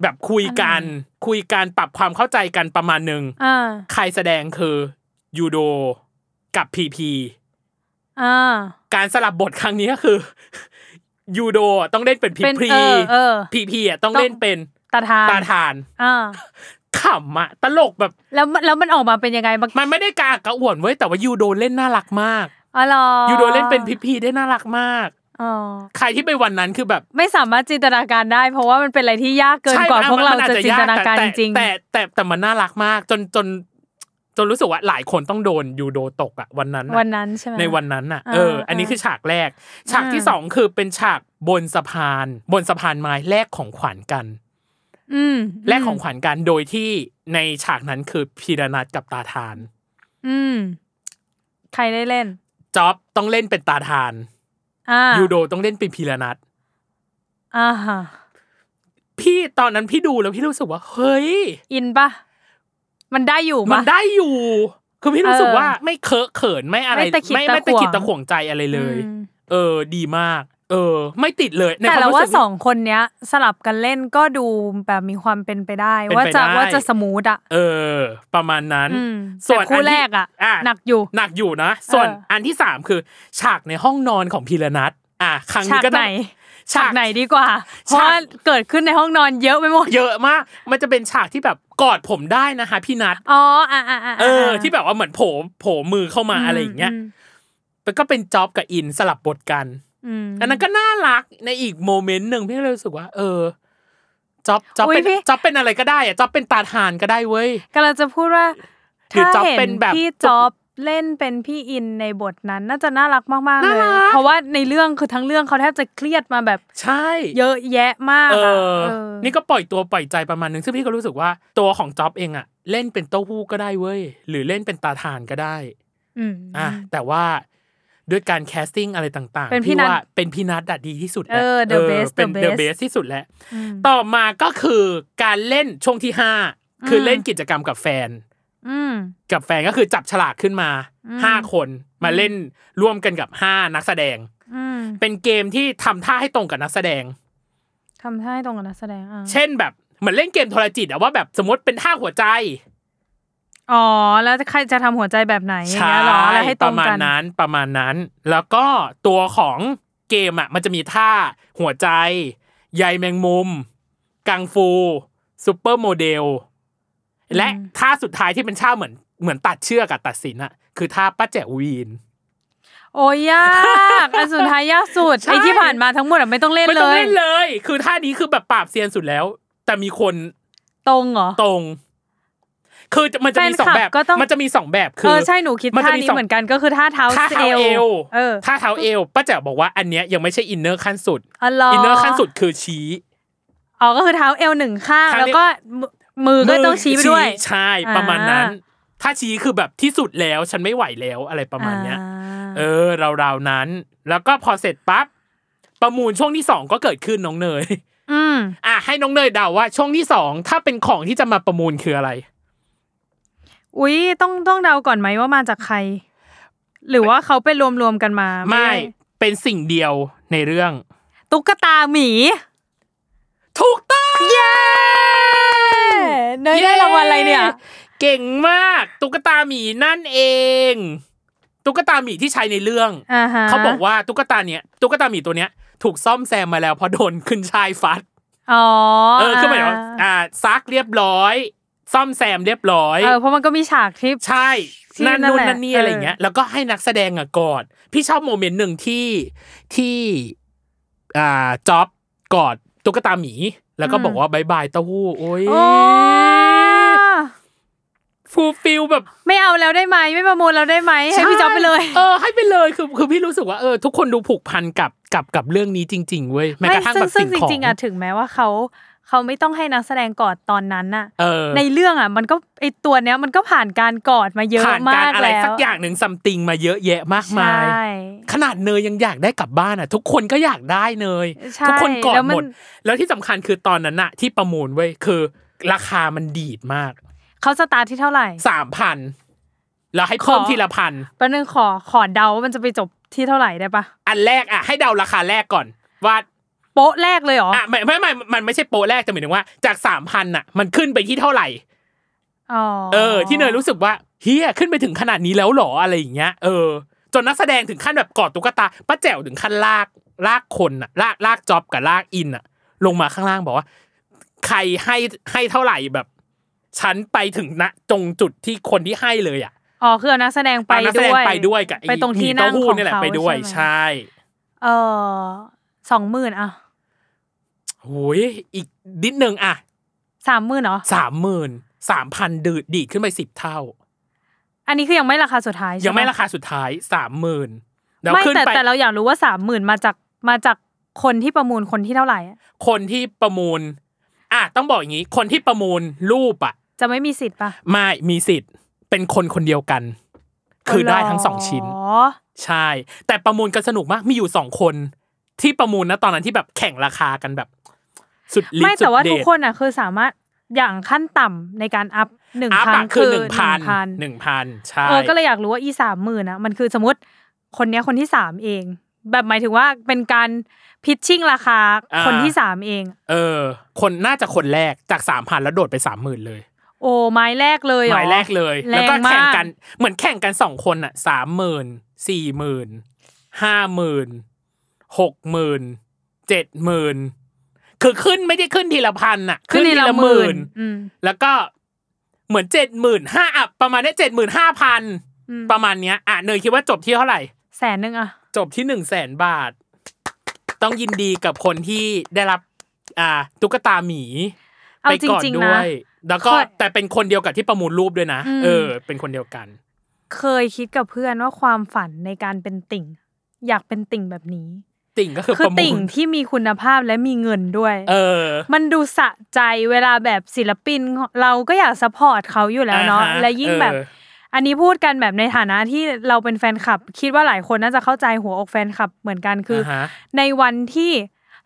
Speaker 2: แบบคุยกันคุยกันปรับความเข้าใจกันประมาณหนึ่ง
Speaker 3: อ่า
Speaker 2: ใครแสดงคือยูโดกับพีพี
Speaker 3: อ่า
Speaker 2: การสลับบทครั้งนี้ก็คือ ยูโดต้องเล่นเป็นพิ
Speaker 3: เป็น
Speaker 2: พรี
Speaker 3: เออเออ
Speaker 2: พีพีอ่ะต้อง
Speaker 3: ต้อง
Speaker 2: เล่นเป็น
Speaker 3: ตาทาน
Speaker 2: ตาทาน
Speaker 3: อ่า
Speaker 2: ขำอะตลกแบบ
Speaker 3: แล้วแล้วมันออกมาเป็นยังไงบ้าง
Speaker 2: มันไม่ได้กระอักกระอ่วนเว้ยแต่ว่ายูโดเล่นน่ารักมาก
Speaker 3: อ๋อเหรอ
Speaker 2: ยูโดเล่นเป็นพีพีได้น่ารักมาก
Speaker 3: อ๋อ
Speaker 2: ใครที่ไปวันนั้นคือแบบ
Speaker 3: ไม่สามารถจินตนาการได้ เพราะว่ามันเป็นอะไรที่ยากเกิน
Speaker 2: ใช่
Speaker 3: กว่าพวกเรา
Speaker 2: มันอ
Speaker 3: จะจินตนาการ
Speaker 2: แต่
Speaker 3: จริงๆ
Speaker 2: แต่แต่แต่แต่มันน่ารักมากจนจน จนรู้สึกว่าหลายคนต้องโดนยูโดตกอะวันนั้นอะ
Speaker 3: วันนั้นใช่ไหม
Speaker 2: ในวันนั้นอะ
Speaker 3: อ่า
Speaker 2: เออ อันนี้
Speaker 3: อ่า
Speaker 2: คือฉากแรก ฉากที่
Speaker 3: อ่า
Speaker 2: สองคือเป็นฉากบนสะพาน บนสะพานไม้แลกของขวัญกัน
Speaker 3: อืม
Speaker 2: แลกของขวัญกันโดยที่ในฉากนั้นคือพีระนัทกับตาทาน
Speaker 3: อืม ใครได้เล่น
Speaker 2: จ๊อบต้องเล่นเป็นตาทาน
Speaker 3: อ่า
Speaker 2: ยูโดต้องเล่นเป็นพีระนัท
Speaker 3: อ่าฮะ
Speaker 2: พี่ตอนนั้นพี่ดูแล้วพี่รู้สึกว่า เฮ้ย
Speaker 3: อินปะมันได้อยู่
Speaker 2: มัน
Speaker 3: ปะ
Speaker 2: ได้อยู่ คือพี่รู้สึก
Speaker 3: เออ
Speaker 2: ว่าไม่เคอะเขินไม่อะไร
Speaker 3: ไม่ตะขิด
Speaker 2: ไม่ไม่
Speaker 3: ตะ
Speaker 2: ตะ
Speaker 3: ขวง
Speaker 2: ขิดตะขวงใจอะไรเลย
Speaker 3: อืม
Speaker 2: เออ ดีมาก เออ ไม่ติดเลยใน
Speaker 3: แต่
Speaker 2: ความ
Speaker 3: เรา
Speaker 2: รู้
Speaker 3: ว่า
Speaker 2: สึก
Speaker 3: สองคนเนี้ย สลับกันเล่นก็ดูแบบมีความเป็นไปได้
Speaker 2: เป็นไป
Speaker 3: ว่าจะ
Speaker 2: ได้
Speaker 3: ว่าจะสมูทอ่ะ
Speaker 2: เออ ประมาณนั้น
Speaker 3: อืม
Speaker 2: ส่วน
Speaker 3: แต่คู่
Speaker 2: นที่
Speaker 3: แรกอะ
Speaker 2: ะ
Speaker 3: หนักอยู่
Speaker 2: หนักอยู่นะ ส่วน
Speaker 3: เอออั
Speaker 2: อันที่สามคือ ฉากในห้องนอนของพีระนัทอ่ะครั้ง
Speaker 3: ฉา
Speaker 2: นี้
Speaker 3: ก
Speaker 2: ก็ต้
Speaker 3: ไห
Speaker 2: อน ง
Speaker 3: ฉากไหนดีกว่า เพราะ
Speaker 2: ฉาก
Speaker 3: ว่าเกิดขึ้นในห้องนอนเยอะไปหมด
Speaker 2: เยอะมาก มันจะเป็นฉากที่แบบกอดผมได้นะคะพี่นัท
Speaker 3: อ๋ออ่าอ่าอ่า
Speaker 2: เออ ที่แบบว่าเหมือนโผล่โผล่มือเข้ามาอะไรอย่างเงี้ยแล้วก็เป็นจ็อบกับอินสลับบทกัน อันนั้นก็น่ารักในอีกโมเมนต์หนึ่งพี่ก็เลยรู้สึกว่า เออจ็อบจ็อบ
Speaker 3: อุ๊ย
Speaker 2: เป็น
Speaker 3: พี่
Speaker 2: จ็อบเป็นอะไรก็ได้อะจ็อบเป็นตาทานก็ได้เว้ย
Speaker 3: กำลังจะพูดว่า
Speaker 2: หรือ
Speaker 3: ถ้า
Speaker 2: จ๊อบ
Speaker 3: เห็
Speaker 2: เป็น นแบบ
Speaker 3: พี่จ๊อบเล่นเป็นพี่อินในบทนั้น น่าจะน่ารักมากๆเล
Speaker 2: น่าย รัก
Speaker 3: เพราะว่าในเรื่องคือทั้งเรื่องเขาแทบจะเครียดมาแบบ
Speaker 2: ใช่
Speaker 3: เยอะแยะมาก
Speaker 2: เอ
Speaker 3: อะ
Speaker 2: อ
Speaker 3: เออ
Speaker 2: นี่ก็ปล่อยตัวปล่อยใจประมาณนึงซึ่งพี่ก็รู้สึกว่าตัวของจ็อบเองอะเล่นเป็นเต้าหู้ก็ได้เว้ย หรือเล่นเป็นตาทานก็ได้
Speaker 3: อืม
Speaker 2: อ่ะแต่ว่าด้วยการแคสติ้งอะไรต่างๆ
Speaker 3: เป็นพี่
Speaker 2: พี่
Speaker 3: นัท
Speaker 2: ว่าเป็นพี่นัทอะดีที่สุดแหละ
Speaker 3: เออ the best the
Speaker 2: เป็น the
Speaker 3: best
Speaker 2: best ที่สุดแล้ว
Speaker 3: อืม
Speaker 2: ต่อมาก็คือการเล่นช่วงที่ห้าคืออ
Speaker 3: ม
Speaker 2: เล่นกิจกรรมกับแฟน
Speaker 3: อืม
Speaker 2: กับแฟนก็คือจับฉลากขึ้นมา
Speaker 3: อืม
Speaker 2: ห้าคนมาเล่นร่วมกันกับห้านักแสดง
Speaker 3: อืม
Speaker 2: เป็นเกมที่ทำท่าให้ตรงกับนักแสดง
Speaker 3: ทำท่าให้ตรงกับนักแสดงอ่ะ
Speaker 2: เช่นแบบเหมือนเล่นเกมโทรจิตอะว่าแบบสมมติเป็นท่าหัวใจ
Speaker 3: อ๋อ แล้วใครจะทำหัวใจแบบไหนอย่างเงี้ยเหรอแล้วให้
Speaker 2: ป
Speaker 3: ตร
Speaker 2: ระ
Speaker 3: ง
Speaker 2: มาณ
Speaker 3: กัน
Speaker 2: นั้นประมาณนั้น แล้วก็ตัวของเกมอะมันจะมีท่าหัวใจ ใยแมงมุม กังฟูซูเปอร์โมเดล และ
Speaker 3: อืม
Speaker 2: ท่าสุดท้ายที่เป็นท่าเหมือนเหมือนตัดเชือกอะตัดสินอะคือท่าป้าแจ๋ววีน
Speaker 3: โอ้ยยากอันสุดท้ายยากสุด
Speaker 2: ใช่
Speaker 3: ไอที่ผ่านมาทั้งหมดอะไม่ต้องเล่น
Speaker 2: ไม่
Speaker 3: เล
Speaker 2: ต้อง
Speaker 3: ย
Speaker 2: เล่นเลย คือท่านี้คือแบบปราบเซียนสุดแล้ว แต่มีคน
Speaker 3: ตรงเหรอ
Speaker 2: ตรง คือมันจะมีสองแบบ
Speaker 3: แฟนคลับก็ต้อง
Speaker 2: มันจะมีสองแบบคื
Speaker 3: เอ
Speaker 2: อ
Speaker 3: อใช่หนูคิด
Speaker 2: มัน
Speaker 3: ท่า
Speaker 2: จะมี
Speaker 3: นี้
Speaker 2: สอง
Speaker 3: เหมือนกันก็คือท่าเท้า
Speaker 2: ท่าเท้าเอว
Speaker 3: เออ
Speaker 2: ท่าเท้าเอวป้าแจ๋วบอกว่าอันเนี้ยยังไม่ใช่อินเนอร์ขั้นสุด
Speaker 3: อ๋อเหรอ
Speaker 2: อิ
Speaker 3: อิ
Speaker 2: นเนอร์ขั้นสุดคือชี้
Speaker 3: อ๋อก็คือเท้าเอวหนึ่งข้าง
Speaker 2: ข้าง
Speaker 3: แล้วก็มือมือก็ต้องชี้ไปด้วย
Speaker 2: ใช่ประมาณนั้น
Speaker 3: อ่
Speaker 2: ถ้าชี้คือแบบที่สุดแล้วฉันไม่ไหวแล้วอะไรประมาณเนี้ย เออราวๆนั้น แล้วก็พอเสร็จปั๊บประมูลช่วงที่สองก็เกิดขึ้นน้องเนย
Speaker 3: อืม
Speaker 2: อ่ะให้น้องเนยเดาว่าช่วงที่สองถ้าเป็นของที่จะมาประมูลคืออะไร
Speaker 3: อุ้ยต้องต้องเดาก่อนไหมว่ามาจากใคร หรือว่าเขาไปรวมรวมๆกันมา
Speaker 2: ไม่
Speaker 3: ด้
Speaker 2: เป็นสิ่งเดียวในเรื่อง
Speaker 3: ตุ๊กตาหมี
Speaker 2: ถูกต้องเย้
Speaker 3: เนยได้รางวัลอะไรเนี่ย
Speaker 2: เก่งมากตุ๊กตาหมีนั่นเอง ตุ๊กตาหมีที่ใช้ในเรื่อง
Speaker 3: อ่าฮะ
Speaker 2: เขาบอกว่าตุ๊กตาเนี้ยตุ๊กตาหมีตัวเนี้ยถูกซ่อมแซมมาแล้วเพราะโดนขึ้นชายฟัด
Speaker 3: อ๋อ
Speaker 2: เออคือหมายถึงว่าอ่าซักเรียบร้อย ซ่อมแซมเรียบร้อย
Speaker 3: เออเพราะมันก็มีฉากที่
Speaker 2: ใช่
Speaker 3: ที่
Speaker 2: นั่น
Speaker 3: นั่น
Speaker 2: นู่น
Speaker 3: แหละ
Speaker 2: นั่นนี่อะไรอย่างเงี้ย แล้วก็ให้นักแสดงอะกอด พี่ชอบโมเมนต์หนึ่งที่ที่อ่าจ็อบกอดตุ๊กตาหมี แล้วก็
Speaker 3: อืม
Speaker 2: บอกว่าบายบายเต้าหู้โอ้ย
Speaker 3: โอ้
Speaker 2: ฟูลฟิลแบบ
Speaker 3: ไม่เอาแล้วได้ไหมไม่ประมูลแล้วได้ไหมให้พี่จ๊อบไปเลย
Speaker 2: เออให้ไปเลยคือคือพี่รู้สึกว่าเออทุกคนดูผูกพันกับกับกับเรื่องนี้จริง ๆ เว้ยแม้กระทั่งแบบ
Speaker 3: ซึ่
Speaker 2: สิ่
Speaker 3: ง
Speaker 2: ง
Speaker 3: ซึ่ง
Speaker 2: ของ
Speaker 3: จริงๆอะถึงแม้ว่าเขาเขาไม่ต้องให้นักแสดงกอดตอนนั้นน่ะ
Speaker 2: เออ
Speaker 3: ในเรื่องอะมันก็ไอตัวเนี้ยมันก็ผ่านการกอดมาเยอะ
Speaker 2: ผ่านการ
Speaker 3: มาก
Speaker 2: อะไร
Speaker 3: แล้ว
Speaker 2: สักอย่างหนึ่งซัมติงมาเยอะแยะมาก
Speaker 3: ใช
Speaker 2: มาย
Speaker 3: ่
Speaker 2: ขนาดเนยยังอยากได้กลับบ้านอ่ะ ทุกคนก็อยากได้เนย
Speaker 3: ใช่
Speaker 2: ทุกคนกอด
Speaker 3: แล้ว
Speaker 2: ห
Speaker 3: มัน
Speaker 2: มด แล้วที่สำคัญคือตอนนั้นน่ะ ที่ประมูลเว้ยคือราคามันดีดมาก
Speaker 3: เขาสตาร์ทที่เท่าไหร่
Speaker 2: สามพันแล้วให้เพิ่ม
Speaker 3: ขอ
Speaker 2: ทีละพัน
Speaker 3: ประเด็นงขอขอเดาว่ามันจะไปจบที่เท่าไหร่ได้ปะ
Speaker 2: อันแรกอ่ะให้เดาราคาแรกก่อน ว่า
Speaker 3: โป๊ะแรกเลยเหรอ
Speaker 2: อ่ะไม่ไม่ไม่มันไม่ใช่โปรแรกแต่หมายถึงว่าจากสามพันอ่ะ มันขึ้นไปที่เท่าไหร่
Speaker 3: อ๋อ
Speaker 2: เออ ที่เนยรู้สึกว่าเฮียขึ้นไปถึงขนาดนี้แล้วเหรออะไรอย่างเงี้ยเออจนนักแสดงถึงขั้นแบบกอดตุ๊กตาป้าแจ๋วถึงขั้นลากลากคนน่ะลากลากจ็อบกับลากอินน่ะ ลงมาข้างล่างบอกว่า ใครให้ให้เท่าไหร่แบบ ฉันไปถึงณตรงจุดที่คนที่ให้เลยอ่ะ
Speaker 3: อ๋อคือเอานักแสดงไป
Speaker 2: เอานักแส
Speaker 3: ด้
Speaker 2: ดง
Speaker 3: วย
Speaker 2: ไปด้วยกับอ้
Speaker 3: ไปตรง
Speaker 2: ห
Speaker 3: ที่
Speaker 2: มี
Speaker 3: นั่ง
Speaker 2: เต้าหู้
Speaker 3: ของ
Speaker 2: นี่แหละ
Speaker 3: เขา
Speaker 2: ไปด้วย
Speaker 3: ใช่ไหม
Speaker 2: ใช่
Speaker 3: เออสองหมื่นอะ
Speaker 2: โอ้ยอีกนิดนึงอ่ะ
Speaker 3: สามหมื่นเหรอ
Speaker 2: สามหมื่นสามพันดืดดีดขึ้นไปสิบเท่า
Speaker 3: อันนี้คือยังไม่ราคาสุดท้ายใช่ปะ
Speaker 2: ยังไม่ราคาสุดท้ายสามหมื่นแล้ว
Speaker 3: ไม่
Speaker 2: ขึ้น
Speaker 3: แต่
Speaker 2: ไป
Speaker 3: แต่เราอยากรู้ว่าสามหมื่นมาจากมาจากคนที่ประมูลคนที่เท่าไหร่อะ
Speaker 2: คนที่ประมูล อ่ะต้องบอกอย่างนี้ คนที่ประมูลรูปอ่ะ
Speaker 3: จะไม่มีสิทธิ์ปะ
Speaker 2: ไม่มีสิทธิ์ เป็นคนคนเดียวกัน คือได้ทั้งสองชิ้น
Speaker 3: อ๋อ
Speaker 2: ใช่ แต่ประมูลกันสนุกมากมีอยู่สองคน ที่ประมูลนะตอนนั้นที่แบบแข่งราคากันแบบ สุดลิ
Speaker 3: ไม่
Speaker 2: สุ
Speaker 3: แต่
Speaker 2: ด
Speaker 3: ว่า
Speaker 2: เด
Speaker 3: ทุกคนอ่ะคือสามารถอย่างขั้นต่ำในการอัพหนึ่ง
Speaker 2: อัพ
Speaker 3: พัน
Speaker 2: อะคือหนึ่งพัน
Speaker 3: ห
Speaker 2: ห
Speaker 3: นึ่ง
Speaker 2: นึ่งพันใช่
Speaker 3: เออก็เลยอยากรู้ว่าอีสามหมื่นอะมันคือสมมติคนเนี้ยคนที่สามเอง แบบหมายถึงว่าเป็นการพิชชิ่งราคา
Speaker 2: า
Speaker 3: คนที่สามเอง
Speaker 2: เออ คนน่าจะคนแรกจากสามพันแล้วโดดไปสามหมื่นเลย
Speaker 3: โอ้ไม้แรกเลยเห
Speaker 2: ห
Speaker 3: รอ
Speaker 2: มายแรกเลย
Speaker 3: ร
Speaker 2: แล้วก็
Speaker 3: มา
Speaker 2: แข่งกันเหมือนแข่งกันสองคนอ่ะสามหมื่นสี่หมื่นห้าหมื่นหกหมื่นเจ็ดหมื่นคือขึ้นไม่ได้ขึ้นทีละพันอ่ะ
Speaker 3: ขึ้นในละหมื่นอืม
Speaker 2: แล้วก็เหมือนเจ็ดหมื่นห้าอับประมาณเนี้เจ็ดหมื่นห้าพัน
Speaker 3: อืม
Speaker 2: ประมาณเนี้ยอ่ะเนยคิดว่าจบที่เท่าไหร่
Speaker 3: แสนหนึ่งอะ
Speaker 2: จบที่หนึ่งแสนบาท ต้องยินดีกับคนที่ได้รับ อ่า ตุ๊กตาหมี
Speaker 3: เอา
Speaker 2: ไป
Speaker 3: จ
Speaker 2: ก่อน
Speaker 3: ริง ๆ
Speaker 2: ด้
Speaker 3: นะ
Speaker 2: วยแล้วก็
Speaker 3: ค่อย
Speaker 2: แต่เป็นคนเดียวกับที่ประมูลรูปด้วยนะ
Speaker 3: อืม
Speaker 2: เออ เป็นคนเดียวกัน
Speaker 3: เคยคิดกับเพื่อนว่าความฝันในการเป็นติ่ง อยากเป็นติ่งแบบนี้
Speaker 2: ติ่งก็คือ
Speaker 3: คื
Speaker 2: ป
Speaker 3: อ
Speaker 2: ระมู
Speaker 3: ติ่ง
Speaker 2: ล
Speaker 3: ที่มีคุณภาพและมีเงิน ด้วย
Speaker 2: เออ
Speaker 3: มันดูสะใจเวลาแบบศิลปินเราก็อยากสปอร์ตเขาอยู่แล้วเนาะ
Speaker 2: อ่าฮะ
Speaker 3: และยิ่งแบบ
Speaker 2: เออ
Speaker 3: อันนี้พูดกันแบบในฐานะที่เราเป็นแฟนคลับ คิดว่าหลายคนน่าจะเข้าใจหัวอกแฟนคลับเหมือนกันคือ
Speaker 2: าฮะ
Speaker 3: ในวันที่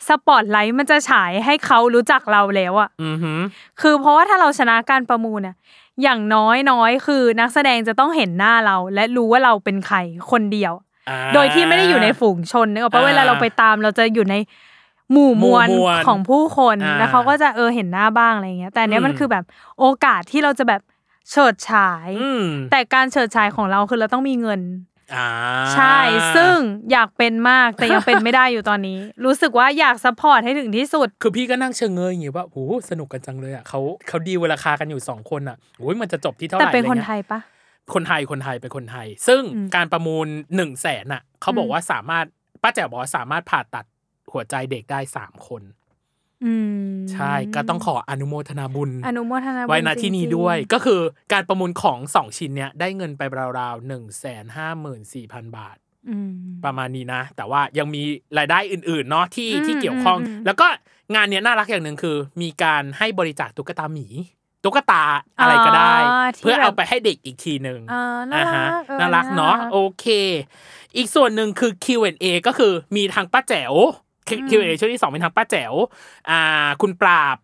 Speaker 3: สปอตไลท์มันจะฉายให้เขารู้จักเราแล้วอะ
Speaker 2: อือหือ
Speaker 3: คือเพราะว่าถ้าเราชนะการประมูลอะอย่างน้อยน้อยคือนักแสดงจะต้องเห็นหน้าเรา และรู้ว่าเราเป็นใครคนเดียว
Speaker 2: อ่า
Speaker 3: โดยที่ไม่ได้อยู่ในฝูงชนนึกออกปะ
Speaker 2: อ่า
Speaker 3: เวลาเราไปตามเราจะอยู่ในหมู่มวล
Speaker 2: หมู่มวล
Speaker 3: ของผู้คน
Speaker 2: อ่า
Speaker 3: แล้วเขาก็จะเออเห็นหน้าบ้างอะไรเงี้ย แต่อันเนี้ย
Speaker 2: อืม
Speaker 3: มันคือแบบโอกาสที่เราจะแบบเฉิดฉาย
Speaker 2: อืม
Speaker 3: แต่การเฉิดฉายของเราคือเราต้องมีเงิน
Speaker 2: อ่า
Speaker 3: ใช่ ซึ่งอยากเป็นมากแต่ยังเป็นไม่ได้อยู่ตอนนี้ รู้สึกว่าอยากซัพพอร์ตให้ถึงที่สุด
Speaker 2: คือพี่ก็นั่งเชิงเงยอย่างงี้ว่าโหสนุกกันจังเลยอ่ะเขาเขาดีลราคากันอยู่สองคนอ่ะโอ้ยมันจะจบที่เท่าไห
Speaker 3: แต่
Speaker 2: ร่
Speaker 3: เป็นคน
Speaker 2: อะรงี้ย
Speaker 3: ไทยปะ
Speaker 2: คนไทยคนไทยเป็นคนไทย ซึ่ง
Speaker 3: อืม
Speaker 2: การประมูลหนึ่งแสนน่ะเขาบอ
Speaker 3: อื
Speaker 2: ก
Speaker 3: ม
Speaker 2: ว่าสามารถป้าแจ๋วบอกว่าสามารถผ่าตัดหัวใจเด็กได้สามคน
Speaker 3: อืม
Speaker 2: ใช่ก็ต้องขออนุโมทนาบุญ
Speaker 3: อนุโมทนาบุญ
Speaker 2: ไว้นะที่นี่ด้วย
Speaker 3: จริงๆ
Speaker 2: ก็คือการประมูลของสองชิ้นเนี้ยได้เงินไปราวๆหนึ่งแสนห้าหมื่นสี่พันบาท
Speaker 3: อืม
Speaker 2: ประมาณนี้นะ แต่ว่ายังมีรายได้อื่นๆเนาะที่
Speaker 3: อืม
Speaker 2: ที่เกี่ยวข้อง
Speaker 3: อืมอืม
Speaker 2: แล้วก็งานเนี้ยน่ารักอย่างหนึ่งคือ มีการให้บริจาคตุ๊กตาหมี ตุ๊กตาอะไรก็ได้
Speaker 3: อ๋อที่
Speaker 2: เพื่อ
Speaker 3: แบบ
Speaker 2: เอาไปให้เด็กอีกทีหนึ่ง
Speaker 3: อ่าน่ารัก
Speaker 2: ฮะ
Speaker 3: เออ
Speaker 2: น่ารัก
Speaker 3: น่ารัก
Speaker 2: เนาะโอเค อีกส่วนหนึ่งคือ Q&A ก็คือมีทางป้าแจ๋ว Q&A ช่วงที่สองเป็นทางป้าแจ๋วอ่าคุณปราบ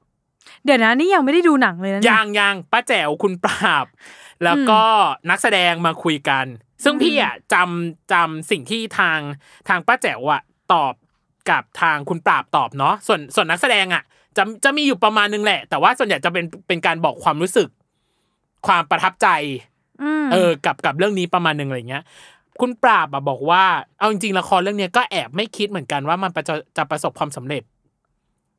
Speaker 3: เดี๋ยวนะนี่ยังไม่ได้ดูหนังเลยนะเนี่
Speaker 2: ยังยังป้าแจ๋วคุณปราบ แล้วก็นักแสดงมาคุยกัน ซึ่งพี่อ่ะจำจำสิ่งที่ทางทางป้าแจ๋วอ่ะตอบกับทางคุณปราบตอบเนาะส่วนส่วนนักแสดงอ่ะจะจะมีอยู่ประมาณนึงแหละ แต่ว่าส่วนใหญ่จะเป็นเป็นการบอกความรู้สึก ความประทับใจ
Speaker 3: อืม
Speaker 2: เออกับกับเรื่องนี้ประมาณหนึ่งอะไรเงี้ย คุณปราบอะบอกว่า เอาจริงๆละครเรื่องเนี้ยก็แอบไม่คิดเหมือนกันว่ามันจะจะประสบความสำเร็จ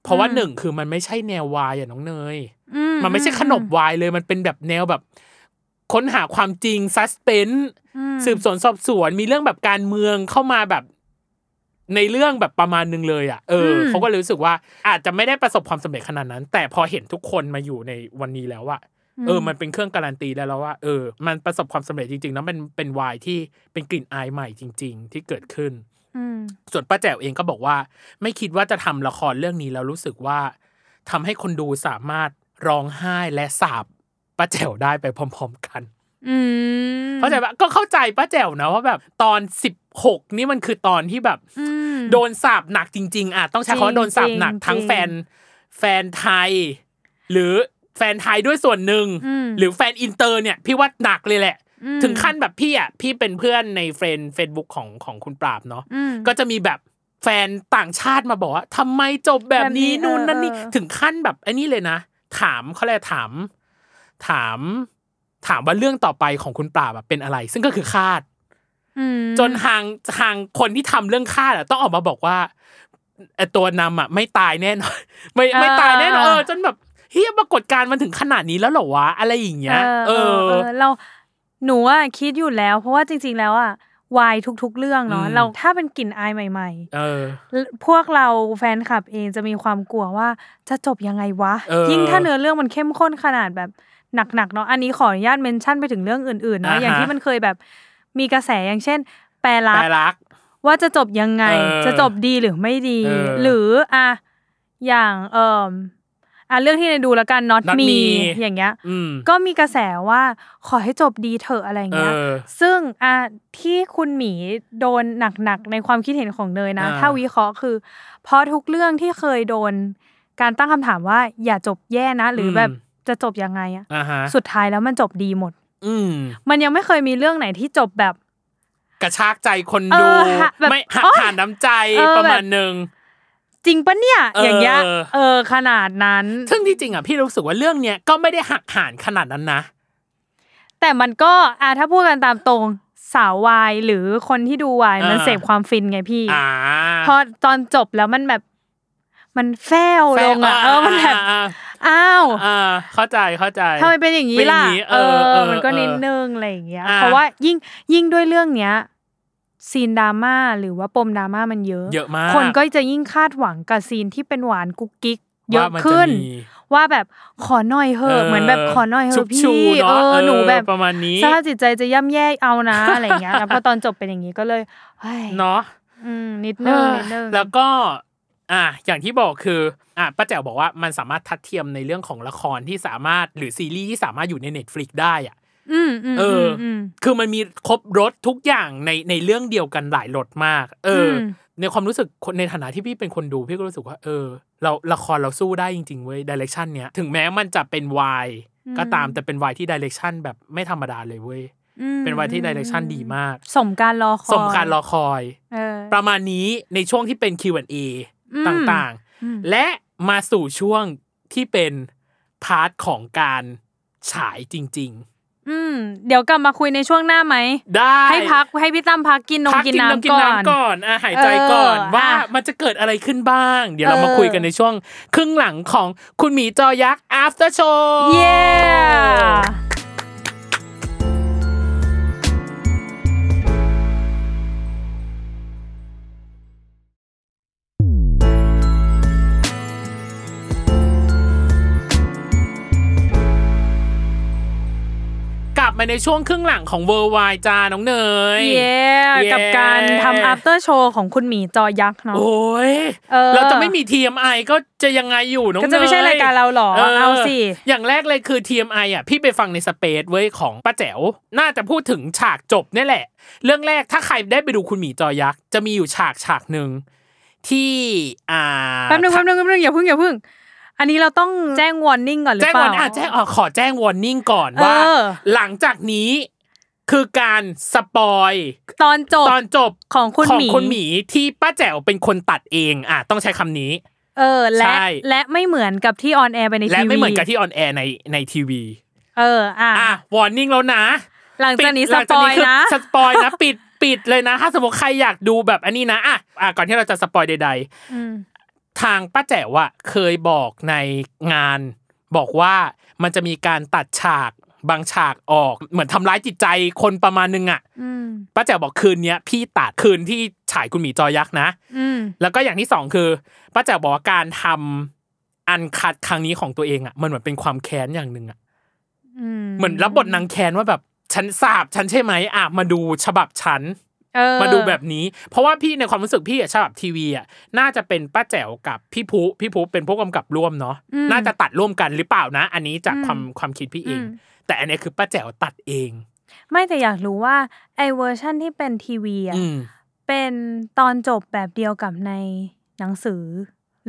Speaker 2: เพราะว่า
Speaker 3: อืม
Speaker 2: หนึ่งคือมันไม่ใช่แนววายอะน้องเนย
Speaker 3: อื
Speaker 2: มันไม่ใช่ขนมวายเลย มันเป็นแบบแนวแบบ ค้นหาความจริงซัสเพน
Speaker 3: อืม
Speaker 2: สืบสวนสอบสวน มีเรื่องแบบการเมืองเข้ามาแบบ ในเรื่องแบบประมาณนึงเลยอ่ะ เอออ
Speaker 3: ม
Speaker 2: เขาก็เลยรู้สึกว่า อาจจะไม่ได้ประสบความสำเร็จขนาดนั้น แต่พอเห็นทุกคนมาอยู่ในวันนี้แล้วอะเออ มันเป็นเครื่องการันตีได้แล้วว่า เออ มันประสบความสำเร็จจริงๆแล้วมันเป็นวายที่เป็นกลิ่นอายใหม่จริง ๆ ที่เกิดขึ้น
Speaker 3: อืม
Speaker 2: ส่วนป้าแจ๋วเองก็บอกว่า ไม่คิดว่าจะทำละครเรื่องนี้แล้วรู้สึกว่าทำให้คนดูสามารถร้องไห้และสาบป้าแจ๋วได้ไปพร้อม ๆ กัน
Speaker 3: อืม
Speaker 2: เข้าใจปะก็เข้าใจป้าแจ๋วนะว่าแบบตอน 16 นี่มันคือตอนที่แบบ
Speaker 3: อืม
Speaker 2: โดนสาบหนักจริง ๆอ่ะต้องใช้คำว่าโดนสาบหนัก
Speaker 3: จริงๆ
Speaker 2: ทั้ง
Speaker 3: จริง
Speaker 2: แฟนแฟนไทย หรือแฟนไทยด้วยส่วนหนึ่ง
Speaker 3: อืม
Speaker 2: หรือแฟนอินเตอร์เนี่ยพี่ว่าหนักเลยแหละ
Speaker 3: อืม
Speaker 2: ถึงขั้นแบบพี่อ่ะพี่เป็นเพื่อนในเฟรนเฟซบุ๊กของของคุณปราบเนาะ
Speaker 3: อืม
Speaker 2: ก็จะมีแบบแฟนต่างชาติมาบอกว่าทำไมจบแบบนี้
Speaker 3: แบบนี้
Speaker 2: นู่นนั่นนี่
Speaker 3: เออเออ
Speaker 2: ถึงขั้นแบบไอ้นี่เลยนะ ถามเขาเลยกถาม ถาม ถามว่าเรื่องต่อไปของคุณปราบอะเป็นอะไร ซึ่งก็คือคาด
Speaker 3: อืม
Speaker 2: จนทางทางคนที่ทำเรื่องคาดอะต้องออกมาบอกว่าไอ้ตัวนำอะไม่ตายแน่น อน ไม่ไม่ตายแน่นอนเออจนแบบเฮียปรากฏการณ์มันถึงขนาดนี้แล้วเหรอวะอะไรอย่างเงี้ย
Speaker 3: เอ
Speaker 2: เอ
Speaker 3: อ
Speaker 2: อ
Speaker 3: เออเราหนูอะคิดอยู่แล้ว เพราะว่าจริง ๆ แล้วอะวายทุก ๆ เรื่องเนาะ
Speaker 2: อืม
Speaker 3: เราถ้าเป็นกลิ่นอายใหม่
Speaker 2: เออ
Speaker 3: ๆ พวกเราแฟนคลับเองจะมีความกลัวว่าจะจบยังไงวะ
Speaker 2: เออ
Speaker 3: ยิ่งถ้าเนื้อเรื่องมันเข้มข้นขนาดแบบหนักๆเนาะอันนี้ขออนุญาตเมนชั่นไปถึงเรื่องอื่นๆเนาะ
Speaker 2: อ่าฮะ
Speaker 3: อย่างที่มันเคยแบบมีกระแสอย่างเช่น แปรรั
Speaker 2: แป
Speaker 3: ก
Speaker 2: ลรัก
Speaker 3: ว่าจะจบยังไง
Speaker 2: เออ
Speaker 3: จะจบดีหรือไม่ดี
Speaker 2: เออ
Speaker 3: หรืออะอย่างเอ่ม อ่ะเรื่องที่ในดูแล้วกัน not
Speaker 2: Not
Speaker 3: me
Speaker 2: Me
Speaker 3: อย่างเงี้ย
Speaker 2: อืม
Speaker 3: ก็มีกระแสว่าขอให้จบดีเถอะอะไร
Speaker 2: เอ
Speaker 3: เงี้ย
Speaker 2: อ
Speaker 3: ซึ่งอ่ะที่คุณหมีโดนหนักๆในความคิดเห็นของเนยนะ
Speaker 2: อ่า
Speaker 3: ถ้าวิเคราะห์คือ เพราะทุกเรื่องที่เคยโดน การตั้งคำถามว่าอย่าจบแย่นะ หรือแบบจะจบยังไงอะ
Speaker 2: อ่าฮะ
Speaker 3: สุดท้ายแล้วมันจบดีหมด
Speaker 2: อืม
Speaker 3: มันยังไม่เคยมีเรื่องไหนที่จบแบบ
Speaker 2: กระชากใจคน
Speaker 3: เอ
Speaker 2: ดู
Speaker 3: อฮะแบบ
Speaker 2: ไม่หัก
Speaker 3: โอ๊ย
Speaker 2: ผ่านน้ำใจ
Speaker 3: เออ
Speaker 2: ประมาณ
Speaker 3: แบบ
Speaker 2: หนึ่ง
Speaker 3: จริงปะเนี่ย
Speaker 2: เออ
Speaker 3: อ
Speaker 2: อ
Speaker 3: ย่างเงี้ยเออขนาดนั้น
Speaker 2: ซึ่งที่จริงอ่ะพี่รู้สึกว่าเรื่องเนี้ยก็ไม่ได้หักห่านขนาดนั้นนะ
Speaker 3: แต่มันก็อ่ะถ้าพูดกันตามตรงสาววายหรือคนที่ดูวาย
Speaker 2: อ่ามั
Speaker 3: มันเสพความฟินไงพี่
Speaker 2: อ่า
Speaker 3: พอตอนจบแล้วมันแบบ มันแฟวลงอ่ะเออมันแบบ
Speaker 2: อ่า
Speaker 3: อ้าว
Speaker 2: อ่าอ่าเข้าใจเข้าใจ
Speaker 3: ทำไมเป็นอย่างนี้ล่ะ
Speaker 2: เป็นอย่างนี้เอ
Speaker 3: เอ
Speaker 2: อเอ
Speaker 3: อ
Speaker 2: อ
Speaker 3: มันก็
Speaker 2: เออ
Speaker 3: นิดนึงอะไรอย่างเงี้ย
Speaker 2: อ่า
Speaker 3: เพราะว่ายิ่งยิ่งด้วยเรื่องเนี้ยซีนดราม่าหรือว่าปมดราม่ามันเยอะ
Speaker 2: เยอะมาก
Speaker 3: คนก็จะยิ่งคาดหวังกับซีนที่เป็นหวานกุ๊กกิ๊กเย
Speaker 2: ว่า
Speaker 3: อะ
Speaker 2: มันจ
Speaker 3: ขึ้น
Speaker 2: มี
Speaker 3: ว่าแบบขอหน่อยเหอะเหมือนแบบขอหน่อยเห
Speaker 2: ชุ
Speaker 3: อะ
Speaker 2: บ
Speaker 3: พี่
Speaker 2: ชูเะ
Speaker 3: เออหนูแบบ
Speaker 2: ประมาณนี้
Speaker 3: สภาพจิตใจจะย่ำแย่เอานะ อะไรอย่างเงี้ย แล้วพอตอนจบเป็นอย่างนี้ก็เลยเฮ้ย
Speaker 2: เนาะ
Speaker 3: อืมนิดนึงนิดนึง
Speaker 2: แล้วก็อ่ะอย่างที่บอกคืออ่ะป้าแจ๋วบอกว่ามันสามารถทัดเทียมในเรื่องของละครที่สามารถหรือซีรีส์ที่สามารถอยู่ใน Netflix ได้อ่ะ
Speaker 3: อืมอืม
Speaker 2: เอออื
Speaker 3: ม
Speaker 2: คือมันมีครบรถทุกอย่างในในเรื่องเดียวกันหลายรถมาก เอออ
Speaker 3: ม
Speaker 2: ในความรู้สึกคนในฐานะที่พี่เป็นคนดูพี่ก็รู้สึกว่า เออ เราละครเราสู้ได้จริงๆเว้ยดิเรกชันเนี้ยถึงแม้มันจะเป็นวายก็ตามแต่เป็นวายที่ดิเรกชันแบบไม่ธรรมดาเลยเว้ย
Speaker 3: อืม
Speaker 2: เป็นวายที่ดิเรกชันดีมาก
Speaker 3: สมการรอคอย
Speaker 2: สมการรอคอย
Speaker 3: เออ
Speaker 2: ประมาณนี้ในช่วงที่เป็น Q&A
Speaker 3: อืม
Speaker 2: ต่าง
Speaker 3: อืม
Speaker 2: ๆ และมาสู่ช่วงที่เป็นพาร์ทของการฉายจริง
Speaker 3: อืมเดี๋ยวกลับมาคุยในช่วงหน้าไหม
Speaker 2: ๆ ได้
Speaker 3: ให้พักให้พี่ตั้มพักกินนม
Speaker 2: พั
Speaker 3: กินน้ำก่อน
Speaker 2: ก่อนอ่ะหายใจก่อน
Speaker 3: เออ
Speaker 2: ว่า
Speaker 3: อ่ะ
Speaker 2: มันจะเกิดอะไรขึ้นบ้าง เดี๋ยวเรา
Speaker 3: เออ
Speaker 2: มาคุยกันในช่วง ครึ่งหลังของคุณหมีจอยักษ์ after show
Speaker 3: เย้
Speaker 2: กลับมาในช่วงครึ่งหลังของเวอร์ไวจ้าน้องเนย
Speaker 3: เย้
Speaker 2: เย้
Speaker 3: กับการทำ after show ของคุณหมีจอยักษ์เนาะ
Speaker 2: โอ้ย
Speaker 3: เออ
Speaker 2: เราจะไม่มี TMI ก็จะยังไงอยู่น้อง
Speaker 3: ก็จะไม่ใช่
Speaker 2: เน
Speaker 3: รายการเราหรอ เอาสิ
Speaker 2: อย่างแรกเลยคือ TMI อ่ะพี่ไปฟังในสเปซเว้ยของป้าแจ๋ว น่าจะพูดถึงฉากจบเนี่ยแหละ เรื่องแรกถ้าใครได้ไปดูคุณหมีจอยักษ์ จะมีอยู่ฉากฉากหนึ่งที่อ่า
Speaker 3: แป๊บนึงแป๊บนึงแป๊บนึงอย่าเพึ่งอย่าเพึ่ง อันนี้เราต้องแจ้ง warning ก่อนหรือ
Speaker 2: แจ้ง
Speaker 3: เป
Speaker 2: วอ
Speaker 3: ล่า
Speaker 2: นอ่ะแจ้งอ๋อขอแจ้งวอร์นิ่งก่อนว่า
Speaker 3: เออ
Speaker 2: หลังจากนี้คือการสปอย
Speaker 3: ตอนจบ
Speaker 2: ตอนจบ
Speaker 3: ของคุณ
Speaker 2: ของ
Speaker 3: หมี
Speaker 2: คุณหมีที่ป้าแจ๋วเป็นคนตัดเองอ่ะต้องใช้คำนี้
Speaker 3: เออและ
Speaker 2: ใช่
Speaker 3: และไม่เหมือนกับที่ออนแอร์ไปในทีวี
Speaker 2: และไม่เหมือนกับที่ออนแอร์ในในทีวี
Speaker 3: เอออ่ะ
Speaker 2: อ่ะวอร์นิ่งแล้วนะ
Speaker 3: หลังจากนี้
Speaker 2: ปิด
Speaker 3: สปอย
Speaker 2: ห
Speaker 3: นะ
Speaker 2: ลังจากคือสปอยนะ ปิดปิดเลยนะ ถ้าสมมติใครอยากดูแบบอันนี้นะอ่ะอ่ะก่อนที่เราจะสปอยใด
Speaker 3: อืม
Speaker 2: ๆ ทางป้าแจ๋วอะเคยบอกในงาน บอกว่ามันจะมีการตัดฉากบางฉากออกเหมือนทำร้ายจิตใจคนประมาณนึงอะ
Speaker 3: อืม
Speaker 2: ป้าแจ๋วบอกคืนเนี้ยพี่ตัดคืนที่ฉายคุณหมีจอยักษ์นะ
Speaker 3: อืม
Speaker 2: แล้วก็อย่างที่สองคือป้าแจ๋วบอกว่าการทำอันคัดครั้งนี้ของตัวเองอะมันเหมือนเป็นความแค้นอย่างหนึ่งอะ
Speaker 3: อืม
Speaker 2: เหมือนรับบทนางแคนว่าแบบฉันสาบฉันใช่ไหมอ่ะมาดูฉบับฉัน
Speaker 3: เออ
Speaker 2: มาดูแบบนี้ เพราะว่าพี่ในความรู้สึกพี่อะฉบับทีวีอ่ะน่าจะเป็นป้าแจ๋วกับพี่พุพี่พุเป็นผู้กำกับร่วมเนาะ
Speaker 3: อืม
Speaker 2: น่าจะตัดร่วมกันหรือเปล่านะ อันนี้จาก
Speaker 3: อืม
Speaker 2: ความความคิดพี่เอง
Speaker 3: อืม
Speaker 2: แต่อันเนี้ยคือป้าแจ๋วตัดเอง
Speaker 3: ไม่แต่อยากรู้ว่าไอเวอร์ชั่นที่เป็นทีวีอ่ะ
Speaker 2: อืม
Speaker 3: เป็นตอนจบแบบเดียวกับในหนังสือ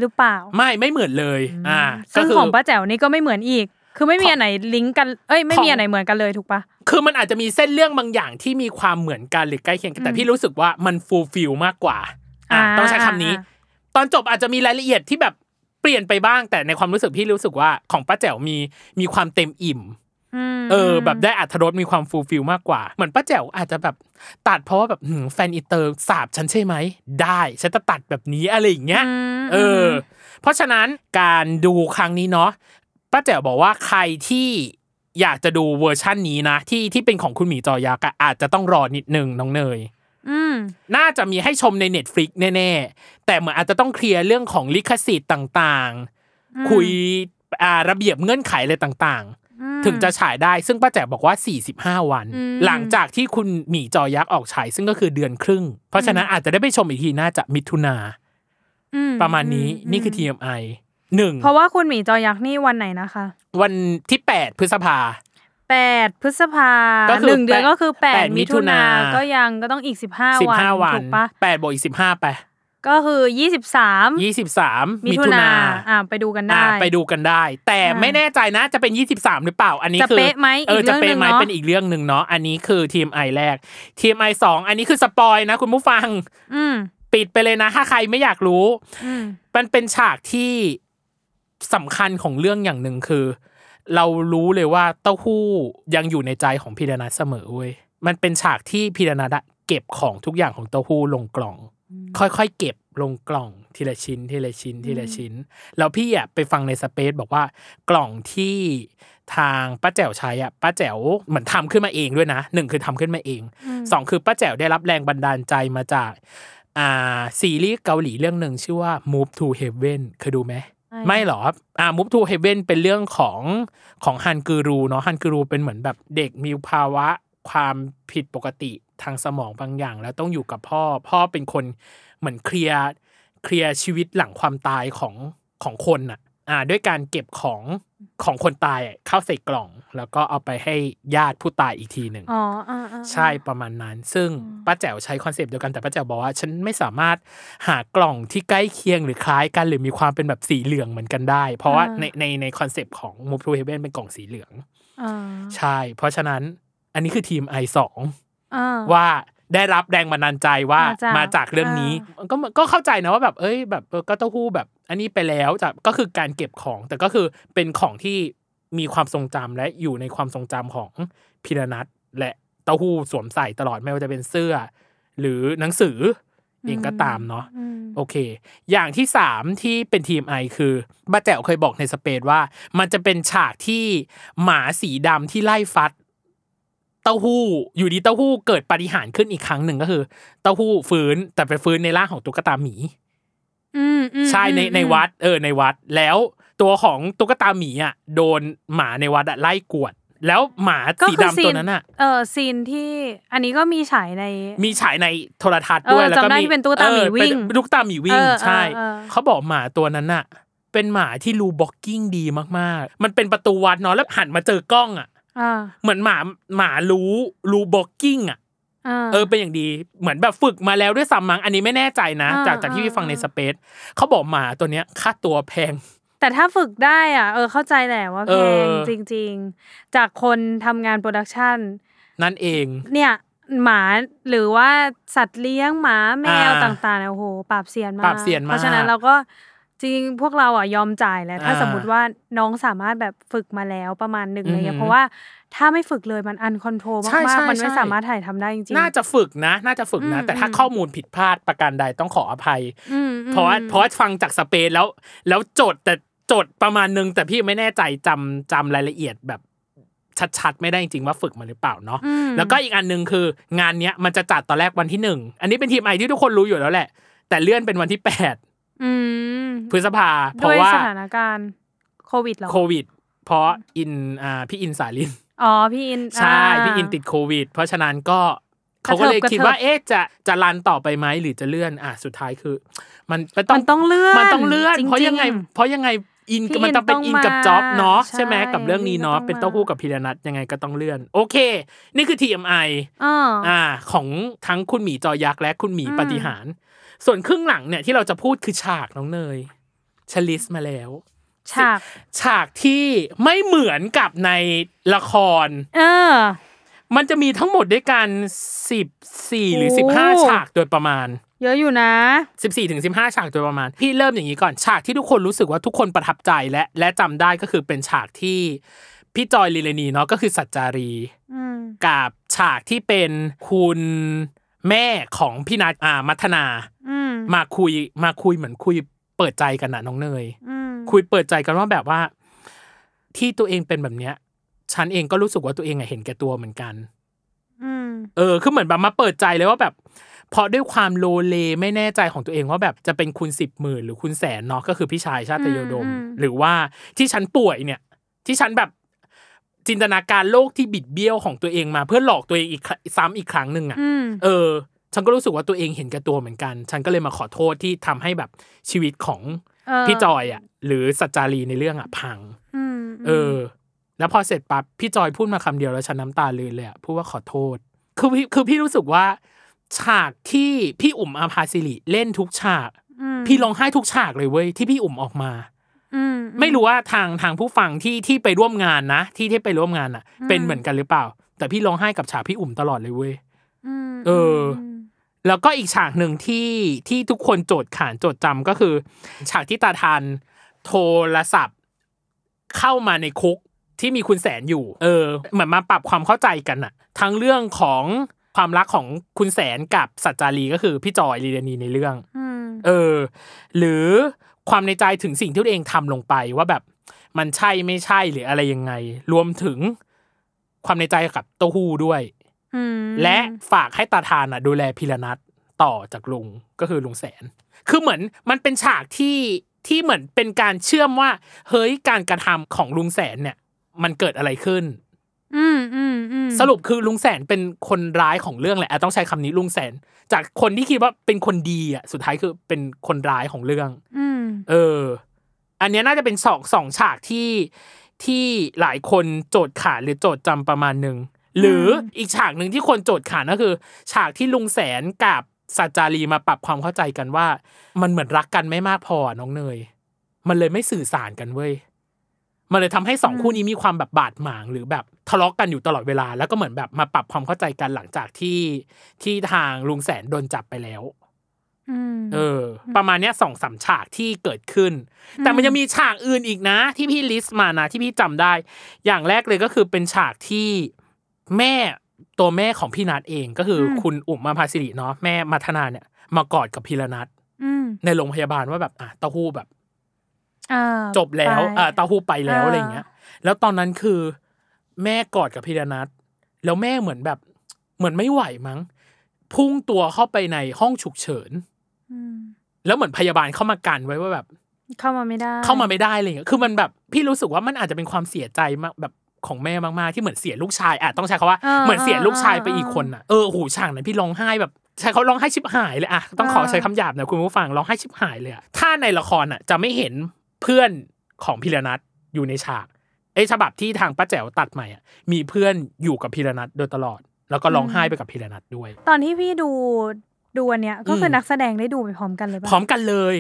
Speaker 3: หรือเปล่า
Speaker 2: ไม่ไม่เหมือนเลยอ่าก็
Speaker 3: ซึ่ง
Speaker 2: คื
Speaker 3: ของป้าแจ๋วนี่ก็ไม่เหมือนอีก คือไม่มีอันไหนลิงก์กัน เอ้ยไม่
Speaker 2: ของ
Speaker 3: มีอันไหนเหมือนกันเลยถูกปะ
Speaker 2: คือมันอาจจะมีเส้นเรื่องบางอย่างที่มีความเหมือนกันหรือใกล้เคียงกันแต่
Speaker 3: อืม
Speaker 2: พี่รู้สึกว่ามันฟูลฟิลมากกว่าอ่ะ
Speaker 3: อ่า
Speaker 2: ต้องใช้คำนี้
Speaker 3: อ่า
Speaker 2: ตอนจบอาจจะมีรายละเอียดที่แบบเปลี่ยนไปบ้าง แต่ในความรู้สึกพี่รู้สึกว่าของป้าแจ๋วมีมีความเต็มอิ่ม
Speaker 3: ม
Speaker 2: เออ แบบได้อัธรสมีความฟูลฟิลมากกว่าเหมือนป้าแจ๋วอาจจะแบบตัดเพราะว่าแบบหืมแฟนอีเตอร์สาบฉันใช่ไหมได้ฉันจะตัดแบบนี้อะไรอย่างเงี้ย
Speaker 3: อืม
Speaker 2: เออ เพราะฉะนั้นการดูครั้งนี้เนาะป้าแจ๋วบอกว่าใครที่อยากจะดูเวอร์ชั่นนี้นะ ที่ที่เป็นของคุณหมีจอยักษ์อะอาจจะต้องรอนิดนึงน้องเนย
Speaker 3: อืม
Speaker 2: น่าจะมีให้ชมใน Netflix แน่ ๆ แต่เหมือนอาจจะต้องเคลียร์เรื่องของลิขสิทธิ์ต่าง
Speaker 3: อืม
Speaker 2: ๆ คุยอ่าระเบียบเงื่อนไขอะไรต่าง
Speaker 3: อืม
Speaker 2: ๆ ถึงจะฉายได้ซึ่งป้าแจ๋วบอกว่า 45 วัน
Speaker 3: อืม
Speaker 2: หลังจากที่คุณหมีจอยักษ์ออกฉายซึ่งก็คือเดือนครึ่ง เพราะฉะนั้นอาจจะได้ไปชมอีกทีน่าจะมิถุนา
Speaker 3: อื
Speaker 2: ประมาณนี้
Speaker 3: อื
Speaker 2: นี่คือ
Speaker 3: ม
Speaker 2: TMI หนึ่ง
Speaker 3: เพราะว่าคุณหมีจอยักษ์นี่วันไหนนะคะ
Speaker 2: วันที่ 8 พฤษภา
Speaker 3: 8 พฤษภา
Speaker 2: ก็คือ
Speaker 3: หนึ่งเดือน
Speaker 2: แปด
Speaker 3: ก็คือ
Speaker 2: แปด
Speaker 3: 8
Speaker 2: มิ
Speaker 3: มิ
Speaker 2: ถุ
Speaker 3: ถุ
Speaker 2: นา
Speaker 3: นาก็ยังก็ต้องอีก 15 วัน
Speaker 2: 15 วัน
Speaker 3: ถูกปะ
Speaker 2: แปดบวกอีกสิบห้าไป
Speaker 3: ก็คือ 23
Speaker 2: ยี่สิบสาม
Speaker 3: มิ
Speaker 2: มิ
Speaker 3: ถุ
Speaker 2: ถุ
Speaker 3: นา
Speaker 2: นา
Speaker 3: อ่าไปดูกันได้
Speaker 2: อ่ะไปดูกันได้ แต่
Speaker 3: อ่า
Speaker 2: ไม่แน่ใจนะจะเป็น 23 หรือเปล่า อันนี้
Speaker 3: จะ
Speaker 2: คือ
Speaker 3: เป๊ะไหม
Speaker 2: เออ
Speaker 3: อีกเรื่
Speaker 2: จะ
Speaker 3: อง
Speaker 2: เป๊ะไหม
Speaker 3: หนึ่งเนอะ
Speaker 2: เป็นอีกเรื่องหนึ่งเนาะอันนี้คือทีมไอแรกทีมไอสองอันนี้คือสปอยนะคุณผู้ฟัง
Speaker 3: อืม
Speaker 2: ปิดไปเลยนะ ถ้าใครไม่อยากรู้
Speaker 3: อืม
Speaker 2: มันเป็นฉากที่สำคัญของเรื่องอย่างหนึ่งคือ เรารู้เลยว่าเต้าหู้ยังอยู่ในใจของพีระนัทเสมอเว้ยมันเป็นฉากที่พีระนัทอะเก็บของทุกอย่างของเต้าหู้ลงกล่อง ค่อยๆเก็บลงกล่องทีละชิ้น ทีละชิ้นทีละชิ้น แล้วพี่อะไปฟังในสเปซบอกว่ากล่องที่ทางป้าแจ๋วใช้อะป้าแจ๋วเหมือนทำขึ้นมาเองด้วยนะหนึ่งคือทำขึ้นมาเอง
Speaker 3: ม
Speaker 2: สองคือป้าแจ๋วได้รับแรงบันดาลใจมาจากอ่าซีรีส์เกาหลีเรื่องหนึ่งชื่อว่า Move to Heaven เคยดูไหม ไม่หรอครับอ่า Move to Heaven เป็นเรื่องของของฮันกูรูเนาะฮันกูรูเป็นเหมือนแบบเด็กมีภาวะความผิดปกติทางสมองบางอย่าง แล้วต้องอยู่กับพ่อ พ่อเป็นคนเหมือนเคลียร์เคลียร์ชีวิตหลังความตายของของคนน่ะอ่าด้วยการเก็บของของคนตายอะเข้าใส่กล่อง แล้วก็เอาไปให้ญาติผู้ตายอีกทีหนึ่ง
Speaker 3: อ๋ออ่าอ่า
Speaker 2: ใช่ประมาณนั้น ซึ่ง
Speaker 3: อืม
Speaker 2: ป้าแจ๋วใช้คอนเซปต์เดียวกันแต่ป้าแจ๋วบอกว่าฉันไม่สามารถหากล่องที่ใกล้เคียงหรือคล้ายกัน หรือมีความเป็นแบบสีเหลืองเหมือนกันได้ เพราะว่าในในในคอนเซปต์ของ Move to Heaven เป็นกล่องสีเหลือง
Speaker 3: อ่า
Speaker 2: ใช่ เพราะฉะนั้นอันนี้คือทีม i 2
Speaker 3: อ่า
Speaker 2: ว่าได้รับแรงบันดาลใจว่า
Speaker 3: มาจาก
Speaker 2: มาจากเรื่องนี้ก็ก็เข้าใจนะว่าแบบเอ้ยแบบเออก็เต้าหู้แบบ อันนี้ไปแล้วจากก็คือการเก็บของ แต่ก็คือเป็นของที่มีความทรงจำและอยู่ในความทรงจำของ พิรนัทและเต้าหู้สวมใส่ตลอดไม่ว่าจะเป็นเสื้อ หรือหนังสืออ
Speaker 3: ม
Speaker 2: เองก็ตามเนาะ
Speaker 3: อืม
Speaker 2: โอเค อย่างที่สามที่เป็นทีมไอคือบ้าแจ๋วเคยบอกในสเปซว่า มันจะเป็นฉากที่หมาสีดำที่ไล่ฟัด เต้าหู้อยู่ดีเต้าหู้เกิดปาฏิหารย์ขึ้นอีกครั้งหนึ่งก็คือ เต้าหู้ฟื้นแต่ไปฟื้นในร่างของตุ๊กตาหมี
Speaker 3: อืมอืม
Speaker 2: ใช่ใน
Speaker 3: อืม
Speaker 2: ในวัดเออในวัดแล้วตัวของตุ๊กตาหมีอ่ะโดนหมาในวัดอะไล่กวด แล้วหมาสีดำตัวนั้นอ่ะ
Speaker 3: เออซีนที่อันนี้ก็มีฉายใน
Speaker 2: มีฉายในโทรทัศน์ด้วย
Speaker 3: เออ
Speaker 2: แล้วก็
Speaker 3: จำได้
Speaker 2: มี
Speaker 3: ที่เป็นตุ๊กตาหมี
Speaker 2: ออ
Speaker 3: วิ่ง
Speaker 2: เป็นตุ๊กตาหมีวิ่ง
Speaker 3: เออ
Speaker 2: ใช่
Speaker 3: เออเออ
Speaker 2: เขาบอกหมาตัวนั้นน่ะ เป็นหมาที่รูบ็อกกิ้งดีมากๆ มันเป็นประตูวัดเนาะแล้วหันมาเจอกล้องอ่ะ
Speaker 3: อ่า
Speaker 2: เหมือนหมาหมารู้รูบ็อกกิ้งอ่ะ
Speaker 3: อ่า
Speaker 2: เออเป็นอย่างดีเหมือนแบบฝึกมาแล้วด้วยซ้ำมั้งอันนี้ไม่แน่ใจนะ
Speaker 3: อ่า
Speaker 2: จากจากที่
Speaker 3: อ่า
Speaker 2: พี่ฟังในสเปซเขาบอกหมาตัวเนี้ยค่าตัวแพง
Speaker 3: แต่ถ้าฝึกได้อ่ะเออเข้าใจแหละว่า
Speaker 2: เอ
Speaker 3: แพ
Speaker 2: อ
Speaker 3: งจริง ๆ จากคนทำงานโปรดักชัน
Speaker 2: นั่นเอง
Speaker 3: เนี่ยหมาหรือว่าสัตว์เลี้ยงหมาแมว
Speaker 2: อ่า
Speaker 3: ต่างๆเนี่ยโอ้โหปราบเซียนมาก
Speaker 2: ปราบเซียนมาก
Speaker 3: เพราะฉะนั้นเราก็จริงๆพวกเราอ่ะยอมจ่ายแหละถ้า
Speaker 2: อ่า
Speaker 3: สมมติว่าน้องสามารถแบบฝึกมาแล้วประมาณหนึ่ง
Speaker 2: อือหื
Speaker 3: เล
Speaker 2: อย
Speaker 3: เพราะว่าถ้าไม่ฝึกเลยมันอันคอนโทรล
Speaker 2: ใช่
Speaker 3: มา
Speaker 2: ใช่
Speaker 3: กๆมันไม่
Speaker 2: ใช่
Speaker 3: สามารถถ่ายทำได้จริง
Speaker 2: น่าจะฝึกนะ น่าจะฝึกนะ
Speaker 3: อืม
Speaker 2: แต่ถ้า
Speaker 3: อืม
Speaker 2: ข้อมูลผิดพลาดประการใดต้องขออภัย
Speaker 3: ๆอืมอืม
Speaker 2: เพราะว่าเพราะว่าฟังจากสเปนแล้ว แล้วโจทย์แต่โจทย์ประมาณนึง แต่พี่ไม่แน่ใจจำจำรายละเอียดแบบชัดๆ ไม่ได้จริงๆว่าฝึกมาหรือเปล่าเนาะ
Speaker 3: อืม
Speaker 2: แล้วก็อีกอันหนึ่งคืองานเนี้ยมันจะจัดตอนแรกวันที่หนึ่งอันนี้เป็นทีมไอที่ทุกคนรู้อยู่แล้วแหละ แต่เลื่อนเป็นวันที่แปด
Speaker 3: อืม
Speaker 2: พฤษภาเพ
Speaker 3: ด้ว
Speaker 2: ราะ
Speaker 3: ย
Speaker 2: ว่า
Speaker 3: สถานการณ์โควิดเหรอ
Speaker 2: โควิด เพราะอินอ่าพี่อินสาลิน
Speaker 3: อ๋อพี่อิน
Speaker 2: ใช่
Speaker 3: า
Speaker 2: พี่อินติดโควิด เพราะฉะนั้นก็เขาก็เลย
Speaker 3: กระเถิบ
Speaker 2: คิดว่า
Speaker 3: กระเถิบ
Speaker 2: เอ๊ะจะจะรันต่อไปไหมหรือจะเลื่อนอ่ะสุดท้ายคือ มันมันต้อ
Speaker 3: มั
Speaker 2: ง
Speaker 3: นต้องเลื่อน
Speaker 2: มันต้องเลื่อน
Speaker 3: จ
Speaker 2: เพราะยังไง
Speaker 3: ๆ
Speaker 2: เพราะยังไงอิน
Speaker 3: พี่
Speaker 2: มันต้องเป็น
Speaker 3: อิ
Speaker 2: อิ
Speaker 3: น
Speaker 2: น
Speaker 3: ต้อง
Speaker 2: กับจ็อบเนาะ
Speaker 3: มา
Speaker 2: ใช่ไหม
Speaker 3: ใช่
Speaker 2: กับเรื่องนี้เนาะ
Speaker 3: พี่อินก็ต้อง
Speaker 2: เป็นเต้าหู้
Speaker 3: มากั
Speaker 2: กับพีระนัทยังไงก็ต้องเลื่อน โอเค นี่คือ TMI
Speaker 3: อ่า
Speaker 2: อ่า ของทั้งคุณหมีจอยักษ์และคุณหมี
Speaker 3: อืม
Speaker 2: ปฏิหาร ส่วนครึ่งหลังเนี่ยที่เราจะพูดคือฉากน้องเนยชลิสมาแล้ว
Speaker 3: ฉาก
Speaker 2: ฉากที่ไม่เหมือนกับในละคร
Speaker 3: เออ
Speaker 2: มันจะมีทั้งหมดด้วยกัน14 หรือ
Speaker 3: โอ้
Speaker 2: 15 ฉากโดยประมาณ
Speaker 3: เยอะอยู่นะ
Speaker 2: 14ถึง15 ฉากโดยประมาณ พี่เริ่มอย่างนี้ก่อนฉากที่ทุกคนรู้สึกว่าทุกคนประทับใจและและจำได้ก็คือเป็นฉากที่พี่จอยลีเลนีเนาะก็คือสัจจารี
Speaker 3: อืม
Speaker 2: กับฉากที่เป็นคุณแม่ของพี่นัทอ่ามัทนา
Speaker 3: อืม
Speaker 2: มาคุยมาคุยเหมือนคุยเปิดใจกันนะน้องเนย
Speaker 3: อืม
Speaker 2: คุยเปิดใจกันว่าแบบว่า ที่ตัวเองเป็นแบบเนี้ย ฉันเองก็รู้สึกว่าตัวเองอะเห็นแก่ตัวเหมือนกัน
Speaker 3: อืม
Speaker 2: เออ คือเหมือนแบบมาเปิดใจเลยว่าแบบ เพราะด้วยความโลเลไม่แน่ใจของตัวเองว่าแบบจะเป็นคุณสิบหมื่นหรือคุณแสนเนาะก็คือพี่ชายชาติโยดม
Speaker 3: อืมอืม
Speaker 2: หรือว่าที่ฉันป่วยเนี่ย ที่ฉันแบบจินตนาการโลกที่บิดเบี้ยวของตัวเองมา เพื่อหลอกตัวเองอีกครั้งซ้ำอีกครั้งหนึ่งอะ่ะ
Speaker 3: อืม
Speaker 2: เออ ฉันก็รู้สึกว่าตัวเองเห็นแก่ตัวเหมือนกัน ฉันก็เลยมาขอโทษที่ทำให้แบบชีวิตของ
Speaker 3: เออ
Speaker 2: พี่จอยอะ่ะ หรือสัจจารีในเรื่องอ่ะพัง
Speaker 3: อืม
Speaker 2: เออ แล้วพอเสร็จปั๊บพี่จอยพูดมาคำเดียวแล้วฉันน้ำตาลืนเลยอะพูดว่าขอโทษ คือพี่คือพี่รู้สึกว่า ฉากที่พี่อุ่มอาภาสิริเล่นทุกฉาก
Speaker 3: ม
Speaker 2: พี่ร้องไห้ทุกฉากเลยเว้ยที่พี่อุ่มออกมา
Speaker 3: อืม
Speaker 2: ไม่รู้ว่าทางทางผู้ฟังที่ที่ไปร่วมงานนะ ที่ที่ไปร่วมงานอ่ะ
Speaker 3: อืม
Speaker 2: เป็นเหมือนกันหรือเปล่า แต่พี่ร้องไห้กับฉากพี่อุ่มตลอดเลยเว้ย
Speaker 3: ม
Speaker 2: เออ แล้วก็อีกฉากหนึ่งที่ที่ทุกคนโจทย์ขานโจทย์จำก็คือ ฉากที่ตาทานโทรศัพท์ เข้ามาในคุกที่มีคุณแสนอยู่ เออ เหมือนมาปรับความเข้าใจกันอะทั้งเรื่องของความรักของคุณแสนกับสัจจารีก็คือพี่จอยลีเดนีในเรื่อง
Speaker 3: อืม
Speaker 2: เออ หรือความในใจถึงสิ่งที่ตัวเองทำลงไปว่าแบบมันใช่ไม่ใช่หรืออะไรยังไง รวมถึงความในใจกับเต้าหู้ด้วย
Speaker 3: อืม
Speaker 2: และฝากให้ตาทานอ่ะดูแลพิรนัทต่อจากลุงก็คือลุงแสน คือเหมือนมันเป็นฉากที่ที่เหมือนเป็นการเชื่อมว่า เฮ้ยการกระทำของลุงแสนเนี่ย มันเกิดอะไรขึ้น
Speaker 3: อืมอืมอืม
Speaker 2: สรุปคือลุงแสนเป็นคนร้ายของเรื่องแหละอ่ะต้องใช้คำนี้ลุงแสน จากคนที่คิดว่าเป็นคนดีอ่ะสุดท้ายคือเป็นคนร้ายของเรื่อง
Speaker 3: อืม
Speaker 2: เออ อันเนี้ยน่าจะเป็นสองสองฉากที่ที่หลายคนโจทย์ขานหรือโจทย์จำประมาณหนึ่งหรือออีกฉากหนึ่งที่คนโจทย์ขานก็คือ ฉากที่ลุงแสนกับสัจจารีมาปรับความเข้าใจกันว่า มันเหมือนรักกันไม่มากพอน้องเนย มันเลยไม่สื่อสารกันเว้ยมันเลยทำให้สองคู่นี้มีความแบบบาดหมางหรือแบบทะเลาะกันอยู่ตลอดเวลา แล้วก็เหมือนแบบมาปรับความเข้าใจกันหลังจากที่ที่ทางลุงแสนโดนจับไปแล้ว
Speaker 3: อืม
Speaker 2: เออ ประมาณเนี้ยสองสามฉากที่เกิดขึ้น แต่มันยังมีฉากอื่นอีกนะ ที่พี่ลิสต์มานะ ที่พี่จำได้ อย่างแรกเลยก็คือเป็นฉากที่แม่ตัวแม่ของพี่นัทเองก็คืออ
Speaker 3: ม
Speaker 2: คุณอุ๋มมาพาสิริเนาะแม่มัทนาเนี่ย มากอดกับพีระนัท
Speaker 3: อืม
Speaker 2: ในโรงพยาบาลว่าแบบอ่ะเต้าหู้แบบ
Speaker 3: เออ
Speaker 2: จบแล้ว
Speaker 3: ไป
Speaker 2: เออเต้าหู้ไปแล้ว
Speaker 3: เอออ
Speaker 2: อะไรอย่างเงี้ย แล้วตอนนั้นคือ แม่กอดกับพีระนัทแล้วแม่เหมือนแบบ เหมือนไม่ไหวมั้ง พุ่งตัวเข้าไปในห้องฉุกเฉิน
Speaker 3: ม
Speaker 2: แล้วเหมือนพยาบาลเข้ามากันไว้ว่าแบบ
Speaker 3: เข้ามาไม่ได้
Speaker 2: เข้ามาไม่ได้อะไรอย่างเงี้ย คือมันแบบ พี่รู้สึกว่ามันอาจจะเป็นความเสียใจมากแบบของแม่มากๆ ที่เหมือนเสียลูกชายอ่ะต้องใช้คำว่า เหมือนเสียลูกชายไปอีกคนอ่ะ เออโหฉากนั้นพี่ร้องไห้แบบ ใช้เขาร้องไห้ชิบหายเลยอ่ะ ต้องขอใช้คำหยาบหนะคุณผู้ฟังร้องไห้ชิบหายเลยอ่ะ ถ้าในละครอ่ะจะไม่เห็นเพื่อนของพีระนัทอยู่ในฉาก ไอ้ฉบับที่ทางป้าแจ๋วตัดใหม่อ่ะ มีเพื่อนอยู่กับพีระนัทโดยตลอด แล้วก็ร้องไห้ไปกับพีระนัทด้วย
Speaker 3: ตอนที่พี่ดูดูอันเนี้ยก็คืออ
Speaker 2: ม
Speaker 3: นักแสดงได้ดูไปพร้อมกันเลยปะ
Speaker 2: พร้อมกันเลย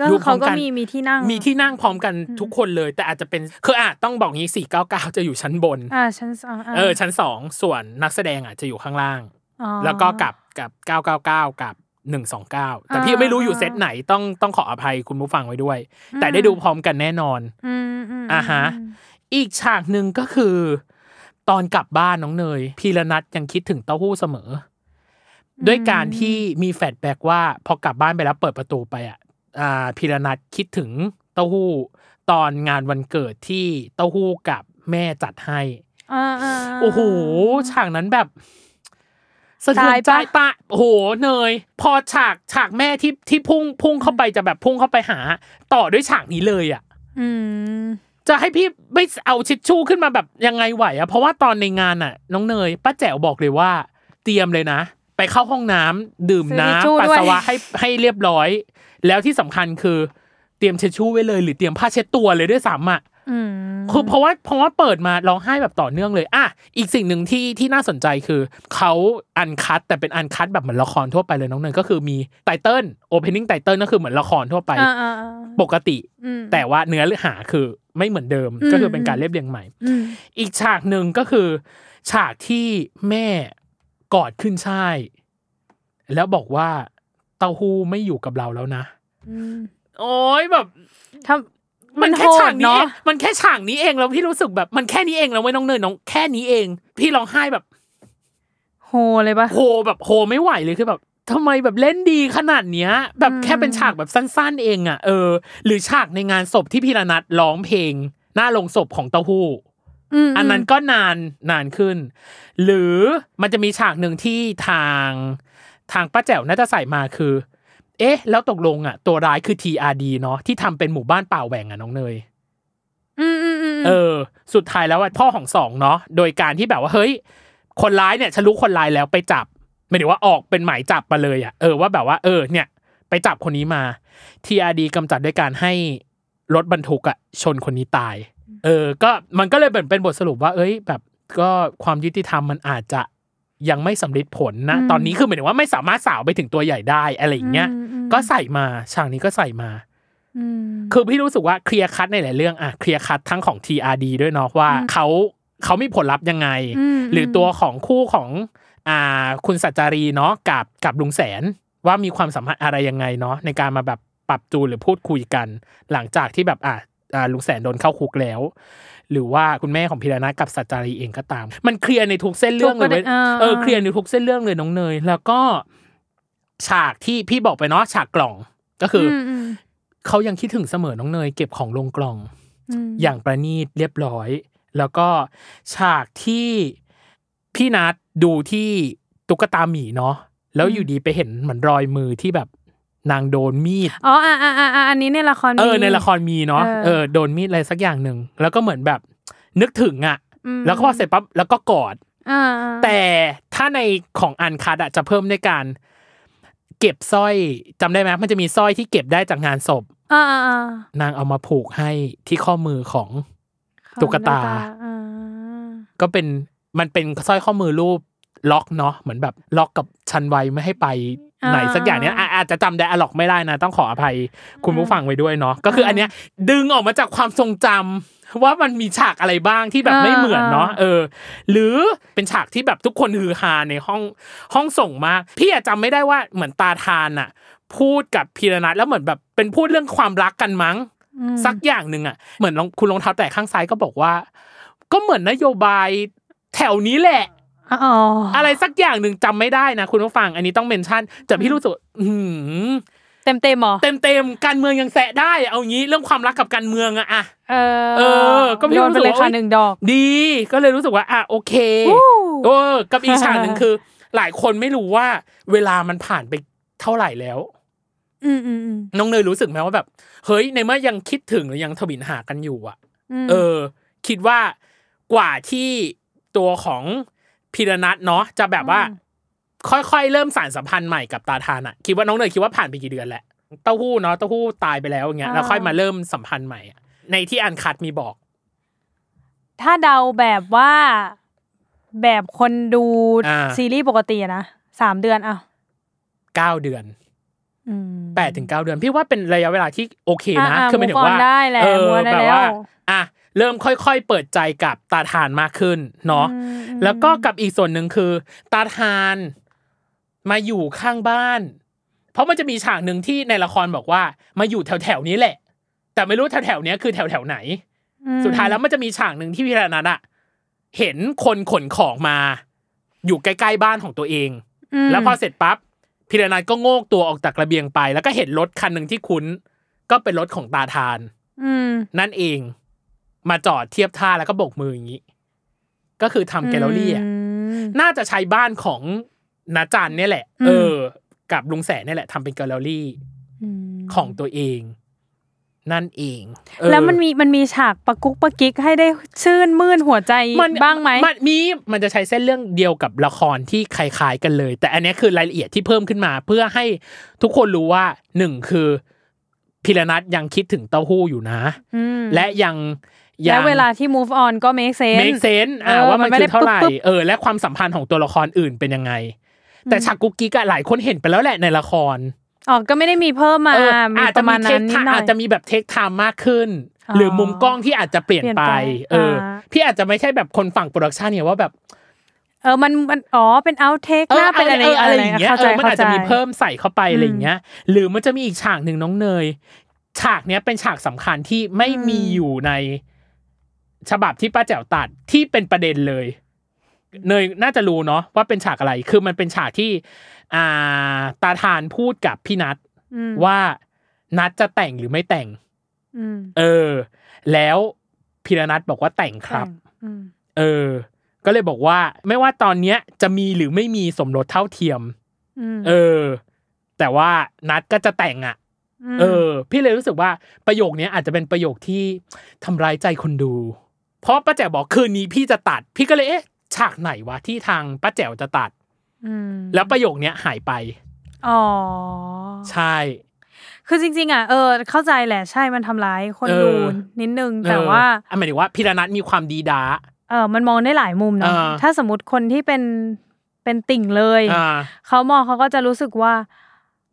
Speaker 3: ก็
Speaker 2: ดู
Speaker 3: คือ
Speaker 2: พร้อ
Speaker 3: เขา
Speaker 2: ม
Speaker 3: ก็
Speaker 2: กัน
Speaker 3: มีมีที่นั่ง
Speaker 2: มีที่นั่งพร้อมกัน
Speaker 3: อืม
Speaker 2: ทุกคนเลย แต่อาจจะเป็นคืออ่ะต้องบอกงี้สี่เก้าเก้าจะอยู่ชั้นบน
Speaker 3: อ่าชั้นสองา
Speaker 2: เออชั้นสองส่วนนักแสดงอ่ะจะอยู่ข้างล่าง
Speaker 3: อ๋อ
Speaker 2: แล้วก็กับกับ 999 กับ 129 แต่พี่
Speaker 3: อ่า
Speaker 2: ไม่รู้อยู่เซตไหนต้องต้องขออภัยคุณผู้ฟังไว้ด้วย แต่
Speaker 3: อืม
Speaker 2: ได้ดูพร้อมกันแน่นอน
Speaker 3: อืมอืม
Speaker 2: อ่าฮะ
Speaker 3: ม
Speaker 2: อีกฉากหนึ่งก็คือ ตอนกลับบ้านน้องเนย พีระนัทยังคิดถึงเต้าหู้เสมออด้วยการที่มีแฟลชแบ็กว่าพอกลับบ้านไปแล้วเปิดประตูไปอ่ะอ่าพีระนัทคิดถึงเต้าหู้ ตอนงานวันเกิดที่เต้าหู้กับแม่จัดให้
Speaker 3: อ่าาา
Speaker 2: โอ้โหฉากนั้นแบบสะเทือนใจ
Speaker 3: ตายปะ
Speaker 2: ตาโอ้โหเนย พอฉากฉากแม่ที่ที่พุ่งพุ่งเข้าไปจะแบบพุ่งเข้าไปหา ต่อด้วยฉากนี้เลยอ่ะ
Speaker 3: อืม
Speaker 2: จะให้พี่ไม่เอาชิชชู่ขึ้นมาแบบยังไงไหวอ่ะเพราะว่าตอนในงานอ่ะ น้องเนยป้าแจ๋วบอกเลยว่า เตรียมเลยนะ ไปเข้าห้องน้ำดื่ม
Speaker 3: ซื้อทิชชู่
Speaker 2: น้ำปัส
Speaker 3: ด้วย
Speaker 2: สาวะให้ให้เรียบร้อย แล้วที่สำคัญคือเตรียมเช็ดชู่ไว้เลย หรือเตรียมผ้าเช็ดตัวเลยด้วยซ้ำอ่ะ
Speaker 3: อืม
Speaker 2: คือเพราะว่าเพราะว่าเปิดมาร้องไห้แบบต่อเนื่องเลยอ่ะอีกสิ่งหนึ่งที่ที่น่าสนใจคือเขาอันคัดแต่เป็นอันคัดแบบเหมือนละครทั่วไปเลยน้องเนยก็คือมีไตเติลโอเพนนิ่งไตเติลก็คือเหมือนละครทั่วไป
Speaker 3: อ่าอ่าอ่า
Speaker 2: ปกติ
Speaker 3: อืม
Speaker 2: แต่ว่าเนื้อหาคือไม่เหมือนเดิม
Speaker 3: อืม
Speaker 2: ก็คือเป็นการเรียบเรียงใหม่
Speaker 3: อืม
Speaker 2: อีกฉากหนึ่งก็คือ ฉากที่แม่กอดขึ้นช่ายแล้วบอกว่าเต้าหู้ไม่อยู่กับเราแล้วนะ
Speaker 3: อืม
Speaker 2: โอ้ยแบบ
Speaker 3: ถ้า
Speaker 2: มั
Speaker 3: มัน น
Speaker 2: แค่
Speaker 3: โห
Speaker 2: ฉา
Speaker 3: ด
Speaker 2: กนี้
Speaker 3: เนาะ
Speaker 2: เองมันแค่ฉากนี้เองแล้วพี่รู้สึกแบบมันแค่นี้เองแล้วไม่น้องเนยน้องแค่นี้เอง พี่ร้องไห้แบบ
Speaker 3: โหเลยปะ
Speaker 2: โฮแบบโฮไม่ไหวเลยคือแบบทำไมแบบเล่นดีขนาดเนี้ย แบบแค่เป็นฉากแบบสั้น ๆ เองอ่ะเออ หรือฉากในงานศพที่พี่ระนัทร้องเพลง หน้าโลงศพของเต้าหู้
Speaker 3: ม
Speaker 2: อันนั้นก็นานนานขึ้น หรือมันจะมีฉากหนึ่งที่ทางทางป้าแจ๋วน่าจะใส่มาคือ เอ๊ะ แล้วตกลงอ่ะ ตัวร้ายคือ TRD เนาะที่ทำเป็นหมู่บ้านป่าแหว่งอ่ะน้องเนย
Speaker 3: อืมอืมอืม
Speaker 2: เออ สุดท้ายแล้วอะพ่อของสองเนาะ โดยการที่แบบว่า เฮ้ย คนร้ายเนี่ยฉันรู้คนร้ายแล้วไปจับหมายถึงว่าออกเป็นหมายจับมาเลยอะเออว่าแบบว่าเออเนี่ย ไปจับคนนี้มา ทีอาดีกำจัดด้วยการให้ รถบรรทุกอะชนคนนี้ตาย เออ ก็มันก็เลยเป็นเป็นบทสรุปว่า เอ้ย แบบก็ความยุติธรรมมันอาจจะยังไม่สำเร็จผลนะ
Speaker 3: อืม
Speaker 2: ตอนนี้คือหมายถึงว่าไม่สามารถสาวไปถึงตัวใหญ่ได้อะไรอย่างเงี้ย
Speaker 3: มอืม
Speaker 2: ก็ใส่มาฉากนี้ก็ใส่มา
Speaker 3: อืม
Speaker 2: คือพี่รู้สึกว่าเคลียร์คัดในหลายเรื่องอะเคลียร์คัดทั้งของ TRD ด้วยเนาะว่า
Speaker 3: อืม
Speaker 2: เขาเขามีผลลัพธ์ยังไง
Speaker 3: ม
Speaker 2: หรือตัวของคู่ของอ่าคุณสัจจารีเนาะกับกับลุงแสนว่ามีความสัมพันธ์อะไรยังไงเนาะในการมาแบบปรับจูนหรือพูดคุยกัน หลังจากที่แบบอ่าอ่าลุงแสนโดนเข้าคุกแล้ว หรือว่าคุณแม่ของพิรณะกับสัจจารีเองก็ตาม มันเคลียร์ในทุกเส้นเรื่องเลยเว้ย เออเคลียร์ในทุกเส้นเรื่องเลยน้องเนย แล้วก็ฉากที่พี่บอกไปเนาะฉากกล่องก็คืออ
Speaker 3: มม
Speaker 2: เขายังคิดถึงเสมอน้องเนย เก็บของลงกล่อง
Speaker 3: ม
Speaker 2: อย่างประณีตเรียบร้อย แล้วก็ฉากที่พี่นัดดูที่ตุ๊กตาหมีเนาะแล้วอยู่ดีไปเห็นเหมือนรอยมือที่แบบนางโดนมีด
Speaker 3: อ๋ออ่าอ่าอ่าอันนี้ในละคร
Speaker 2: เออ
Speaker 3: มี
Speaker 2: ในละครมีเนาะ
Speaker 3: เออ
Speaker 2: เออโดนมีดอะไรสักอย่างหนึ่งแล้วก็เหมือนแบบนึกถึงอะ
Speaker 3: อืม
Speaker 2: แล้วก็พอเสร็จปั๊บแล้วก็กอด
Speaker 3: อ่าแต่
Speaker 2: แต่ถ้าในของอันคัดอะจะเพิ่มด้วยการ เก็บสร้อยจำได้ไหมมันจะมีสร้อยที่เก็บได้จากงานศพ
Speaker 3: อ่าอ่าอ่าน
Speaker 2: างเอามาผูกให้ที่ข้อมือของ ตุ๊กตา
Speaker 3: อ่า
Speaker 2: ก็เป็นมันเป็นสร้อยข้อมือรูปล็อกเนาะเหมือนแบบล็อกกับชันไว้ไม่ให้ไปไหนสักอย่างเนี้ยอ่ะอาจจะจำไดอะล็อกไม่ได้นะ ต้องขออภัยคุณผู้ฟังไว้ด้วยเนาะก็คืออันเนี้ย ดึงออกมาจากความทรงจำว่ามันมีฉากอะไรบ้างที่แบบไม่เหมือนเนาะเออ หรือเป็นฉากที่แบบทุกคนฮือฮาในห้องห้องส่งมาก พี่อะจำไม่ได้ว่าเหมือนตาทานอะพูดกับพีรนัทแล้วเหมือนแบบเป็นพูดเรื่องความรักกันมั้ง
Speaker 3: อืม
Speaker 2: สักอย่างหนึ่งอ่ะเหมือนรองคุณรองเท้าแตะข้างซ้ายก็บอกว่า ก็เหมือนนโยบายแถวนี้แหละ
Speaker 3: อ๋อ
Speaker 2: อะไรสักอย่างหนึ่งจำไม่ได้นะคุณผู้ฟังอันนี้ต้องเมนชั่นแต่พี่รู้สึกว่าอื้อหือ
Speaker 3: เต็มเต็มๆหรอ
Speaker 2: เต็มเต็มๆการเมืองยังแสะได้อะเอางี้เรื่องความรักกับการเมืองอะอะ
Speaker 3: เออ
Speaker 2: เออก็พี่
Speaker 3: โยนไป
Speaker 2: รู้
Speaker 3: เลย
Speaker 2: สึกว่า
Speaker 3: ค่ะหนึ่งดอก
Speaker 2: ดีก็เลยรู้สึกว่าอ่ะโอเค
Speaker 3: อู้
Speaker 2: เออกับอีกฉากห นึ่งคือ หลายคนไม่รู้ว่าเวลามันผ่านไปเท่าไหร่แล้ว
Speaker 3: อืมอืมอืม
Speaker 2: น้องเนยรู้สึกไหมว่าแบบ เฮ้ยในเมื่อยังคิดถึงหรือยังทวินหากันอยู่อะ
Speaker 3: ม
Speaker 2: เออ คิดว่ากว่าที่ตัวของพีรนัทเนาะจะแบบว่า ค่อยๆ เริ่มสานสัมพันธ์ใหม่กับตาทานอะคิดว่าน้องเนยคิดว่าผ่านไปกี่เดือนแหละเต้าหู้เนาะเต้าหู้ตายไปแล้วอย่างเงี้ยแล้วค่อยมาเริ่มสัมพันธ์ใหม่อะในที่อันคัดมีบอก
Speaker 3: ถ้าเดาแบบว่าแบบคนดู
Speaker 2: อ่า
Speaker 3: ซีรีส์ปกติอะนะสามเดือนอ่ะ
Speaker 2: เก้าเดือน
Speaker 3: อืม
Speaker 2: แปดถึงเก้าเดือน พี่ว่าเป็นระยะเวลาที่โอเคนะ
Speaker 3: อ่าๆ
Speaker 2: คือหมายถึงว่า
Speaker 3: move on ได้แหละ
Speaker 2: เออ
Speaker 3: move on ได้
Speaker 2: แบบ
Speaker 3: แล้ว
Speaker 2: ว่าอ่ะเริ่มค่อยๆ เปิดใจกับตาทานมากขึ้นเนาะ
Speaker 3: อืมอืม
Speaker 2: แล้วก็กับอีกส่วนหนึ่งคือ ตาทานมาอยู่ข้างบ้าน เพราะมันจะมีฉากหนึ่งที่ในละครบอกว่า มาอยู่แถวแถวๆนี้แหละ แต่ไม่รู้แถวแถวๆเนี้ยคือแถวแถวๆไหน
Speaker 3: อืม
Speaker 2: สุดท้ายแล้วมันจะมีฉากหนึ่งที่พี่รนัทอะเห็นคนขนของมา อยู่ใกล้ๆบ้านของตัวเอง
Speaker 3: ม
Speaker 2: แล้วพอเสร็จปั๊บพี่รนัทก็โงกตัวออกจากระเบียงไป แล้วก็เห็นรถคันหนึ่งที่คุ้น ก็เป็นรถของตาทาน
Speaker 3: อืม
Speaker 2: นั่นเองมาจอดเทียบท่าแล้วก็โบกมืออย่างนี้ ก็คือทำแกลเลอรี่อะ น่าจะใช้บ้านของนาจันเนี่ยแหละ
Speaker 3: อืม
Speaker 2: เออ กับลุงแสนเนี่ยแหละทำเป็นแกลเลอรี่
Speaker 3: อืม
Speaker 2: ของตัวเอง นั่นเองเออ
Speaker 3: แล้วมันมีมันมีฉากประกุกประกิกให้ได้ชื่นมื่นหัวใจ
Speaker 2: มัน
Speaker 3: บ้างไหม
Speaker 2: นมีมันจะใช้เส้นเรื่องเดียวกับละครที่คล้ายๆกันเลย แต่อันเนี้ยคือรายละเอียดที่เพิ่มขึ้นมา เพื่อให้ทุกคนรู้ว่าหนึ่งคือพิรนัทยังคิดถึงเต้าหู้อยู่นะ
Speaker 3: อืม
Speaker 2: และยังยั
Speaker 3: และ
Speaker 2: ง
Speaker 3: เวลาที่ move on ก็ make sense
Speaker 2: make sense อ่า
Speaker 3: เออ
Speaker 2: ว่ามัน
Speaker 3: มันไม่
Speaker 2: คือ
Speaker 3: ได้
Speaker 2: เท่าไหร่
Speaker 3: ปุ๊บๆ
Speaker 2: เออ และความสัมพันธ์ของตัวละครอื่นเป็นยังไง แต่ฉากกุ๊กกิ๊กอะหลายคนเห็นไปแล้วแหละในละคร
Speaker 3: อ๋อก็ไม่ได้มีเพิ่มมา
Speaker 2: เออ
Speaker 3: มี
Speaker 2: อาจ
Speaker 3: ป
Speaker 2: จะ
Speaker 3: ระ
Speaker 2: มี
Speaker 3: มาณ
Speaker 2: เทค
Speaker 3: นั้
Speaker 2: นไท
Speaker 3: นิด
Speaker 2: ม์
Speaker 3: หน่อ
Speaker 2: อาจ
Speaker 3: ย
Speaker 2: จะมีแบบเทคไทม์มากขึ้น
Speaker 3: อ๋อ
Speaker 2: หรือมุมกล้องที่อาจจะเปลี่ยน
Speaker 3: เปลี่ยน
Speaker 2: ไป
Speaker 3: ไป
Speaker 2: เอออา พี่อาจจะไม่ใช่แบบคนฝั่งโปรดักชันเนี่ยว่าแบบ
Speaker 3: เออมันมันอ๋อเป็น outtake
Speaker 2: เอ
Speaker 3: ห
Speaker 2: อ
Speaker 3: น้าเป็นอะไร
Speaker 2: เอออะไรอย่างเงี้ย
Speaker 3: เข้า
Speaker 2: เอ
Speaker 3: ใจ
Speaker 2: อมันอาจจะมี
Speaker 3: ข้ใจ
Speaker 2: เพิ่มใส่เข้าไปอะไรอย่าง
Speaker 3: อืม
Speaker 2: เงี้ย หรือมันจะมีอีกฉากหนึ่งน้องเนย ฉากเนี้ยเป็นฉากสำคัญที่ไม่
Speaker 3: อืม
Speaker 2: มีอยู่ใน ฉบับที่ป้าแจ๋วตัดที่เป็นประเด็นเลย เนยน่าจะรู้เนาะว่าเป็นฉากอะไร คือมันเป็นฉากที่ อ่าตาทานพูดกับพี่นัท
Speaker 3: อืม
Speaker 2: ว่านัทจะแต่งหรือไม่แต่ง
Speaker 3: อืม
Speaker 2: เออ แล้วพีรนัทบอกว่าแต่งครับ
Speaker 3: อืม
Speaker 2: เออ ก็เลยบอกว่าไม่ว่าตอนเนี้ยจะมีหรือไม่มีสมรสเท่าเทียม
Speaker 3: อืม
Speaker 2: เออ แต่ว่านัดก็จะแต่งอ่ะ
Speaker 3: ม
Speaker 2: เออ พี่เลยรู้สึกว่าประโยคเนี้ยอาจจะเป็นประโยคที่ทำร้ายใจคนดู เพราะป้าแจ๋วบอกคืนนี้พี่จะตัด พี่ก็เลยเอ๊ะฉากไหนวะที่ทางป้าแจ๋วจะตัด
Speaker 3: ม
Speaker 2: แล้วประโยคเนี้ยหายไป
Speaker 3: อ๋อ
Speaker 2: ใช่
Speaker 3: คือจริง ๆ อ่ะเออเข้าใจแหละใช่มันทำร้ายคน
Speaker 2: เออ
Speaker 3: ดูนิดนึงแต่
Speaker 2: เออ
Speaker 3: ว่า
Speaker 2: อ่ะหมายถึงว่าพิระนัทมีความดีดา
Speaker 3: เออมันมองได้หลายมุมเนาะ
Speaker 2: อ่า
Speaker 3: ถ้าสมมติคนที่เป็นเป็นติ่งเลย
Speaker 2: อ่า
Speaker 3: เขามองเขาก็จะรู้สึกว่า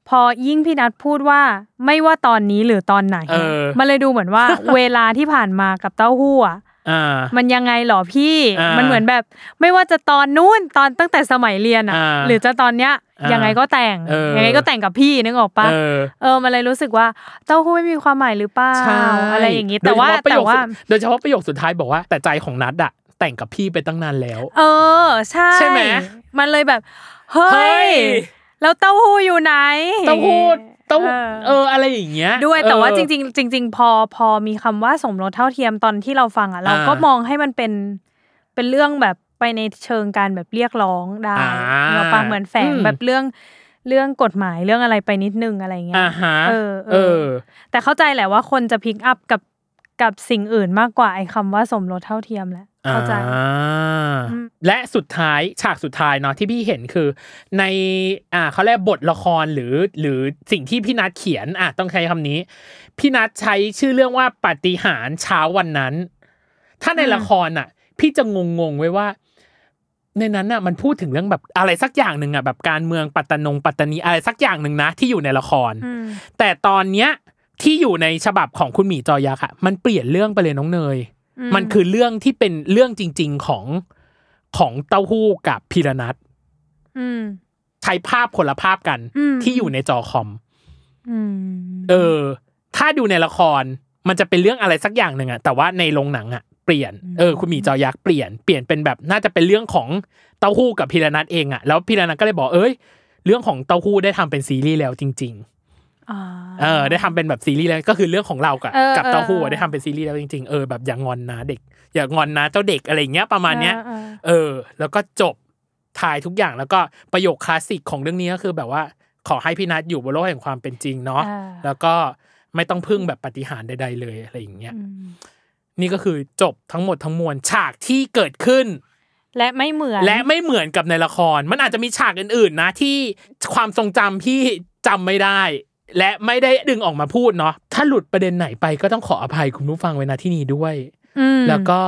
Speaker 3: พอยิ่งพี่นัทพูดว่าไม่ว่าตอนนี้หรือตอนไหน
Speaker 2: เออ
Speaker 3: มันเลยดูเหมือน ว่า เวลาที่ผ่านมากับเต้าหู้อะ
Speaker 2: อ่า
Speaker 3: มันยังไงหรอพี่
Speaker 2: อ่ามั
Speaker 3: มันเหมือนแบบ ไม่ว่าจะตอนนู้นตอนตั้งแต่สมัยเรียน
Speaker 2: อ่า
Speaker 3: หรือจะตอนเนี้ย
Speaker 2: อ่ายั
Speaker 3: ยังไงก็แต่ง
Speaker 2: เออ
Speaker 3: ยังไงก็แต่งกับพี่นึกออกปะ
Speaker 2: เออ
Speaker 3: เออมันเลยรู้สึกว่าเต้าหู้ไม่มีความหมายหรือเปล่า
Speaker 2: ใช่
Speaker 3: อะไรอย่างนี้
Speaker 2: โด
Speaker 3: แต่
Speaker 2: ยเฉ
Speaker 3: ว่า
Speaker 2: พะประ
Speaker 3: แต่
Speaker 2: โยค
Speaker 3: ว่า
Speaker 2: สุดโดยเฉพาะประโยคสุดท้ายบอกว่า แต่ใจของนัดอะแต่งกับพี่ไปตั้งนานแล้ว
Speaker 3: เออใช่
Speaker 2: ใช่ไหม
Speaker 3: มันเลยแบบ เฮ้
Speaker 2: เฮ้
Speaker 3: ย
Speaker 2: ย
Speaker 3: แล้วเต้าหู้อยู่ไหน
Speaker 2: เต้าหู้เต้า
Speaker 3: ออ
Speaker 2: เอออะไรอย่างเงี้ย
Speaker 3: ด้วยแต่ว่า
Speaker 2: เออ
Speaker 3: จริง ๆ จริง ๆ พอพอมีคำว่าสมรสเท่าเทียมตอนที่เราฟังอ่ะ เราก็
Speaker 2: อ่าม
Speaker 3: มองให้มันเป็นเป็นเรื่องแบบไปในเชิงการแบบเรียกร้องได้
Speaker 2: อ่า
Speaker 3: เราปะเหมือนแฝง
Speaker 2: อืม
Speaker 3: แบบเรื่องเรื่องกฎหมายเรื่องอะไรไปนิดนึงอะไรเงี้ย
Speaker 2: อ่าฮะ
Speaker 3: เออเออ
Speaker 2: เออ
Speaker 3: แต่เข้าใจแหละว่าคนจะพิกอัพกับกับสิ่งอื่นมากกว่าไอ้คำว่าสมรสเท่าเทียมแหละเข้าใจ
Speaker 2: อ่า
Speaker 3: อืม
Speaker 2: และสุดท้ายฉากสุดท้ายเนาะที่พี่เห็นคือ ในอ่าเขาเรียกบทละครหรือ หรือสิ่งที่พี่นัทเขียนอ่ะต้องใช้คำนี้ พี่นัทใช้ชื่อเรื่องว่าปาฏิหารย์เช้าวันนั้น ถ้าในละครอ่ะ พี่จะงงงๆไว้ว่า ในนั้นน่ะมันพูดถึงเรื่องแบบอะไรสักอย่างหนึ่งอ่ะแบบการเมืองปัตตนงปัตตานีอะไรสักอย่างหนึ่งนะที่อยู่ในละคร
Speaker 3: อืม
Speaker 2: แต่ตอนเนี้ยที่อยู่ในฉบับของคุณหมีจอยักษ์อะมันเปลี่ยนเรื่องไปเลยน้องเนย มันคือเรื่องที่เป็นเรื่องจริง ๆของของเต้าหู้กับพีระนัท
Speaker 3: อืม
Speaker 2: ใช้ภาพคนละภาพกัน
Speaker 3: อืม
Speaker 2: ที่อยู่ในจอคอม
Speaker 3: อืม
Speaker 2: เออ ถ้าดูในละครมันจะเป็นเรื่องอะไรสักอย่างหนึ่งอะแต่ว่าในโรงหนังอะเปลี่ยนเออคุณหมีจอยักษ์เปลี่ยนเปลี่ยนเป็นแบบน่าจะเป็นเรื่องของเต้าหู้กับพีระนัทเองอะแล้วพีระนัทก็เลยบอกเอ้ยเรื่องของเต้าหู้ได้ทำเป็นซีรีส์แล้วจริง ๆ
Speaker 3: อ่า
Speaker 2: เออได้ทำเป็นแบบซีรีส์แล้วก็คือเรื่องของเรากับ
Speaker 3: เออ
Speaker 2: กับเต้าหู้
Speaker 3: เออ
Speaker 2: อะได้ทำเป็นซีรีส์แล้วจริงๆเออแบบอย่างอนนะเด็ก อย่างอนนะเจ้าเด็กอะไรอย่างเงี้ยประมาณเนี้ย
Speaker 3: เออ
Speaker 2: เออ แล้วก็จบถ่ายทุกอย่างแล้วก็ประโยคคลาสสิกของเรื่องนี้ก็คือแบบว่าขอให้พี่นัทอยู่บนโลกแห่งความเป็นจริง
Speaker 3: เออ
Speaker 2: เนาะแล้วก็ไม่ต้องพึ่งแบบปาฏิหารย์ใดๆเลยอะไรอย่างเงี้ย
Speaker 3: อืม
Speaker 2: นี่ก็คือจบทั้งหมดทั้งมวลฉากที่เกิดขึ้น
Speaker 3: และไม่เหมือน
Speaker 2: และไม่เหมือนกับในละคร มันอาจจะมีฉากอื่นๆนะที่ความทรงจำพี่จำไม่ได้ และไม่ได้ดึงออกมาพูดเนาะ ถ้าหลุดประเด็นไหนไปก็ต้องขออภัยคุณผู้ฟังไว้นะที่นี้ด้วย
Speaker 3: อืม
Speaker 2: แล้วก็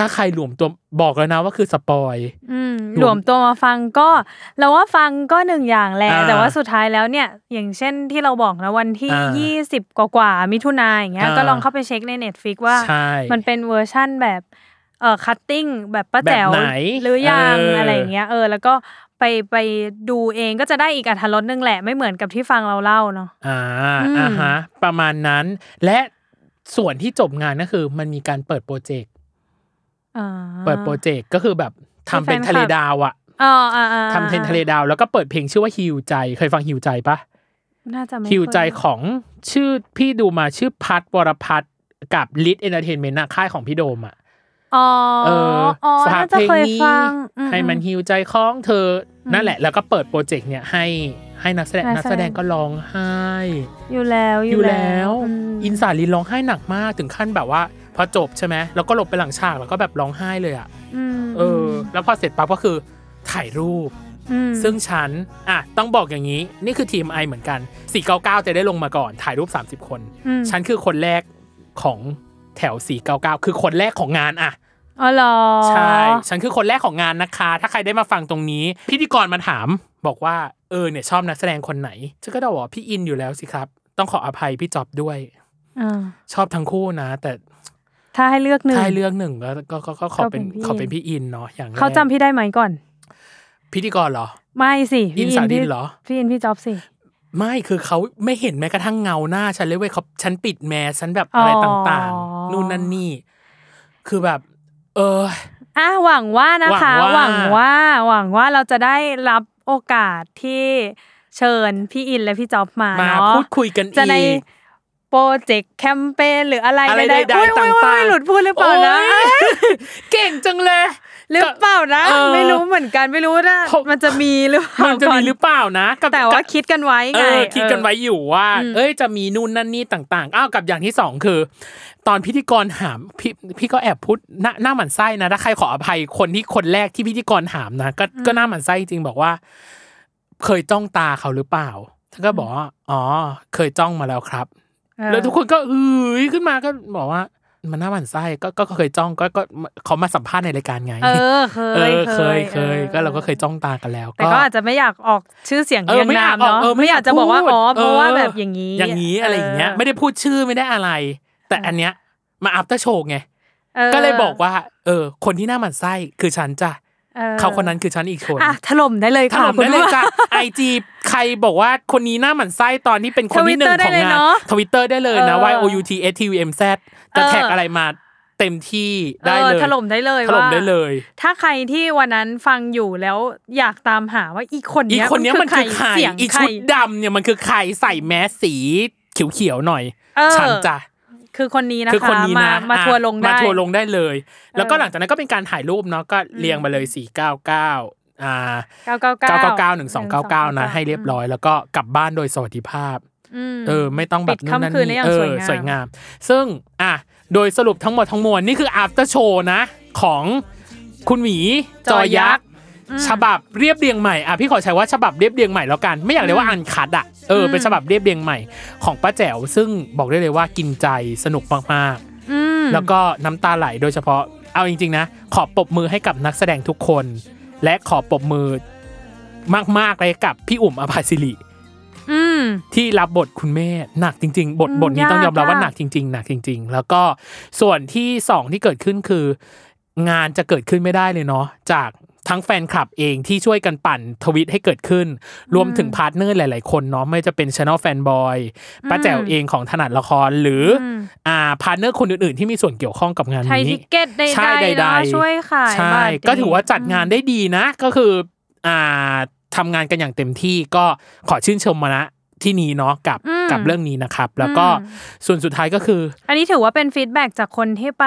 Speaker 2: ถ้าใครหลวมตัวบอกแล้วนะว่าคือสปอย
Speaker 3: อืมหลวมตัวมาฟังก็เราว่าฟังก็หนึ่งอย่างแหละ
Speaker 2: อ่า
Speaker 3: แต่ว่าสุดท้ายแล้วเนี่ย อย่างเช่นที่เราบอกนะวันที่
Speaker 2: อ่า
Speaker 3: ยี่สิบกว่าๆมิถุนาอย่างเงี้ย
Speaker 2: อ่า
Speaker 3: ก็ลองเข้าไปเช็คใน Netflix ว่า
Speaker 2: ใช่
Speaker 3: มันเป็นเวอร์ชั่นแบบเอ่อคัตติ้งแบบป้า
Speaker 2: แบบ
Speaker 3: แจ๋ว
Speaker 2: ไหน
Speaker 3: หรือยัง
Speaker 2: เอออ
Speaker 3: อะไรอย่างเงี้ยเออ แล้วก็ไปไปดูเองก็จะได้อีกอัธรสนึงแหละไม่เหมือนกับที่ฟังเราเล่าเนาะ
Speaker 2: อ่า
Speaker 3: อืม
Speaker 2: อ่าฮะ ประมาณนั้น และส่วนที่จบงานก็คือ มันมีการเปิดโปรเจกต์
Speaker 3: อ่า
Speaker 2: เปิดโปรเจกต์ก็คือแบบทำเป็น
Speaker 3: ให้แฟนคลับ
Speaker 2: ทะเลดาวอะ
Speaker 3: อ่าอ่าอ่า
Speaker 2: ทำเป็นทะเลดาว แล้วก็เปิดเพลงชื่อว่าฮิวใจ เคยฟังฮิวใจปะ
Speaker 3: น่าจะไม่
Speaker 2: คิวใจ
Speaker 3: เคย
Speaker 2: ของชื่อพี่ดูมาชื่อพัทวรพัทกับลิทเอนเตอร์เทนเมนต์ค่ายของพี่โดมอ่ะ
Speaker 3: อ๋อ
Speaker 2: เออ
Speaker 3: อ๋อ
Speaker 2: ฝาก
Speaker 3: น่าจะ
Speaker 2: เพลง
Speaker 3: เคย
Speaker 2: นี้
Speaker 3: ฟังอื
Speaker 2: ให้มัน
Speaker 3: อื
Speaker 2: ฮิวใจของเธออ
Speaker 3: ม
Speaker 2: นั่นแหละ แล้วก็เปิดโปรเจกต์เนี่ยให้ให้นักแสดง
Speaker 3: นั
Speaker 2: นั
Speaker 3: ก
Speaker 2: ก
Speaker 3: แส
Speaker 2: แส
Speaker 3: ด
Speaker 2: ด
Speaker 3: ง
Speaker 2: งก็ร้องไห้
Speaker 3: อยู่แล้ว
Speaker 2: อยู่แล้ว
Speaker 3: ม
Speaker 2: อินสาลินร้องไห้หนักมากถึงขั้นแบบว่า พอจบใช่ไหมแล้วก็หลบไปหลังฉากแล้วก็แบบร้องไห้เลยอ่ะ
Speaker 3: ม
Speaker 2: เอออ แล้วพอเสร็จปั๊บก็คือถ่ายรูป
Speaker 3: ม
Speaker 2: ซึ่งฉันอ่ะต้องบอกอย่างนี้ นี่คือทีมไอเหมือนกัน 499 จะได้ลงมาก่อน ถ่ายรูป 30 คน
Speaker 3: อืม
Speaker 2: ฉันคือคนแรกของแถว 499 คือคนแรกของงานอ่ะ
Speaker 3: อ๋อเหรอ
Speaker 2: ใช่ ฉันคือคนแรกของงานนะคะ ถ้าใครได้มาฟังตรงนี้ พิธีกรมาถามบอกว่า เออเนี่ยชอบนักแสดงคนไหน ฉันก็ตอบว่าพี่อินอยู่แล้วสิครับ ต้องขออภัยพี่จอบด้วย
Speaker 3: อ่า
Speaker 2: ชอบทั้งคู่นะ แต่
Speaker 3: ถ้าให้เลือกหนึ่ง
Speaker 2: ถ้าให้เลือกหนึ่งก็ก็ก็ก็ขอเป็น
Speaker 3: ก็
Speaker 2: ข
Speaker 3: เป็นพี่อิน
Speaker 2: อเป็นพี่อินเนาะอย่างแรก
Speaker 3: เขาจำพี่ได้ไหมก่อน
Speaker 2: พิธีกรเหรอ
Speaker 3: ไม่สิพี่
Speaker 2: อินสาดินเหรอ
Speaker 3: พี่อินพี่จ๊อบสิ
Speaker 2: ไม่คือเขาไม่เห็นแม้กระทั่งเงาหน้าฉันเลยเว้ยเขาฉันปิดแมสฉันแบบอะไรต่าง
Speaker 3: อ๋อ
Speaker 2: ๆ นู่นนั่นนี่ คือแบบ เออ
Speaker 3: อ่ะหวังว่านะคะ ห
Speaker 2: หวั
Speaker 3: วัง
Speaker 2: งว่า
Speaker 3: ว่าหวังว่าเราจะได้รับโอกาสที่เชิญพี่อินและพี่จ๊อบมา
Speaker 2: มา
Speaker 3: เนาะ
Speaker 2: พูดคุยกัน
Speaker 3: จะใน
Speaker 2: อีก
Speaker 3: โปรเจกต์แคมเปญหรืออะไร
Speaker 2: อะไรใดๆ
Speaker 3: อุ๊ยอุ๊ยอุ๊ย
Speaker 2: ต่างๆ
Speaker 3: หลุดพูดหรือเปล่านะ
Speaker 2: โอ๊ย เก่งจังเลย
Speaker 3: หรือเปล่านะ
Speaker 2: เออ
Speaker 3: ไม่รู้เหมือนกันไม่รู้นะ
Speaker 2: เขามั
Speaker 3: มันจะมีหรือเปล่า
Speaker 2: มันจะมีหรือเปล่านะกับ
Speaker 3: แต่ว่า
Speaker 2: กับ
Speaker 3: คิดกันไว้
Speaker 2: เอ
Speaker 3: ไง
Speaker 2: อคิดกันไว้
Speaker 3: เอ
Speaker 2: อยู่ว่า
Speaker 3: อืม
Speaker 2: เอ้ยจะมีนู่นนั่นนี่ต่างๆอ้าวกับอย่างที่สองคือ ตอนพิธีกรถามพี่พี่ก็แอบพูดหน้าหน้าหมันไส้นะถ้าใครขออภัยคนที่คนแรกที่พิธีกรถามนะก็ก็หน้าหมันไส้จริงบอกว่า เคยจ้องตาเขาหรือเปล่า ฉันก็บอกว่าอ๋อ เคยจ้องมาแล้วครับ แล้วทุกคนก็เฮ้ยขึ้นมาก็บอกว่า มันน่าหวั่นไส้ก็ก็ก็เคยจ้องก็ก็เขามาสัมภาษณ์ในรายการไง
Speaker 3: เออเค
Speaker 2: เออย เคยเคย
Speaker 3: ออ
Speaker 2: ก็เราก็เคยจ้องตากันแล้ว
Speaker 3: แต่ก็อาจจะไม่อยากออกชื่อเสียง
Speaker 2: เออ
Speaker 3: เรียง
Speaker 2: ไม่อยาน
Speaker 3: าก ม
Speaker 2: ออ
Speaker 3: เนาะ
Speaker 2: กเออไม่
Speaker 3: ไม่
Speaker 2: อ
Speaker 3: อาย
Speaker 2: ยาก ก
Speaker 3: จะบอกว่า
Speaker 2: พูด
Speaker 3: อ๋อเพราะว่า
Speaker 2: เออ
Speaker 3: แบบอย่างนี้
Speaker 2: อย่างนี้อะไรอย่างเงี้ย ไม่ได้พูดชื่อไม่ได้อะไร แต่อันเนี้ยมาอัพเตอร์โชว์ไง
Speaker 3: ออ
Speaker 2: ก็เลยบอกว่า เออ คนที่หน้าหมันไส้คือฉันจ้ะ
Speaker 3: ออ
Speaker 2: เขาคนนั้นคือฉันอีกคน
Speaker 3: อ่ะถล่มได้เลย
Speaker 2: ถ
Speaker 3: ค่ะ
Speaker 2: ล่มได้เลยจ้ะไอจีใครบอกว่าคนนี้หน้าหมันไส้ตอนที่เป็นคนที่หนึ่งของงานทวิตเตอร์ได้เลยนะ y o u t s t u m z จะแท็กอะไรมาเต็มที่
Speaker 3: ได้
Speaker 2: ได้
Speaker 3: เล
Speaker 2: เลย ย
Speaker 3: ถล่มได้เลย
Speaker 2: ถล่ม
Speaker 3: ว่า
Speaker 2: ได้เลย
Speaker 3: ถ้าใครที่วันนั้นฟังอยู่แล้วอยากตามหาว่าอีคน
Speaker 2: อีก
Speaker 3: เนี้ย
Speaker 2: คนเนี้ยมันคือใคร
Speaker 3: เสียง
Speaker 2: อี
Speaker 3: ใคร
Speaker 2: ชุดดำเนี่ยมันคือใครใส่แมสสีเขียวๆหน่อย
Speaker 3: เออ
Speaker 2: ฉันจ้ะ
Speaker 3: คือคนนี้นะ
Speaker 2: คือคนนี้
Speaker 3: มา
Speaker 2: นะ
Speaker 3: มา
Speaker 2: อ่ะ
Speaker 3: ทัวร์ลงได้
Speaker 2: มาทัวร์ลงได้เลย แล้วก็หลังจากนั้นก็เป็นการถ่ายรูปเนาะก็เรียงมาเลย 499อ่า
Speaker 3: เก้าเก้าเก้า
Speaker 2: 999 1299 นะ ให้เรียบร้อยแล้วก็กลับบ้านโดยสวัสดิภาพ
Speaker 3: ม
Speaker 2: เออ ไม่ต้องแบ
Speaker 3: ปิ
Speaker 2: บ
Speaker 3: ดค่ำคืนได้อย่าง
Speaker 2: เอ
Speaker 3: สว
Speaker 2: อง
Speaker 3: ยาม
Speaker 2: สวยงาม ซึ่งอ่ะโดยสรุปทั้งหมดทั้งมวล นี่คือ after show นะ ของคุณหมีจอยักษ์ ฉบับเรียบเรียงใหม่อ่ะพี่ขอใช้ว่าฉบับเรียบเรียงใหม่แล้วกัน ไม่อยากเรียกว่าอันคัดอ่ะเออเป็นฉบับเรียบเรียงใหม่ของป้าแจ๋วซึ่งบอกได้เลยว่ากินใจสนุกมากๆ
Speaker 3: อืม
Speaker 2: แล้วก็น้ำตาไหลโดยเฉพาะเอาจริง ๆ นะ ขอปรบมือให้กับนักแสดงทุกคน และขอปรบมือมากๆเลยกับพี่อุ่มอภาสิริ
Speaker 3: อืม
Speaker 2: ที่รับบทคุณแม่หนักจริง ๆ บท
Speaker 3: อืม
Speaker 2: บทนี้ต้องยอมรับ
Speaker 3: ยา
Speaker 2: ว่าย
Speaker 3: กาก
Speaker 2: หนักจริง ๆ หนักจริง ๆ แล้วก็ส่วนที่สองที่เกิดขึ้นคือ งานจะเกิดขึ้นไม่ได้เลยเนาะจากทั้งแฟนคลับเองที่ช่วยกันปั่นทวิตให้เกิดขึ้น รวมถึงพาร์ทเนอร์หลาย ๆ คนเนาะไม่ว่าจะเป็นช anel แฟนบอยป้าแจ๋วเองของถนัดละครหรืออ
Speaker 3: ม
Speaker 2: อ่าพาร์ทเนอร์คนอื่น ๆ ที่มีส่วนเกี่ยวข้องกับงาน
Speaker 3: ไท
Speaker 2: นี้
Speaker 3: ยทิกเก็ตได้
Speaker 2: ใช่
Speaker 3: ได้
Speaker 2: ใด
Speaker 3: นะ
Speaker 2: ๆ
Speaker 3: ช่วยขาย
Speaker 2: ใช่
Speaker 3: บัตร
Speaker 2: ก็ถือว่าจัดงานได้ดีนะ ก็คืออ่าทำงานกันอย่างเต็มที่ก็ขอชื่นชมมานะที่นี้เนาะกับกับเรื่องนี้นะครับ แล้วก็ส่วนสุดท้ายก็คือ
Speaker 3: อันนี้ถือว่าเป็นฟีดแบ็กจากคนที่ไป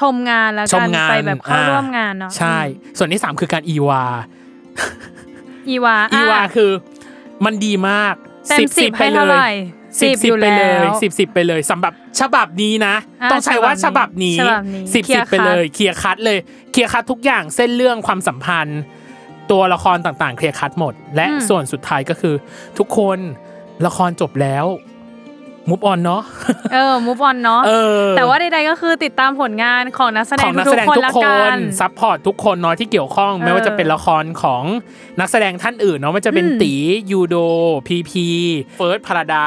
Speaker 3: ชมงานแล้ว
Speaker 2: ช
Speaker 3: กั
Speaker 2: ม
Speaker 3: น
Speaker 2: งาน
Speaker 3: ไปแบบเข้า
Speaker 2: อ่
Speaker 3: ร่วมงานเนาะ
Speaker 2: ใช่ ส่วนที่สามคือการอีวา
Speaker 3: อีวาะ
Speaker 2: อีวาคือมันดีมาก
Speaker 3: เต็ม
Speaker 2: สิบ
Speaker 3: สิ
Speaker 2: สิ
Speaker 3: บบ ให้
Speaker 2: ไป
Speaker 3: เท่า
Speaker 2: เล
Speaker 3: ไหร่
Speaker 2: ยสิบสิบ
Speaker 3: อยู่
Speaker 2: ไปเล
Speaker 3: แวย
Speaker 2: สิบสิบไปเลยสำหรับฉบับนี้นะ
Speaker 3: ะ
Speaker 2: ต้องใช้ว่าฉบับนี้
Speaker 3: ฉบับนี้
Speaker 2: สิบ
Speaker 3: คลี
Speaker 2: สิ
Speaker 3: ย
Speaker 2: บ
Speaker 3: ร์
Speaker 2: ไป
Speaker 3: คัด
Speaker 2: เลยเคลียร์คัดเลยเคลียร์คัดทุกอย่างเส้นเรื่องความสัมพันธ์ ตัวละครต่างๆ เคลียร์คัดหมด และ
Speaker 3: อืม
Speaker 2: ส่วนสุดท้ายก็คือ ทุกคนละครจบแล้วมุฟออนเนาะ
Speaker 3: เออมูฟออนเนาะ
Speaker 2: เออ
Speaker 3: แต่ว่าใดๆก็คือติดตามผลงานของนักแสด
Speaker 2: ของ งนัก
Speaker 3: ทุ
Speaker 2: แสดง
Speaker 3: กๆคน
Speaker 2: ทุก
Speaker 3: ละ
Speaker 2: ค
Speaker 3: กัน น
Speaker 2: ซัพพอร์ตทุกคนเนาะที่เกี่ยวข้อง
Speaker 3: เออ
Speaker 2: ไม่ว่าจะเป็นละครของนักแสดงท่านอื่นเนาะไม่ว่าจะเป็น
Speaker 3: อืม
Speaker 2: ตียูโดพีพีเฟิร์สพราดา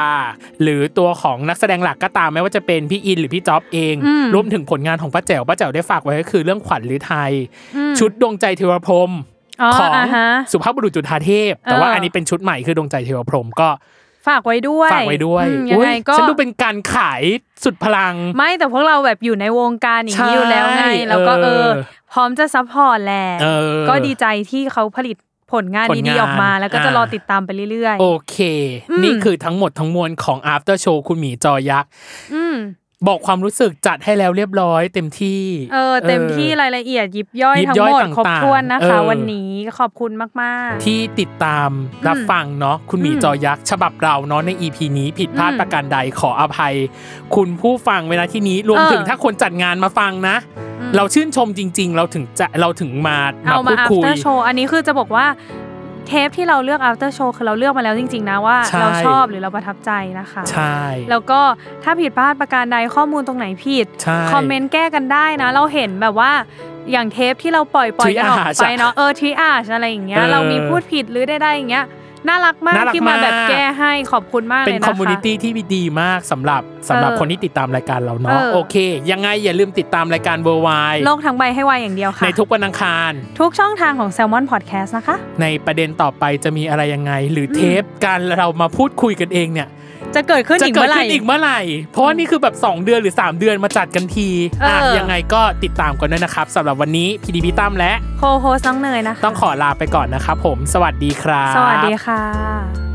Speaker 2: หรือตัวของนักแสดงหลักก็ตามไม่ว่าจะเป็นพี่อินหรือพี่จ๊อบเอง รวมถึงผลงานของป้าแจ๋วป้าแจ๋วได้ฝากไว้ก็คือเรื่องขวัญหรือไทย ชุดดวงใจเทวพรหมของ
Speaker 3: อ่าฮะ
Speaker 2: สุภาพบุรุษจุฑาเทพ แต่ว่า
Speaker 3: เอออั
Speaker 2: อันนี้เป็นชุดใหม่คือดวงใจเทวพรหมก็
Speaker 3: ฝากไว้ด้วย
Speaker 2: ฝากไว้ด้วย
Speaker 3: อืมยังไง
Speaker 2: อุ๊
Speaker 3: ก็
Speaker 2: ฉันดูเป็นการขายสุดพลัง
Speaker 3: ไม่แต่พวกเราแบบอยู่ในวงการอย่างนี้อยู่แล้วไง
Speaker 2: ใช่
Speaker 3: แล้วก็เอ
Speaker 2: เอ
Speaker 3: อ
Speaker 2: อ
Speaker 3: พร้อมจะซัพพอร์ตแหละ
Speaker 2: เออ
Speaker 3: ก็ดีใจที่เขาผลิตผลงาน
Speaker 2: ผลงาน
Speaker 3: ดีๆออกมา แล้วก็จะ
Speaker 2: อ่าร ร
Speaker 3: อติดตามไปเรื่อย
Speaker 2: โอเค
Speaker 3: อืม
Speaker 2: นี่คือทั้งหมดทั้งมวลของ After Show คุณหมีจอยักษ์
Speaker 3: ๆอืม
Speaker 2: บอกความรู้สึกจัดให้แล้วเรียบร้อยเต็มที่
Speaker 3: เออเต็มที่รายละเอียดยิบย่อย
Speaker 2: ยิ
Speaker 3: ทั้
Speaker 2: บ
Speaker 3: ง
Speaker 2: ย่อย
Speaker 3: หมด
Speaker 2: ต่างๆ
Speaker 3: ครบถ้วนนะคะ
Speaker 2: เออ
Speaker 3: วันนี้ขอบคุณมาก
Speaker 2: ที่ติดตามรับ
Speaker 3: อืม
Speaker 2: ฟังเนาะคุณหมี
Speaker 3: อืม
Speaker 2: จอยักษ์ฉบับเราเนาะใน EP นี้ผิดพลาด
Speaker 3: อืม
Speaker 2: ประการใดขออภัย คุณผู้ฟังเวลาที่นี้รวม
Speaker 3: เออ
Speaker 2: ถึงถ้าคนจัดงานมาฟังนะ
Speaker 3: อืม
Speaker 2: เราชื่นชมจริง ๆ เราถึงจะเราถึงมา
Speaker 3: ๆ เอา
Speaker 2: พู
Speaker 3: มา
Speaker 2: ดคุย
Speaker 3: after show อันนี้คือจะบอกว่าเทปที่เราเลือก after show คือเราเลือกมาแล้วจริง ๆ นะว่า
Speaker 2: ใช่
Speaker 3: เราชอบหรือเราประทับใจนะคะ
Speaker 2: ใช่
Speaker 3: แล้วก็ถ้าผิดพลาดประการใดข้อมูลตรงไหนผิด
Speaker 2: ใช่
Speaker 3: คอมเมนต์แก้กันได้นะ เราเห็นแบบว่าอย่างเทปที่เราปล่อยปล่อยกันออก
Speaker 2: Triage
Speaker 3: ไปเนาะเออทีอาชอะไรอย่างเงี้ย
Speaker 2: เออ
Speaker 3: เรามีพูดผิดหรือได้ได้อย่างเงี้ยน่ารักมาก
Speaker 2: น่ารัก
Speaker 3: ที่มาแบบ
Speaker 2: มาก
Speaker 3: แก้ให้ขอบคุณมากเล
Speaker 2: เป็
Speaker 3: ย
Speaker 2: น
Speaker 3: นะคะ
Speaker 2: คอมมูนิตี้ที่ดีมากสำหรับสำหรับ
Speaker 3: เออ
Speaker 2: คนที่ติดตามรายการเรา
Speaker 3: เอ
Speaker 2: เนาะ
Speaker 3: อ
Speaker 2: โอเค ยังไงอย่าลืมติดตามรายการเวอร์ไว
Speaker 3: โลกทั้งใบให้วายอย่างเดียวค่ะ
Speaker 2: ในทุกวันอังคาร
Speaker 3: ทุกช่องทางของ s ซ l m o n Podcast นะคะ
Speaker 2: ในประเด็นต่อไปจะมีอะไรยังไง หรืออเทปการเรามาพูดคุยกันเองเนี่ย
Speaker 3: จะเกิดขึ้น
Speaker 2: จะ
Speaker 3: อีก
Speaker 2: เกิ
Speaker 3: เมื่
Speaker 2: ด
Speaker 3: อไหร่
Speaker 2: ขึ้นอีกเมื่อไหร่ เพราะว่านี่คือแบบ 2 เดือนหรือ 3 เดือนมาจัดกันที
Speaker 3: เอออ่
Speaker 2: ะยังไงก็ติดตามกันด้วยนะครับสำหรับวันนี้พีดีพีตั้มและ
Speaker 3: โคโฮสน้องเนยนะคะ
Speaker 2: ต้องขอลาไปก่อนนะครับผม สวัสดีครับ
Speaker 3: สวัสดีค่ะ